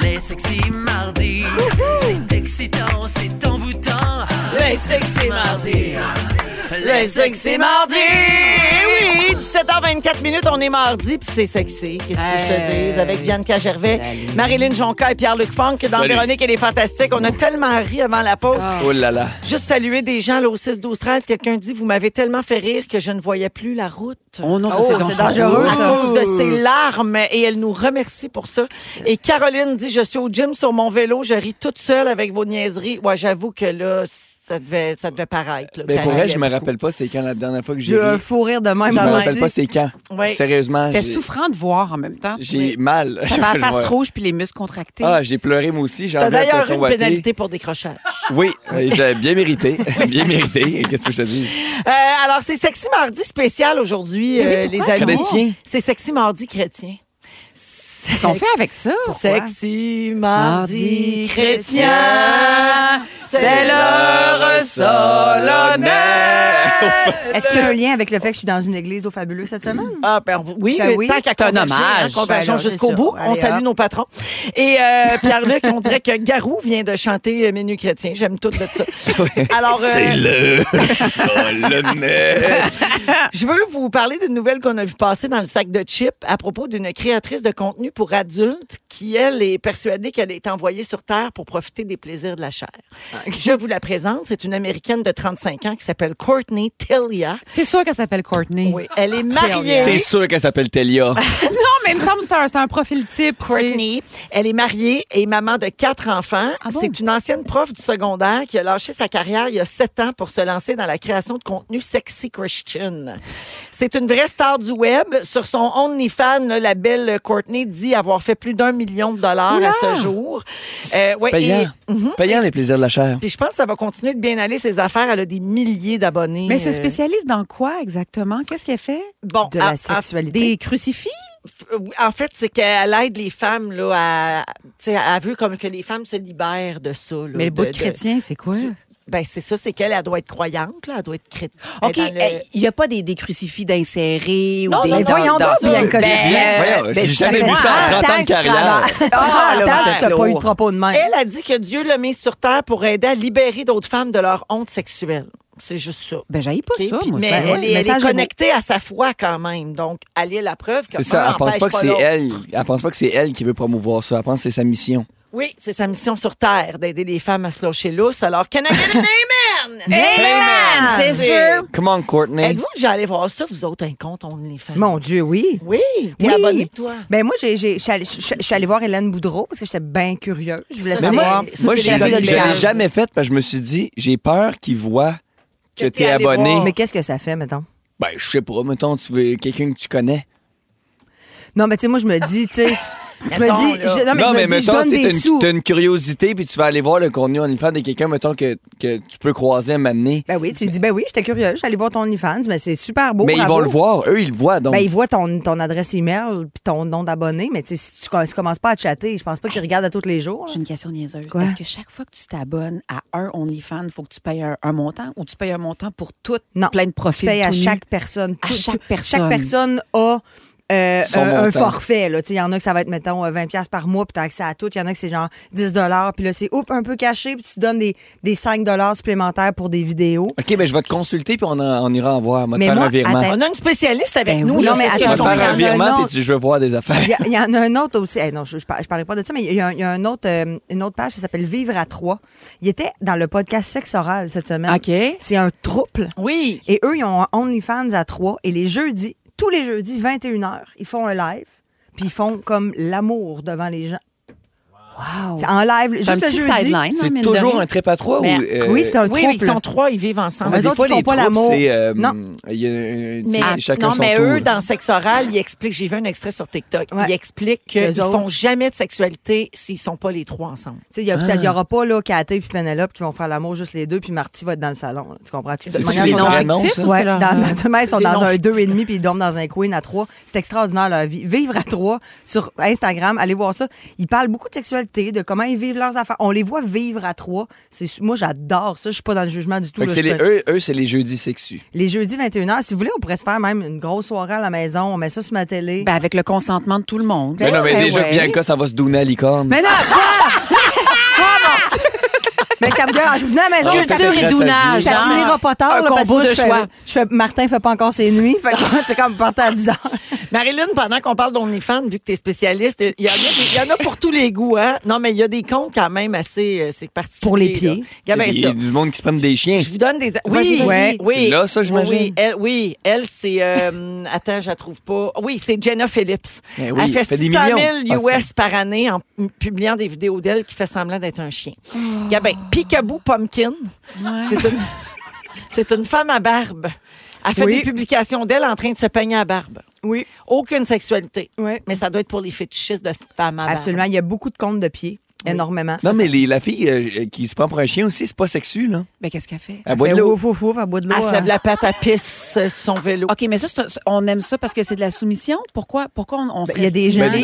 Speaker 12: les sexy mardis. C'est excitant, c'est envoûtant. Les sexy mardis, les sexy mardis.
Speaker 3: Eh Oui, 17h24 minutes, on est mardi, puis c'est sexy. Qu'est-ce que je te dis? Avec Bianca Gervais, Marilyn Jonca et Pierre-Luc Funk, dans
Speaker 5: Salut.
Speaker 3: Véronique, elle est fantastique. On a tellement ri avant la pause.
Speaker 9: Ah.
Speaker 5: Oh là là.
Speaker 3: Juste saluer des gens là, au 6, 12, 13. Quelqu'un dit Vous m'avez tellement fait rire que je ne voyais plus la route.
Speaker 9: Oh non, ça, c'est dangereux.
Speaker 3: à cause de ses larmes. Et elle nous remercie pour ça. Et Caroline dit Je suis au gym sur mon vélo, je ris toute seule avec vos niaiseries. Ouais, j'avoue que là, ça devait, ça devait paraître. là,
Speaker 5: Ben, pour
Speaker 3: qu'elle
Speaker 5: vrai,
Speaker 3: riait
Speaker 5: je me
Speaker 3: beaucoup.
Speaker 5: rappelle pas c'est quand la dernière fois que j'ai
Speaker 2: J'ai eu un
Speaker 5: ri.
Speaker 2: fou rire de
Speaker 5: Je
Speaker 2: même
Speaker 5: me
Speaker 2: avant
Speaker 5: rappelle
Speaker 2: de-
Speaker 5: pas c'est quand.
Speaker 3: Oui.
Speaker 5: Sérieusement.
Speaker 9: C'était
Speaker 5: j'ai-
Speaker 9: souffrant de voir en même temps.
Speaker 5: J'ai mal.
Speaker 9: T'avais la face
Speaker 5: Ouais.
Speaker 9: rouge puis les muscles contractés.
Speaker 5: Ah, j'ai pleuré moi aussi. J'ai
Speaker 3: T'as
Speaker 5: enlevé un
Speaker 3: d'ailleurs
Speaker 5: coton
Speaker 3: une
Speaker 5: ouaté.
Speaker 3: pénalité pour décrochage.
Speaker 5: Oui, euh, j'ai bien mérité. bien mérité. Qu'est-ce que je te dis?
Speaker 3: Euh, alors, c'est Sexy Mardi spécial aujourd'hui, euh, les amis.
Speaker 5: Chrétien.
Speaker 3: C'est Sexy Mardi chrétien.
Speaker 9: Qu'est-ce qu'on fait avec ça?
Speaker 3: Sexy
Speaker 9: Mardi
Speaker 3: Mardi chrétien, c'est
Speaker 5: l'heure
Speaker 3: l'heure solennelle.
Speaker 2: Est-ce qu'il y a un lien avec le fait que je suis dans une église au fabuleux cette semaine?
Speaker 3: Ah, ben oui,
Speaker 2: Ça,
Speaker 3: mais
Speaker 2: oui.
Speaker 3: tant qu'à
Speaker 2: C'est un
Speaker 3: converger,
Speaker 2: hommage.
Speaker 3: hein, convergeons
Speaker 2: Ben là,
Speaker 3: jusqu'au
Speaker 2: c'est
Speaker 3: bout.
Speaker 2: ça.
Speaker 3: on
Speaker 2: Allez,
Speaker 3: salue
Speaker 2: hop.
Speaker 3: nos patrons. Et euh, Pierre-Luc, on dirait que Garou vient de chanter euh, Menu chrétien. J'aime tout de ça. Alors, euh,
Speaker 8: C'est le solennel.
Speaker 3: Je veux vous parler d'une nouvelle qu'on a vu passer dans le sac de chips à propos d'une créatrice de contenu pour adultes qui, elle, est persuadée qu'elle est envoyée sur Terre pour profiter des plaisirs de la chair. Je vous la présente. C'est une Américaine de 35 ans qui s'appelle Courtney Tillia.
Speaker 9: C'est sûr qu'elle s'appelle Courtney.
Speaker 3: Oui, elle est
Speaker 5: C'est
Speaker 3: mariée.
Speaker 5: sûr qu'elle s'appelle
Speaker 3: Ah,
Speaker 5: Telia.
Speaker 9: Non, mais il me semble que c'est un, c'est un profil type. tu sais.
Speaker 3: Courtney, elle est mariée et maman de quatre enfants.
Speaker 9: Ah bon?
Speaker 3: C'est une ancienne prof du secondaire qui a lâché sa carrière il y a sept ans pour se lancer dans la création de contenu sexy Christian. C'est une vraie star du web. Sur son OnlyFans, là, la belle Courtney dit avoir fait plus d'un million de dollars à ce jour. Euh, ouais,
Speaker 5: Payant.
Speaker 3: et- Mhm.
Speaker 5: Payant les plaisirs de la chair.
Speaker 3: Puis je pense que ça va continuer de bien aller ses affaires. Elle a des milliers d'abonnés.
Speaker 9: Mais elle se
Speaker 3: euh,
Speaker 9: spécialise dans quoi exactement? Qu'est-ce qu'elle fait?
Speaker 3: bon,
Speaker 2: De la
Speaker 3: en- en-
Speaker 2: sexualité.
Speaker 9: Des crucifix?
Speaker 3: Euh, oui, En fait, c'est qu'elle aide les femmes là, à, tu sais, elle veut comme que les femmes se libèrent de ça. là,
Speaker 9: Mais le bout
Speaker 3: de-
Speaker 9: de
Speaker 3: de-
Speaker 9: chrétien, c'est quoi?
Speaker 3: Ben c'est ça, c'est qu'elle, elle doit être croyante, là, elle doit être chrétienne.
Speaker 4: OK,
Speaker 3: Elle est dans le-
Speaker 4: euh, il n'y a pas des, des crucifix d'insérer ou
Speaker 2: Non,
Speaker 4: des...
Speaker 2: non,
Speaker 4: dans-
Speaker 2: voyons
Speaker 4: dans-
Speaker 2: donc, Bianca, Ah, j'ai-
Speaker 4: Ben,
Speaker 5: Voyons,
Speaker 4: ben,
Speaker 5: j'ai
Speaker 4: tu
Speaker 5: jamais
Speaker 4: sais
Speaker 5: vu
Speaker 4: pas.
Speaker 5: ça en 30 ans de
Speaker 2: Tant que ça
Speaker 5: carrière.
Speaker 2: va- Ah,
Speaker 4: là, Eh,
Speaker 2: tant
Speaker 4: c'est
Speaker 2: que t'as pas eu de
Speaker 4: lourd.
Speaker 2: propos de même.
Speaker 3: Elle a dit que Dieu l'a mise sur terre pour aider à libérer d'autres femmes de leur honte sexuelle. C'est juste ça.
Speaker 9: Ben, j'aille pas
Speaker 3: OK?
Speaker 9: ça,
Speaker 3: Puis-
Speaker 9: moi.
Speaker 3: mais
Speaker 9: ça.
Speaker 3: elle,
Speaker 2: ouais,
Speaker 3: est, elle est
Speaker 2: message de-
Speaker 3: connectée à sa foi quand même. Donc, elle est la preuve que
Speaker 5: C'est ça,
Speaker 3: un
Speaker 5: elle pense
Speaker 3: empêche
Speaker 5: pas que c'est
Speaker 3: l'autre.
Speaker 5: elle. Elle pense pas que c'est elle qui veut promouvoir ça. Elle pense que c'est sa mission.
Speaker 3: Oui, c'est sa mission sur Terre, d'aider les femmes à se lâcher lousse. Alors, Can I get an amen?
Speaker 4: Amen, sister!
Speaker 5: Come on, Courtney.
Speaker 3: Êtes-vous déjà allé voir ça, vous autres, un compte OnlyFans?
Speaker 2: Mon Dieu, oui.
Speaker 3: Oui, t'es
Speaker 2: Oui.
Speaker 3: abonné, toi.
Speaker 2: Ben moi, j'ai- j'ai- je suis allée- je- je- je suis allée voir Hélène Boudreau parce que j'étais bien curieuse. Je voulais
Speaker 3: Mais
Speaker 2: savoir.
Speaker 3: moi-
Speaker 5: Moi,
Speaker 3: c'est
Speaker 5: j'ai-
Speaker 2: la vie
Speaker 5: je
Speaker 2: de
Speaker 5: l'ai
Speaker 2: Lucas.
Speaker 5: jamais faite parce que je me suis dit, j'ai peur qu'ils voient
Speaker 3: Que
Speaker 5: que, t'es
Speaker 3: t'es allé
Speaker 5: abonné.
Speaker 3: voir.
Speaker 2: Mais qu'est-ce que ça fait, mettons?
Speaker 5: Ben, je sais pas. Mettons, tu veux quelqu'un que tu connais.
Speaker 2: Non, mais tu sais, moi, je me dis, tu sais, je je me
Speaker 3: Mettons,
Speaker 2: dis,
Speaker 3: là.
Speaker 2: je- non, mais je me dis, je donne
Speaker 5: tu sais,
Speaker 2: des
Speaker 5: t'as une-
Speaker 2: sous.
Speaker 5: t'as une curiosité, puis tu vas aller voir le contenu OnlyFans de quelqu'un, mettons, que, que tu peux croiser, m'amener.
Speaker 2: Ben oui, tu dis, ben oui, j'étais curieuse, j'allais voir ton OnlyFans, mais c'est super beau.
Speaker 5: mais ils
Speaker 2: bravo.
Speaker 5: vont le voir. Eux, ils le voient, donc.
Speaker 2: Ben, ils voient ton, ton adresse email puis ton nom d'abonné, mais tu sais, si tu, com- si tu commences pas à chatter, je pense pas qu'ils regardent à tous les jours.
Speaker 9: J'ai une question niaiseuse.
Speaker 2: Quoi?
Speaker 9: Est-ce que chaque fois que tu t'abonnes à un OnlyFans, il faut que tu payes un, un montant ou tu payes un montant pour tout,
Speaker 2: Non.
Speaker 9: plein de
Speaker 2: Tu
Speaker 9: profils?
Speaker 2: payes à
Speaker 9: tout nus?
Speaker 2: chaque personne.
Speaker 9: À
Speaker 2: Tout-
Speaker 9: chaque
Speaker 2: tout-
Speaker 9: personne.
Speaker 2: personne a euh,
Speaker 5: Son
Speaker 2: un- un
Speaker 5: montant.
Speaker 2: forfait. là. Tu sais, Il y en a que ça va être, mettons, 20$ par mois, puis tu as accès à tout. Il y en a que c'est genre 10 puis là, c'est oups, un peu caché, puis tu donnes des, des 5 supplémentaires pour des vidéos.
Speaker 5: OK, ben, je vais te consulter, puis on, en- on ira en voir. Moi, te
Speaker 2: Mais
Speaker 5: faire
Speaker 2: moi,
Speaker 5: un virement.
Speaker 2: attends,
Speaker 3: On a une spécialiste avec
Speaker 9: Ben
Speaker 3: nous.
Speaker 9: oui,
Speaker 3: là,
Speaker 2: non, mais
Speaker 3: c'est ce
Speaker 5: Je
Speaker 3: que
Speaker 5: vais
Speaker 2: attends,
Speaker 5: te
Speaker 2: il y
Speaker 5: faire
Speaker 2: en
Speaker 5: un
Speaker 2: a
Speaker 5: virement,
Speaker 2: un
Speaker 5: puis
Speaker 2: autre.
Speaker 5: tu dis, je veux voir des affaires.
Speaker 2: Il y, a- il y en a un autre aussi. Eh non, je, je, par- je parlais pas de ça, mais il y a, un- il y a un autre, euh, une autre page, ça s'appelle Vivre à trois. Il était dans le podcast Sexe oral cette semaine.
Speaker 9: OK.
Speaker 2: C'est un trouble.
Speaker 3: Oui.
Speaker 2: Et eux, ils ont un OnlyFans à trois. Et les jeudis, tous les jeudis, 21h, ils font un live. Puis ils font comme l'amour devant les gens.
Speaker 9: Wow.
Speaker 2: C'est en live,
Speaker 9: C'est un
Speaker 2: juste le
Speaker 9: petit
Speaker 2: jeudi.
Speaker 9: sideline. hein,
Speaker 5: C'est
Speaker 9: mine de
Speaker 5: toujours
Speaker 9: rien.
Speaker 5: un trip à trois ou.
Speaker 3: Mais-
Speaker 5: euh,
Speaker 2: Ben, Oui, c'est un
Speaker 3: Oui, mais
Speaker 2: trouble.
Speaker 3: ils sont trois, ils vivent ensemble.
Speaker 5: mais
Speaker 2: Eux
Speaker 5: des
Speaker 2: autres,
Speaker 5: fois,
Speaker 2: ils font
Speaker 5: les
Speaker 2: pas
Speaker 5: troupes,
Speaker 2: l'amour.
Speaker 5: c'est, euh,
Speaker 2: Non.
Speaker 5: il y a un- tu
Speaker 3: Mais,
Speaker 5: sais, chacun
Speaker 3: non,
Speaker 5: son
Speaker 3: mais
Speaker 5: tour,
Speaker 3: eux,
Speaker 5: là.
Speaker 3: dans Sexe Oral, ils expliquent, j'ai vu un extrait sur TikTok,
Speaker 2: Ouais.
Speaker 3: ils expliquent qu'ils
Speaker 2: Eux autres.
Speaker 3: font jamais de sexualité s'ils sont pas les trois ensemble.
Speaker 2: Tu sais, Il n'y
Speaker 5: Ah.
Speaker 2: aura pas là, Katé puis Penelope qui vont faire l'amour juste les deux, puis Marty va être dans le salon. là. Tu comprends-tu? De
Speaker 5: C'est-tu
Speaker 2: manière
Speaker 5: les
Speaker 2: sont
Speaker 5: noms
Speaker 2: dans-
Speaker 5: fictifs ou c'est
Speaker 2: Ouais,
Speaker 9: leur-
Speaker 2: dans, dans- demain, ils sont
Speaker 3: Des
Speaker 2: dans
Speaker 3: noms
Speaker 2: un 2,5 puis ils dorment dans un queen à 3. C'est extraordinaire leur vie. Vivre à 3 sur Instagram, allez voir ça. Ils parlent beaucoup de sexualité. personnalité, de comment ils vivent leurs affaires. On les voit vivre à trois. C'est, moi, j'adore ça. Je suis pas dans le jugement du tout.
Speaker 5: Fait que
Speaker 2: là,
Speaker 5: c'est
Speaker 2: je
Speaker 5: les,
Speaker 2: peux-
Speaker 5: eux, eux, c'est les jeudis sexus.
Speaker 2: les jeudis 21h, si vous voulez, on pourrait se faire même une grosse soirée à la maison. On met ça sur ma télé.
Speaker 4: Ben, avec le consentement de tout le monde.
Speaker 5: Mais Ben non,
Speaker 9: Ben
Speaker 5: mais déjà,
Speaker 2: Ben ouais.
Speaker 5: Bianca, ça va se donner à licorne.
Speaker 2: Mais non, quoi? Ah, mon Dieu! Mais ça me dérange. Vous venez à la maison.
Speaker 5: Ah,
Speaker 2: ça-
Speaker 5: culture et dounage,
Speaker 2: Ça
Speaker 5: hein.
Speaker 2: finira pas tard.
Speaker 5: Un
Speaker 2: là, parce que
Speaker 5: combo
Speaker 2: moi,
Speaker 5: de
Speaker 2: je fais-
Speaker 5: choix.
Speaker 2: je fais, Martin fait pas encore ses nuits. Fait que, c'est comme partant à 10 heures.
Speaker 3: Marilyn, pendant qu'on parle d'OnlyFans, vu que tu es spécialiste, il y, en a des- il y en a pour tous les goûts. Hein? Non, mais il y a des comptes quand même assez euh, c'est particuliers. Pour les
Speaker 5: pieds. Il y a du monde qui se prennent des chiens.
Speaker 3: Je vous donne des.
Speaker 5: Vas-y,
Speaker 3: Oui,
Speaker 5: vas-y.
Speaker 3: ouais, oui.
Speaker 5: C'est là, ça, j'imagine.
Speaker 3: Oui, elle, oui, elle c'est. euh, attends, je la trouve pas. Oui, c'est Jenna Phillips.
Speaker 5: Ben oui,
Speaker 3: elle fait,
Speaker 5: fait des
Speaker 3: 600
Speaker 5: millions.
Speaker 3: 000
Speaker 5: Ah,
Speaker 3: US par année en publiant des vidéos d'elle qui fait semblant d'être un chien. Il y a bien Peekaboo Pumpkin. C'est une- C'est une femme à barbe. Elle fait
Speaker 2: Oui.
Speaker 3: des publications d'elle en train de se peigner à barbe.
Speaker 2: Oui.
Speaker 3: Aucune sexualité.
Speaker 2: Oui.
Speaker 3: Mais ça doit être pour les fétichistes de femmes à barbe.
Speaker 2: Absolument. Il y a beaucoup de comptes de pieds. Énormément.
Speaker 5: Non, mais les- la fille euh, qui se prend pour un chien aussi, c'est pas sexu, là.
Speaker 4: Ben, qu'est-ce qu'elle fait?
Speaker 5: Elle boit de l'eau.
Speaker 2: de euh,
Speaker 4: l'eau,
Speaker 3: Elle se lève
Speaker 4: hein.
Speaker 3: la patte à pisse euh, sur son vélo.
Speaker 4: OK, mais ça, c'est un- c'est- on aime ça parce que c'est de la soumission. Pourquoi, pourquoi on, on se
Speaker 5: Ben,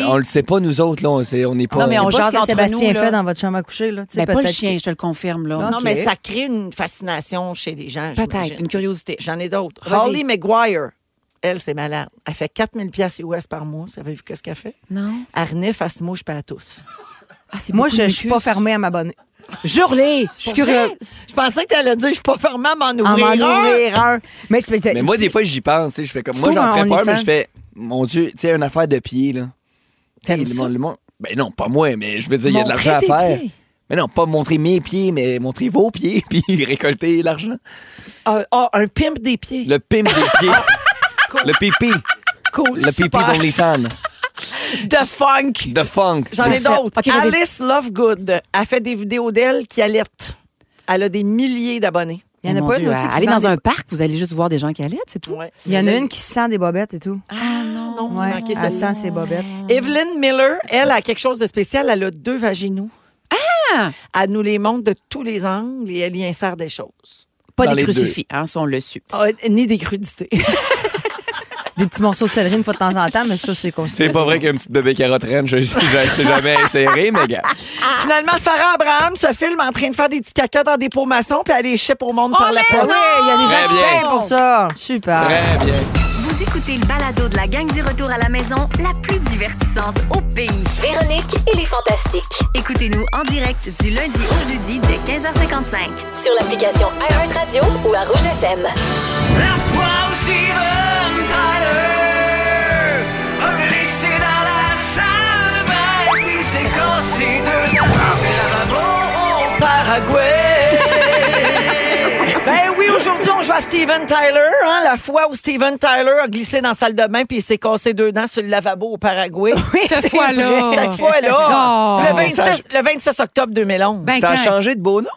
Speaker 5: on le sait pas, nous autres, là. On sait- on n'est pas.
Speaker 4: Non, mais on
Speaker 5: sait pas
Speaker 4: jase
Speaker 5: ce que
Speaker 4: entre
Speaker 5: Sébastien
Speaker 4: nous, là.
Speaker 5: fait dans-
Speaker 2: votre chambre à coucher, là. tu sais,
Speaker 4: Ben, pas le
Speaker 2: peut-être
Speaker 4: chien,
Speaker 2: que-
Speaker 4: je te le confirme, là.
Speaker 3: Non, mais ça crée une fascination chez les gens.
Speaker 4: Peut-être,
Speaker 3: une
Speaker 4: curiosité.
Speaker 3: J'en ai d'autres.
Speaker 4: Vas-y.
Speaker 3: Holly McGuire, elle, c'est malade. Elle fait 4000 pièces US par mois. Savez-vous qu'est-ce qu'elle fait?
Speaker 4: Non. Ah,
Speaker 3: Elle renifle, elle se mouche pas à tous.
Speaker 2: Moi, je je suis pas fermée à m'abonner.
Speaker 4: Jurlé!
Speaker 2: Je suis curieuse.
Speaker 3: Je pensais que tu allais dire, je suis pas fermée à m'en
Speaker 2: En
Speaker 3: ouvrir
Speaker 2: m'en
Speaker 3: un.
Speaker 2: ouvrir un. Mais, je-
Speaker 5: Mais moi, des fois, j'y pense. tu sais, Je fais comme.
Speaker 2: Tu
Speaker 5: Moi,
Speaker 2: trouves
Speaker 5: j'en
Speaker 2: un
Speaker 5: ferais peur, mais
Speaker 2: OnlyFans?
Speaker 5: je fais. Mon Dieu, tu sais, une affaire de pied, là. T'aimes le, monde- le monde- Ben non, pas moi, mais je veux dire, il y a de
Speaker 3: Montrer
Speaker 5: l'argent à
Speaker 3: tes
Speaker 5: faire.
Speaker 3: pieds.
Speaker 5: Mais non, pas montrer mes pieds, mais montrer vos pieds, puis récolter l'argent.
Speaker 3: Ah, ah, un pimp des pieds.
Speaker 5: Le pimp des pieds. Le pipi.
Speaker 3: Cool.
Speaker 5: Le
Speaker 3: Ah.
Speaker 5: pipi
Speaker 3: super.
Speaker 5: d'OnlyFans.
Speaker 4: The funk.
Speaker 5: The funk.
Speaker 3: J'en ai d'autres.
Speaker 5: OK, vas-y.
Speaker 3: Alice Lovegood a fait des vidéos d'elle qui allaitent. Elle a des milliers d'abonnés.
Speaker 4: Il y en a pas une aussi.
Speaker 2: qui
Speaker 4: Allez
Speaker 2: vend
Speaker 4: dans
Speaker 2: des-
Speaker 4: un parc, vous allez juste voir des gens qui allaitent, c'est tout.
Speaker 2: Il y en a une qui se sent des bobettes et tout.
Speaker 4: Ah non, non.
Speaker 2: Ouais,
Speaker 3: manquez
Speaker 2: elle
Speaker 3: celle-là.
Speaker 2: sent ses bobettes.
Speaker 3: Mm-hmm. Evelyn Miller, elle a quelque chose de spécial. Elle a deux vaginous. Ah! Elle nous les montre de tous les angles et elle y insère des choses.
Speaker 4: Pas
Speaker 3: Dans
Speaker 4: des
Speaker 3: les deux.
Speaker 4: crucifix, hein, si on le suit.
Speaker 3: Ah, ni des crudités.
Speaker 2: Des petits morceaux de céleri une fois de temps en temps, mais ça, c'est considéré.
Speaker 5: C'est pas vrai qu'un petit bébé carotte reine, je ne jamais inséré, mais gars.
Speaker 3: Finalement, Farah Abraham se filme en train de faire des petits caca dans des pots maçons puis elle les chip au monde par la
Speaker 2: Oui,
Speaker 3: poche.
Speaker 2: il y a des gens
Speaker 4: Ah,
Speaker 3: Très
Speaker 2: qui
Speaker 3: bien.
Speaker 4: ben,
Speaker 2: payent pour ça. Super.
Speaker 5: Très bien.
Speaker 1: Vous écoutez le balado de la gang du retour à la maison, la plus divertissante au pays. Véronique et les Fantastiques. Écoutez-nous en direct du lundi au jeudi dès 15h55 sur l'application iHeartRadio ou à Rouge FM.
Speaker 6: La fois où Steven Tyler a glissé dans la salle de bain, puis s'est cassé deux dents. C'est lavabo au Paraguay.
Speaker 3: Ben oui, aujourd'hui, on joue à Steven Tyler, hein, la fois où Steven Tyler a glissé dans la salle de bain puis il s'est cassé deux dents sur le lavabo au Paraguay.
Speaker 4: cette fois-là.
Speaker 3: vrai, Cette fois-là.
Speaker 4: Oh.
Speaker 3: Le, 26, le 26 octobre 2011.
Speaker 4: Ben, Ça a quand- changé
Speaker 5: de beau nom?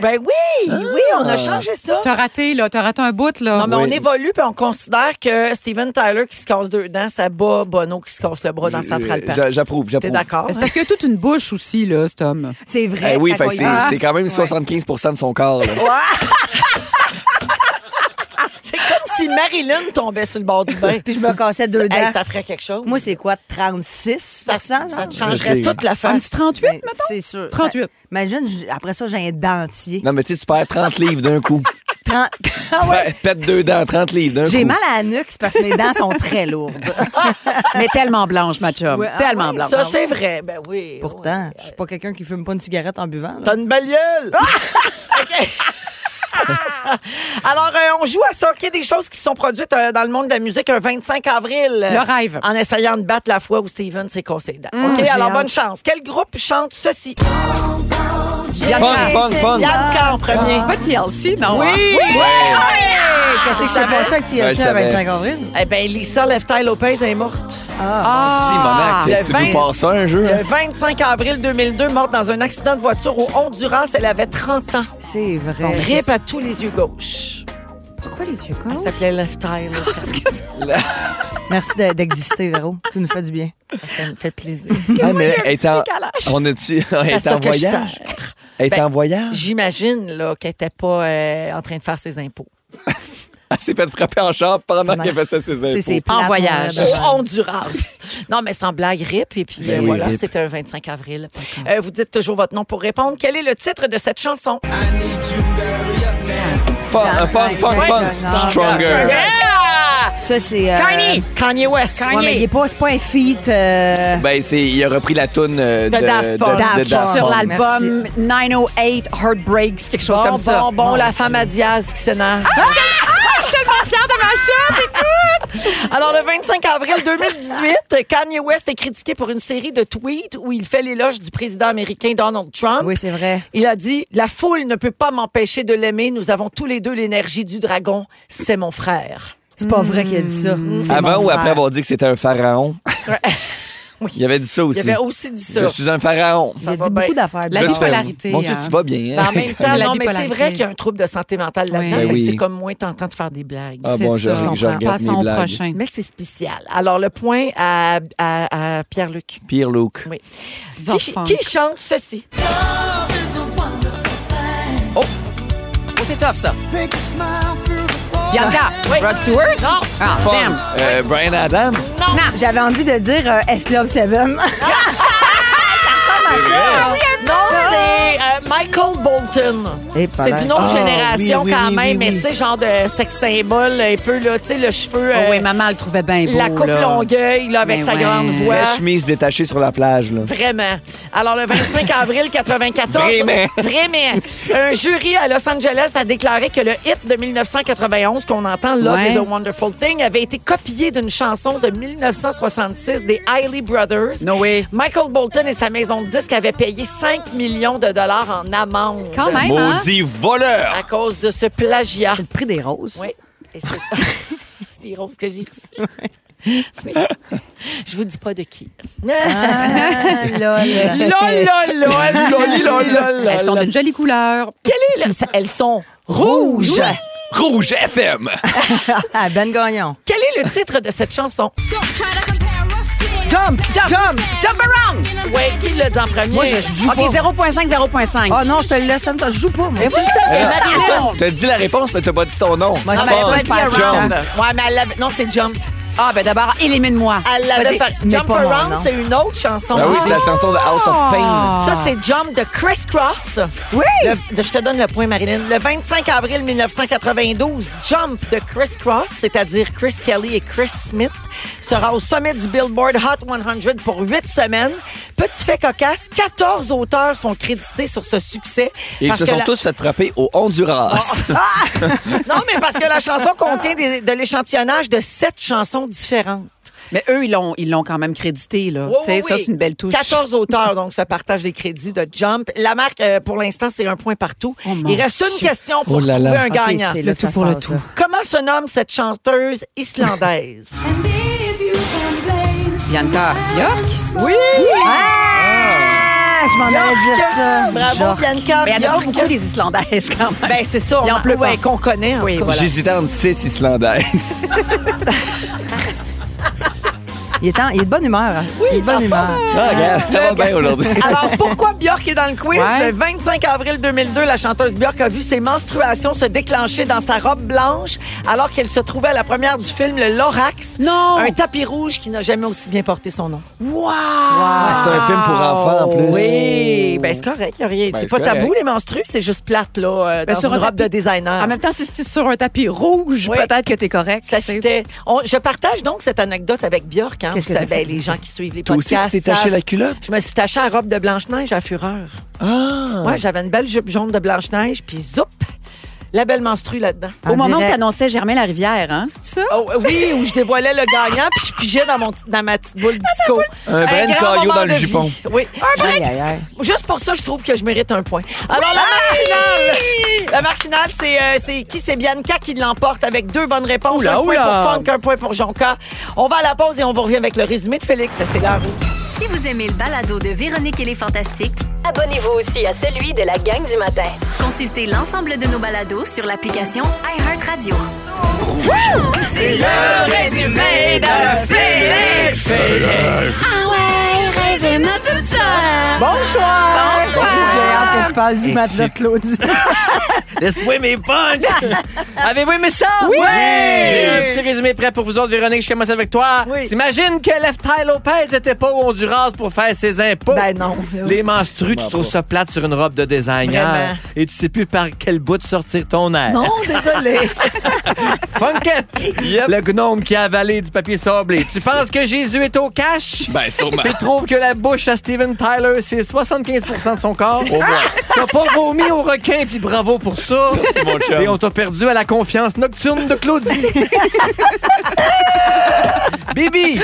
Speaker 3: Ben oui, oui, on a changé ça.
Speaker 4: T'as raté, là. T'as raté un bout, là.
Speaker 3: Non, mais on évolue puis on considère que Steven Tyler qui se casse deux dents, ça bat Bono qui se casse le bras dans Central Park.
Speaker 5: j'a- Euh, j'approuve,
Speaker 3: T'es
Speaker 5: j'approuve.
Speaker 3: d'accord? hein?
Speaker 4: Mais C'est parce qu'il y a toute une bouche aussi, là, cet homme.
Speaker 2: C'est
Speaker 5: Eh oui, fait que c'est c'est quand même 75 de son corps. là.
Speaker 3: C'est comme si Marilyn tombait sur le bord du bain.
Speaker 2: Puis je me cassais deux
Speaker 3: Hey,
Speaker 2: dents.
Speaker 3: ça ferait quelque chose.
Speaker 2: Moi, c'est quoi, 36
Speaker 3: ça,
Speaker 2: genre?
Speaker 3: ça te changerait
Speaker 5: Je sais.
Speaker 3: toute la
Speaker 2: Un
Speaker 3: face.
Speaker 2: petit 38, mettons? C'est sûr.
Speaker 4: 38.
Speaker 2: Ça- imagine, j'- après ça, j'ai un dentier.
Speaker 5: Non, mais tu sais, tu perds 30 livres d'un coup.
Speaker 2: Trente- Ah ouais.
Speaker 5: Pète- Pète deux dents, 30 livres d'un coup.
Speaker 2: J'ai mal à la nuque, c'est parce que mes dents sont très lourdes.
Speaker 4: Mais tellement blanche, ma chum.
Speaker 2: Ouais, ah
Speaker 4: tellement
Speaker 2: ouais,
Speaker 4: blanche.
Speaker 3: Ça, c'est vrai. Ben oui.
Speaker 2: Pourtant, je suis pas quelqu'un qui fume pas une cigarette en buvant. là.
Speaker 3: T'as une belle gueule. OK. Alors, euh, on joue à ça. OK, des choses qui se sont produites euh, dans le monde de la musique un 25 avril. euh,
Speaker 4: Le rêve.
Speaker 3: En essayant de battre la foi où Steven s'est cassé les dents.
Speaker 4: Mm,
Speaker 3: OK,
Speaker 4: j'ai
Speaker 3: alors
Speaker 4: hâte.
Speaker 3: bonne chance. Quel groupe chante ceci?
Speaker 5: Fun, fun, fun.
Speaker 3: Bianca Ah. en premier.
Speaker 4: Pas TLC, non?
Speaker 3: Oui!
Speaker 4: hein?
Speaker 2: Hey, Qu'est-ce qui s'est passé avec
Speaker 5: Ouais,
Speaker 2: TLC
Speaker 5: je
Speaker 2: à
Speaker 5: savais.
Speaker 2: 25 avril?
Speaker 3: Eh bien, Lisa Leftail Lopez est morte.
Speaker 5: Simonac,
Speaker 3: Ah. le
Speaker 5: qu'est-ce que tu nous
Speaker 3: 20
Speaker 5: passes ça, un jeu? hein?
Speaker 3: Le 25 avril 2002, morte dans un accident de voiture au Honduras. Elle avait 30 ans.
Speaker 2: C'est
Speaker 3: On
Speaker 2: vrai.
Speaker 3: rip à tous les yeux gauches.
Speaker 4: Pourquoi les yeux
Speaker 3: Elle s'appelait Leftail Lopez.
Speaker 2: Merci de- d'exister, Véro. Tu nous fais du bien.
Speaker 3: Ça me fait plaisir.
Speaker 5: Ah, mais elle est en,
Speaker 3: décalage.
Speaker 5: on a-tu, elle
Speaker 3: C'est
Speaker 5: est
Speaker 3: ça
Speaker 5: en
Speaker 3: que je
Speaker 5: voyage?
Speaker 3: sers.
Speaker 5: Elle est
Speaker 3: Ben,
Speaker 5: en voyage?
Speaker 3: J'imagine là, qu'elle n'était pas euh, en train de faire ses impôts.
Speaker 5: Elle s'est fait frapper en char pendant
Speaker 2: Pendant-
Speaker 5: qu'elle faisait ses impôts.
Speaker 3: en voyage. Au Honduras. non, mais sans blague, RIP. Et puis
Speaker 5: Ben
Speaker 3: euh,
Speaker 5: oui,
Speaker 3: voilà,
Speaker 5: rip.
Speaker 3: c'était un 25 avril. Euh, vous dites toujours votre nom pour répondre. Quel est le titre de cette chanson?
Speaker 5: Fun, euh, fun, fun, fun. Stronger.
Speaker 2: Ça, c'est. euh,
Speaker 3: Kanye. Kanye West.
Speaker 2: Ouais, mais il est pas, c'est pas un feat. euh,
Speaker 5: Ben, c'est, il a repris la toune euh, de,
Speaker 2: De Daft Punk.
Speaker 5: de- de
Speaker 2: Daft
Speaker 5: Daft
Speaker 4: Sur
Speaker 5: Punk.
Speaker 4: l'album 908 Heartbreaks, quelque chose
Speaker 3: Bon,
Speaker 4: comme
Speaker 3: bon,
Speaker 4: ça. Ah!
Speaker 3: bon, la femme à Diaz qui s'énerve.
Speaker 4: Je suis tellement fière de ma chute!
Speaker 3: Alors, le 25 avril 2018, Kanye West est critiqué pour une série de tweets où il fait l'éloge du président américain Donald Trump.
Speaker 2: Oui, c'est vrai.
Speaker 3: Il a dit La foule ne peut pas m'empêcher de l'aimer. Nous avons tous les deux l'énergie du dragon. C'est mon frère.
Speaker 2: C'est pas vrai qu'il a dit ça. C'est
Speaker 5: Avant
Speaker 2: mon
Speaker 5: ou
Speaker 2: frère.
Speaker 5: après avoir dit que c'était un pharaon?
Speaker 3: Oui.
Speaker 5: Il avait dit ça aussi.
Speaker 3: Il avait aussi dit ça.
Speaker 5: Je suis un pharaon.
Speaker 2: Il a
Speaker 3: va
Speaker 2: dit
Speaker 3: bien.
Speaker 2: beaucoup d'affaires.
Speaker 5: Là,
Speaker 4: La
Speaker 5: tu fais,
Speaker 4: bipolarité,
Speaker 5: Mon Dieu,
Speaker 4: hein.
Speaker 5: tu vas bien.
Speaker 3: Mais
Speaker 5: hein?
Speaker 3: en même temps,
Speaker 4: La
Speaker 3: non, mais c'est
Speaker 4: bipolarité.
Speaker 3: vrai qu'il y a un trouble de santé mentale là-dedans.
Speaker 4: Oui.
Speaker 3: Fait
Speaker 5: Ben
Speaker 3: que
Speaker 5: oui.
Speaker 3: C'est comme moins tentant de faire des blagues.
Speaker 5: Ah
Speaker 4: C'est
Speaker 5: bon,
Speaker 4: ça,
Speaker 5: je, je,
Speaker 4: je comprends.
Speaker 5: regrette mes
Speaker 4: Passons au
Speaker 5: blagues.
Speaker 4: prochain.
Speaker 3: Mais c'est spécial. Alors, le point à, à- à Pierre-Luc.
Speaker 5: Pire look.
Speaker 3: Oui.
Speaker 4: Va
Speaker 3: Qui,
Speaker 4: funk.
Speaker 3: qui chante ceci?
Speaker 4: Oh, c'est tough, ça. Bianca, Rod Stewart?
Speaker 3: Non.
Speaker 4: Ah,
Speaker 5: Fun.
Speaker 4: damn.
Speaker 5: Euh, Brian Adams.
Speaker 2: J'avais envie de dire euh, S Love Seven. ça ressemble à ça.
Speaker 3: Non, c'est euh, Michael Bolton.
Speaker 2: Et
Speaker 3: C'est
Speaker 2: pareil.
Speaker 3: d'une autre
Speaker 5: Ah,
Speaker 3: génération
Speaker 5: oui, oui,
Speaker 3: quand
Speaker 5: oui,
Speaker 3: même,
Speaker 5: oui,
Speaker 3: mais
Speaker 5: oui.
Speaker 3: tu sais, genre de sex symbol, un peu, là, tu sais, le cheveu,
Speaker 4: Oh,
Speaker 3: euh,
Speaker 4: oui, maman le trouvait bien beau.
Speaker 3: la coupe
Speaker 4: là.
Speaker 3: longueuil, là, avec
Speaker 4: Mais
Speaker 3: sa
Speaker 4: ouais.
Speaker 3: grande voix.
Speaker 5: La chemise détachée sur la plage.
Speaker 3: Hein?
Speaker 5: Là.
Speaker 3: Vraiment. Alors, le 25 avril 94,
Speaker 5: Vraiment.
Speaker 3: vraiment, un jury à Los Angeles a déclaré que le hit de 1991 qu'on entend, Love
Speaker 4: Ouais.
Speaker 3: is a Wonderful Thing, avait été copié d'une chanson de 1966 des Hailey Brothers.
Speaker 4: No way.
Speaker 3: Michael Bolton et sa maison de disques avaient payé 5 millions de dollars en amende
Speaker 4: Quand même, hein?
Speaker 5: Maudit voleur!
Speaker 3: à cause de ce plagiat.
Speaker 2: C'est le prix des roses.
Speaker 3: Oui. Et c'est les roses que j'ai reçues. Oui. Je vous dis pas de qui.
Speaker 2: Ah, lol.
Speaker 3: Lol, lol, lol, loli, lol, lol, lol.
Speaker 4: Elles sont d'une jolie couleur.
Speaker 3: Quel est le- ça- Elles sont rouges.
Speaker 5: Rouge FM!
Speaker 2: Ah, ben Gagnon.
Speaker 3: Quel est le titre de cette chanson?
Speaker 2: Jump, jump, jump.
Speaker 4: Jump around!
Speaker 3: Oui, qui l'a dit en premier?
Speaker 4: Moi, je joue Ah,
Speaker 3: OK,
Speaker 4: OK, 0.5, 0.5.
Speaker 2: Oh non, je te le laisse, ça me je joue pas. Moi.
Speaker 5: Toi, T'as dit la réponse, mais t'as pas dit ton nom.
Speaker 2: Moi, je
Speaker 5: Fun.
Speaker 2: pense que je perds
Speaker 3: c'est
Speaker 2: le
Speaker 3: Jump.
Speaker 2: temps.
Speaker 3: Euh, Ouais, mais elle l'avait- Non, c'est Jump.
Speaker 4: Ah, ben d'abord, élimine-moi.
Speaker 3: Elle l'avait
Speaker 4: Vas-y.
Speaker 3: par-
Speaker 2: mais
Speaker 3: Jump
Speaker 2: pas mon
Speaker 3: Around,
Speaker 2: nom.
Speaker 3: c'est une autre chanson.
Speaker 5: Ben oui, c'est la chanson de House of Pain.
Speaker 3: Ça, c'est Jump de Criss Cross.
Speaker 2: Oui!
Speaker 3: Le- de- je te donne le point, Marilyn. Le 25 avril 1992, Jump de Chris Cross, c'est-à-dire Chris Kelly et Chris Smith, sera au sommet du Billboard Hot 100 pour huit semaines. Petit fait cocasse, 14 auteurs sont crédités sur ce succès.
Speaker 5: Et ils
Speaker 3: Parce
Speaker 5: se
Speaker 3: que
Speaker 5: sont
Speaker 3: la- Ah,
Speaker 5: tous fait frapper au Honduras.
Speaker 3: Non, mais parce que la chanson contient des- de l'échantillonnage de sept chansons différentes.
Speaker 4: Mais eux, ils l'ont, ils l'ont quand même crédité, là.
Speaker 3: Oui,
Speaker 4: tu sais,
Speaker 3: oui,
Speaker 4: ça,
Speaker 3: oui.
Speaker 4: c'est une belle touche.
Speaker 3: 14 auteurs, donc, se partagent les crédits de Jump. La marque, euh, pour l'instant, c'est un point partout.
Speaker 4: Oh, mon
Speaker 3: Il reste une
Speaker 4: Dieu.
Speaker 3: question pour
Speaker 5: Oh là là.
Speaker 3: trouver un
Speaker 2: Ok,
Speaker 3: gagnant.
Speaker 2: c'est
Speaker 4: Le
Speaker 2: là que
Speaker 4: tout
Speaker 2: ça se
Speaker 4: pour le
Speaker 2: passe,
Speaker 4: tout.
Speaker 2: là.
Speaker 3: Comment se nomme cette chanteuse islandaise?
Speaker 4: Bianca York.
Speaker 3: oui!
Speaker 2: Ah, je m'en allais dire ça.
Speaker 3: Bravo,
Speaker 2: Genre.
Speaker 3: Bianca!
Speaker 4: Mais il n'y en a pas
Speaker 3: Bjork.
Speaker 4: beaucoup des Islandaises, quand même.
Speaker 3: Ben, c'est ça, on,
Speaker 4: Il en pleut pas.
Speaker 3: ouais, qu'on connaît. en
Speaker 4: Oui,
Speaker 3: tout cas.
Speaker 4: voilà.
Speaker 5: J'hésitais entre six Islandaises.
Speaker 2: Il est, temps- il est de bonne humeur. Oui, il est de bonne humeur.
Speaker 5: Ah, regarde, ça va bien aujourd'hui.
Speaker 3: Alors, pourquoi Björk est dans le quiz?
Speaker 4: Ouais.
Speaker 3: Le 25 avril 2002, la chanteuse Björk a vu ses menstruations se déclencher dans sa robe blanche alors qu'elle se trouvait à la première du film Le Lorax.
Speaker 4: Non!
Speaker 3: Un tapis rouge qui n'a jamais aussi bien porté son nom.
Speaker 5: Ah, c'est un film pour enfants en plus.
Speaker 3: Oui, ben c'est correct, il y a rien.
Speaker 5: Ben,
Speaker 3: c'est
Speaker 5: c'est
Speaker 3: pas tabou
Speaker 5: correct.
Speaker 3: les menstrues, c'est juste plate là euh, dans
Speaker 4: Ben, sur
Speaker 3: une
Speaker 4: un
Speaker 3: robe de
Speaker 4: tapis-
Speaker 3: designer.
Speaker 4: En même temps, si c'est sur un tapis rouge,
Speaker 3: Oui.
Speaker 4: peut-être que t'es correct.
Speaker 3: Ça
Speaker 4: tu sais.
Speaker 3: fitait. On- je partage donc cette anecdote avec Björk. Hein,
Speaker 2: Qu'est-ce
Speaker 3: vous
Speaker 2: que t'as
Speaker 3: savez,
Speaker 2: fait?
Speaker 3: les gens qui suivent les
Speaker 5: Toi aussi, tu
Speaker 3: podcasts.
Speaker 5: t'es taché
Speaker 3: savent.
Speaker 5: la culotte?
Speaker 3: Je me suis tachée à la robe de Blanche-Neige à fureur.
Speaker 5: Ah!
Speaker 3: Ouais, j'avais une belle jupe jaune de Blanche-Neige, puis zoup, la belle menstrue là-dedans.
Speaker 2: En
Speaker 4: Au moment où
Speaker 2: direct.
Speaker 4: t'annonçais Germain Larivière, hein, c'est ça?
Speaker 3: Oh, euh, oui, où je dévoilais le gagnant, puis je pigeais dans, mon, dans ma petite boule disco.
Speaker 5: Un brin de
Speaker 3: grand
Speaker 5: caillot
Speaker 3: moment
Speaker 5: dans le
Speaker 3: de
Speaker 5: jupon.
Speaker 3: vie. Oui. Un brin
Speaker 2: Aïe, aïe, aïe.
Speaker 3: Juste pour ça, je trouve que je mérite un point. Alors, la marque finale, la marque finale, c'est euh, c'est qui? C'est Bianca qui l'emporte avec deux bonnes réponses.
Speaker 4: Oula,
Speaker 3: un point
Speaker 4: oula.
Speaker 3: pour Funk, un point pour Jonca. On va à la pause et on vous revient avec le résumé de Félix. C'était la roue.
Speaker 1: Si vous aimez le balado de Véronique et les Fantastiques,
Speaker 6: Abonnez-vous aussi à celui de la gang du matin.
Speaker 1: consultez l'ensemble de nos balados sur l'application iHeartRadio.
Speaker 12: C'est le résumé de Félix.
Speaker 8: Félix.
Speaker 12: Ah ouais, résumé.
Speaker 4: t'aime toute seule.
Speaker 2: Bonsoir! J'ai hâte que tu parles du match de Claudie.
Speaker 3: Laisse-moi mes punchs! Avez-vous aimé ça?
Speaker 2: Oui!
Speaker 3: J'ai un petit résumé prêt pour vous autres. Véronique, je commence avec toi. T'imagines que Lefty Lopez n'était pas au Honduras pour faire ses impôts?
Speaker 2: Ben non.
Speaker 3: Les menstrues,
Speaker 5: Ben
Speaker 3: tu trouves ça plate sur une robe de designer.
Speaker 2: Vraiment.
Speaker 3: Et tu sais plus par quel bout de sortir ton air.
Speaker 2: Non, Oh, désolé.
Speaker 3: Funkette! Le gnome qui a avalé du papier sablé. Tu penses que Jésus est au cash?
Speaker 8: Ben, sûrement.
Speaker 3: Tu trouves que la bouche à Steven Tyler, c'est 75 de son corps?
Speaker 8: Au moins.
Speaker 3: T'as pas vomi au requin, puis bravo pour ça.
Speaker 8: Merci, mon chum.
Speaker 3: Et on t'a perdu à la confiance nocturne de Claudie. Bibi!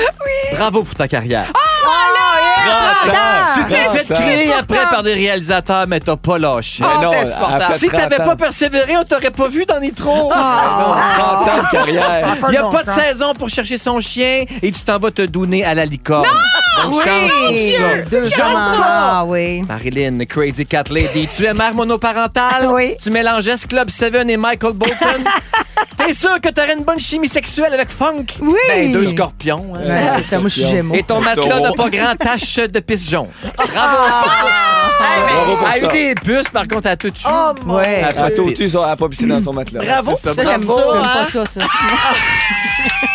Speaker 3: Bravo pour ta carrière. Tu
Speaker 8: Ah,
Speaker 3: t'es fait crier après par des réalisateurs, mais t'as pas lâché.
Speaker 4: Ah, Mais non, c'était supportable. après
Speaker 3: si
Speaker 4: 30
Speaker 3: t'avais
Speaker 4: ans.
Speaker 3: pas persévéré, on t'aurait pas vu dans Nitro.
Speaker 4: Ah.
Speaker 3: Non,
Speaker 4: 30 ans de carrière.
Speaker 3: Il n'y a
Speaker 4: Pas de
Speaker 3: pas de
Speaker 4: bon sens.
Speaker 3: saison pour chercher son chien et tu t'en vas te donner à la licorne. Bonne
Speaker 2: Ah Oui!
Speaker 3: chance pour
Speaker 2: Dieu,
Speaker 3: ça.
Speaker 2: deux
Speaker 3: Chance
Speaker 2: hommes en
Speaker 3: pour ça.
Speaker 2: or, Ah oui.
Speaker 3: Marilyn, Crazy Cat Lady, tu es mère monoparentale. Tu mélangeais ce Club 7 et Michael Bolton. T'es sûr que t'aurais une bonne chimie sexuelle avec Funk?
Speaker 2: Oui!
Speaker 3: Ben, deux scorpions. hein.
Speaker 2: Ouais, c'est ça, moi, je suis Gémeaux.
Speaker 3: Et ton matelas n'a pas grand tache de pigeon. Ah,
Speaker 5: Bravo pour
Speaker 3: a eu
Speaker 5: ça.
Speaker 3: des puces, par contre, à tout tue. Ah,
Speaker 5: Ouais. À Totu, elle a pas pissé dans son matelas.
Speaker 3: Bravo,
Speaker 5: C'est
Speaker 3: Oh, ça, j'aime ça,
Speaker 5: Bravo.
Speaker 3: hein.
Speaker 2: Pas ça, ça.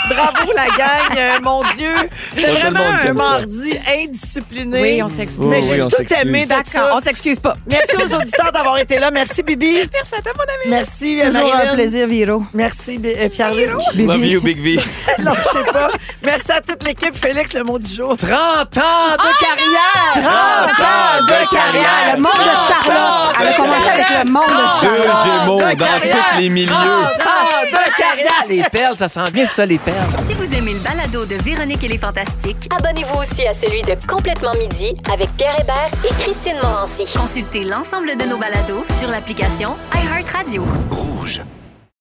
Speaker 3: Bravo, la gang. euh, mon Dieu. C'est
Speaker 5: Pas tout le
Speaker 3: vraiment
Speaker 5: monde qui
Speaker 3: un
Speaker 5: aime ça.
Speaker 3: mardi indiscipliné.
Speaker 13: Oui, on s'excuse.
Speaker 3: Mais
Speaker 13: Oui,
Speaker 3: j'ai
Speaker 13: oui, on
Speaker 3: tout
Speaker 13: s'excuse.
Speaker 3: aimé de
Speaker 13: D'accord,
Speaker 3: ça.
Speaker 13: on s'excuse pas.
Speaker 3: Merci aux auditeurs d'avoir été là. Merci, Bibi. Merci à toi, mon ami. Merci, euh,
Speaker 2: Toujours
Speaker 3: Marilyn.
Speaker 2: un plaisir, Viro.
Speaker 3: Merci, Bi- euh, Pierre-Luc.
Speaker 8: Love you, Big V.
Speaker 3: non, je sais pas. Merci à toute l'équipe. Félix, le mot du jour. 30 ans de carrière!
Speaker 2: 30 ans de carrière. Le monde de Charlotte. Elle a commencé avec le monde de
Speaker 8: Deux
Speaker 2: Charlotte.
Speaker 8: gémeaux
Speaker 3: de
Speaker 8: dans
Speaker 3: carrière.
Speaker 8: tous les milieux.
Speaker 3: 30 ans de carrière! Les perles, ça sent bien ça, les perles.
Speaker 1: Si vous aimez le balado de Véronique et les Fantastiques,
Speaker 6: Abonnez-vous aussi à celui de Complètement Midi avec Pierre Hébert et Christine Morancy.
Speaker 1: consultez l'ensemble de nos balados sur l'application iHeartRadio.
Speaker 7: Rouge.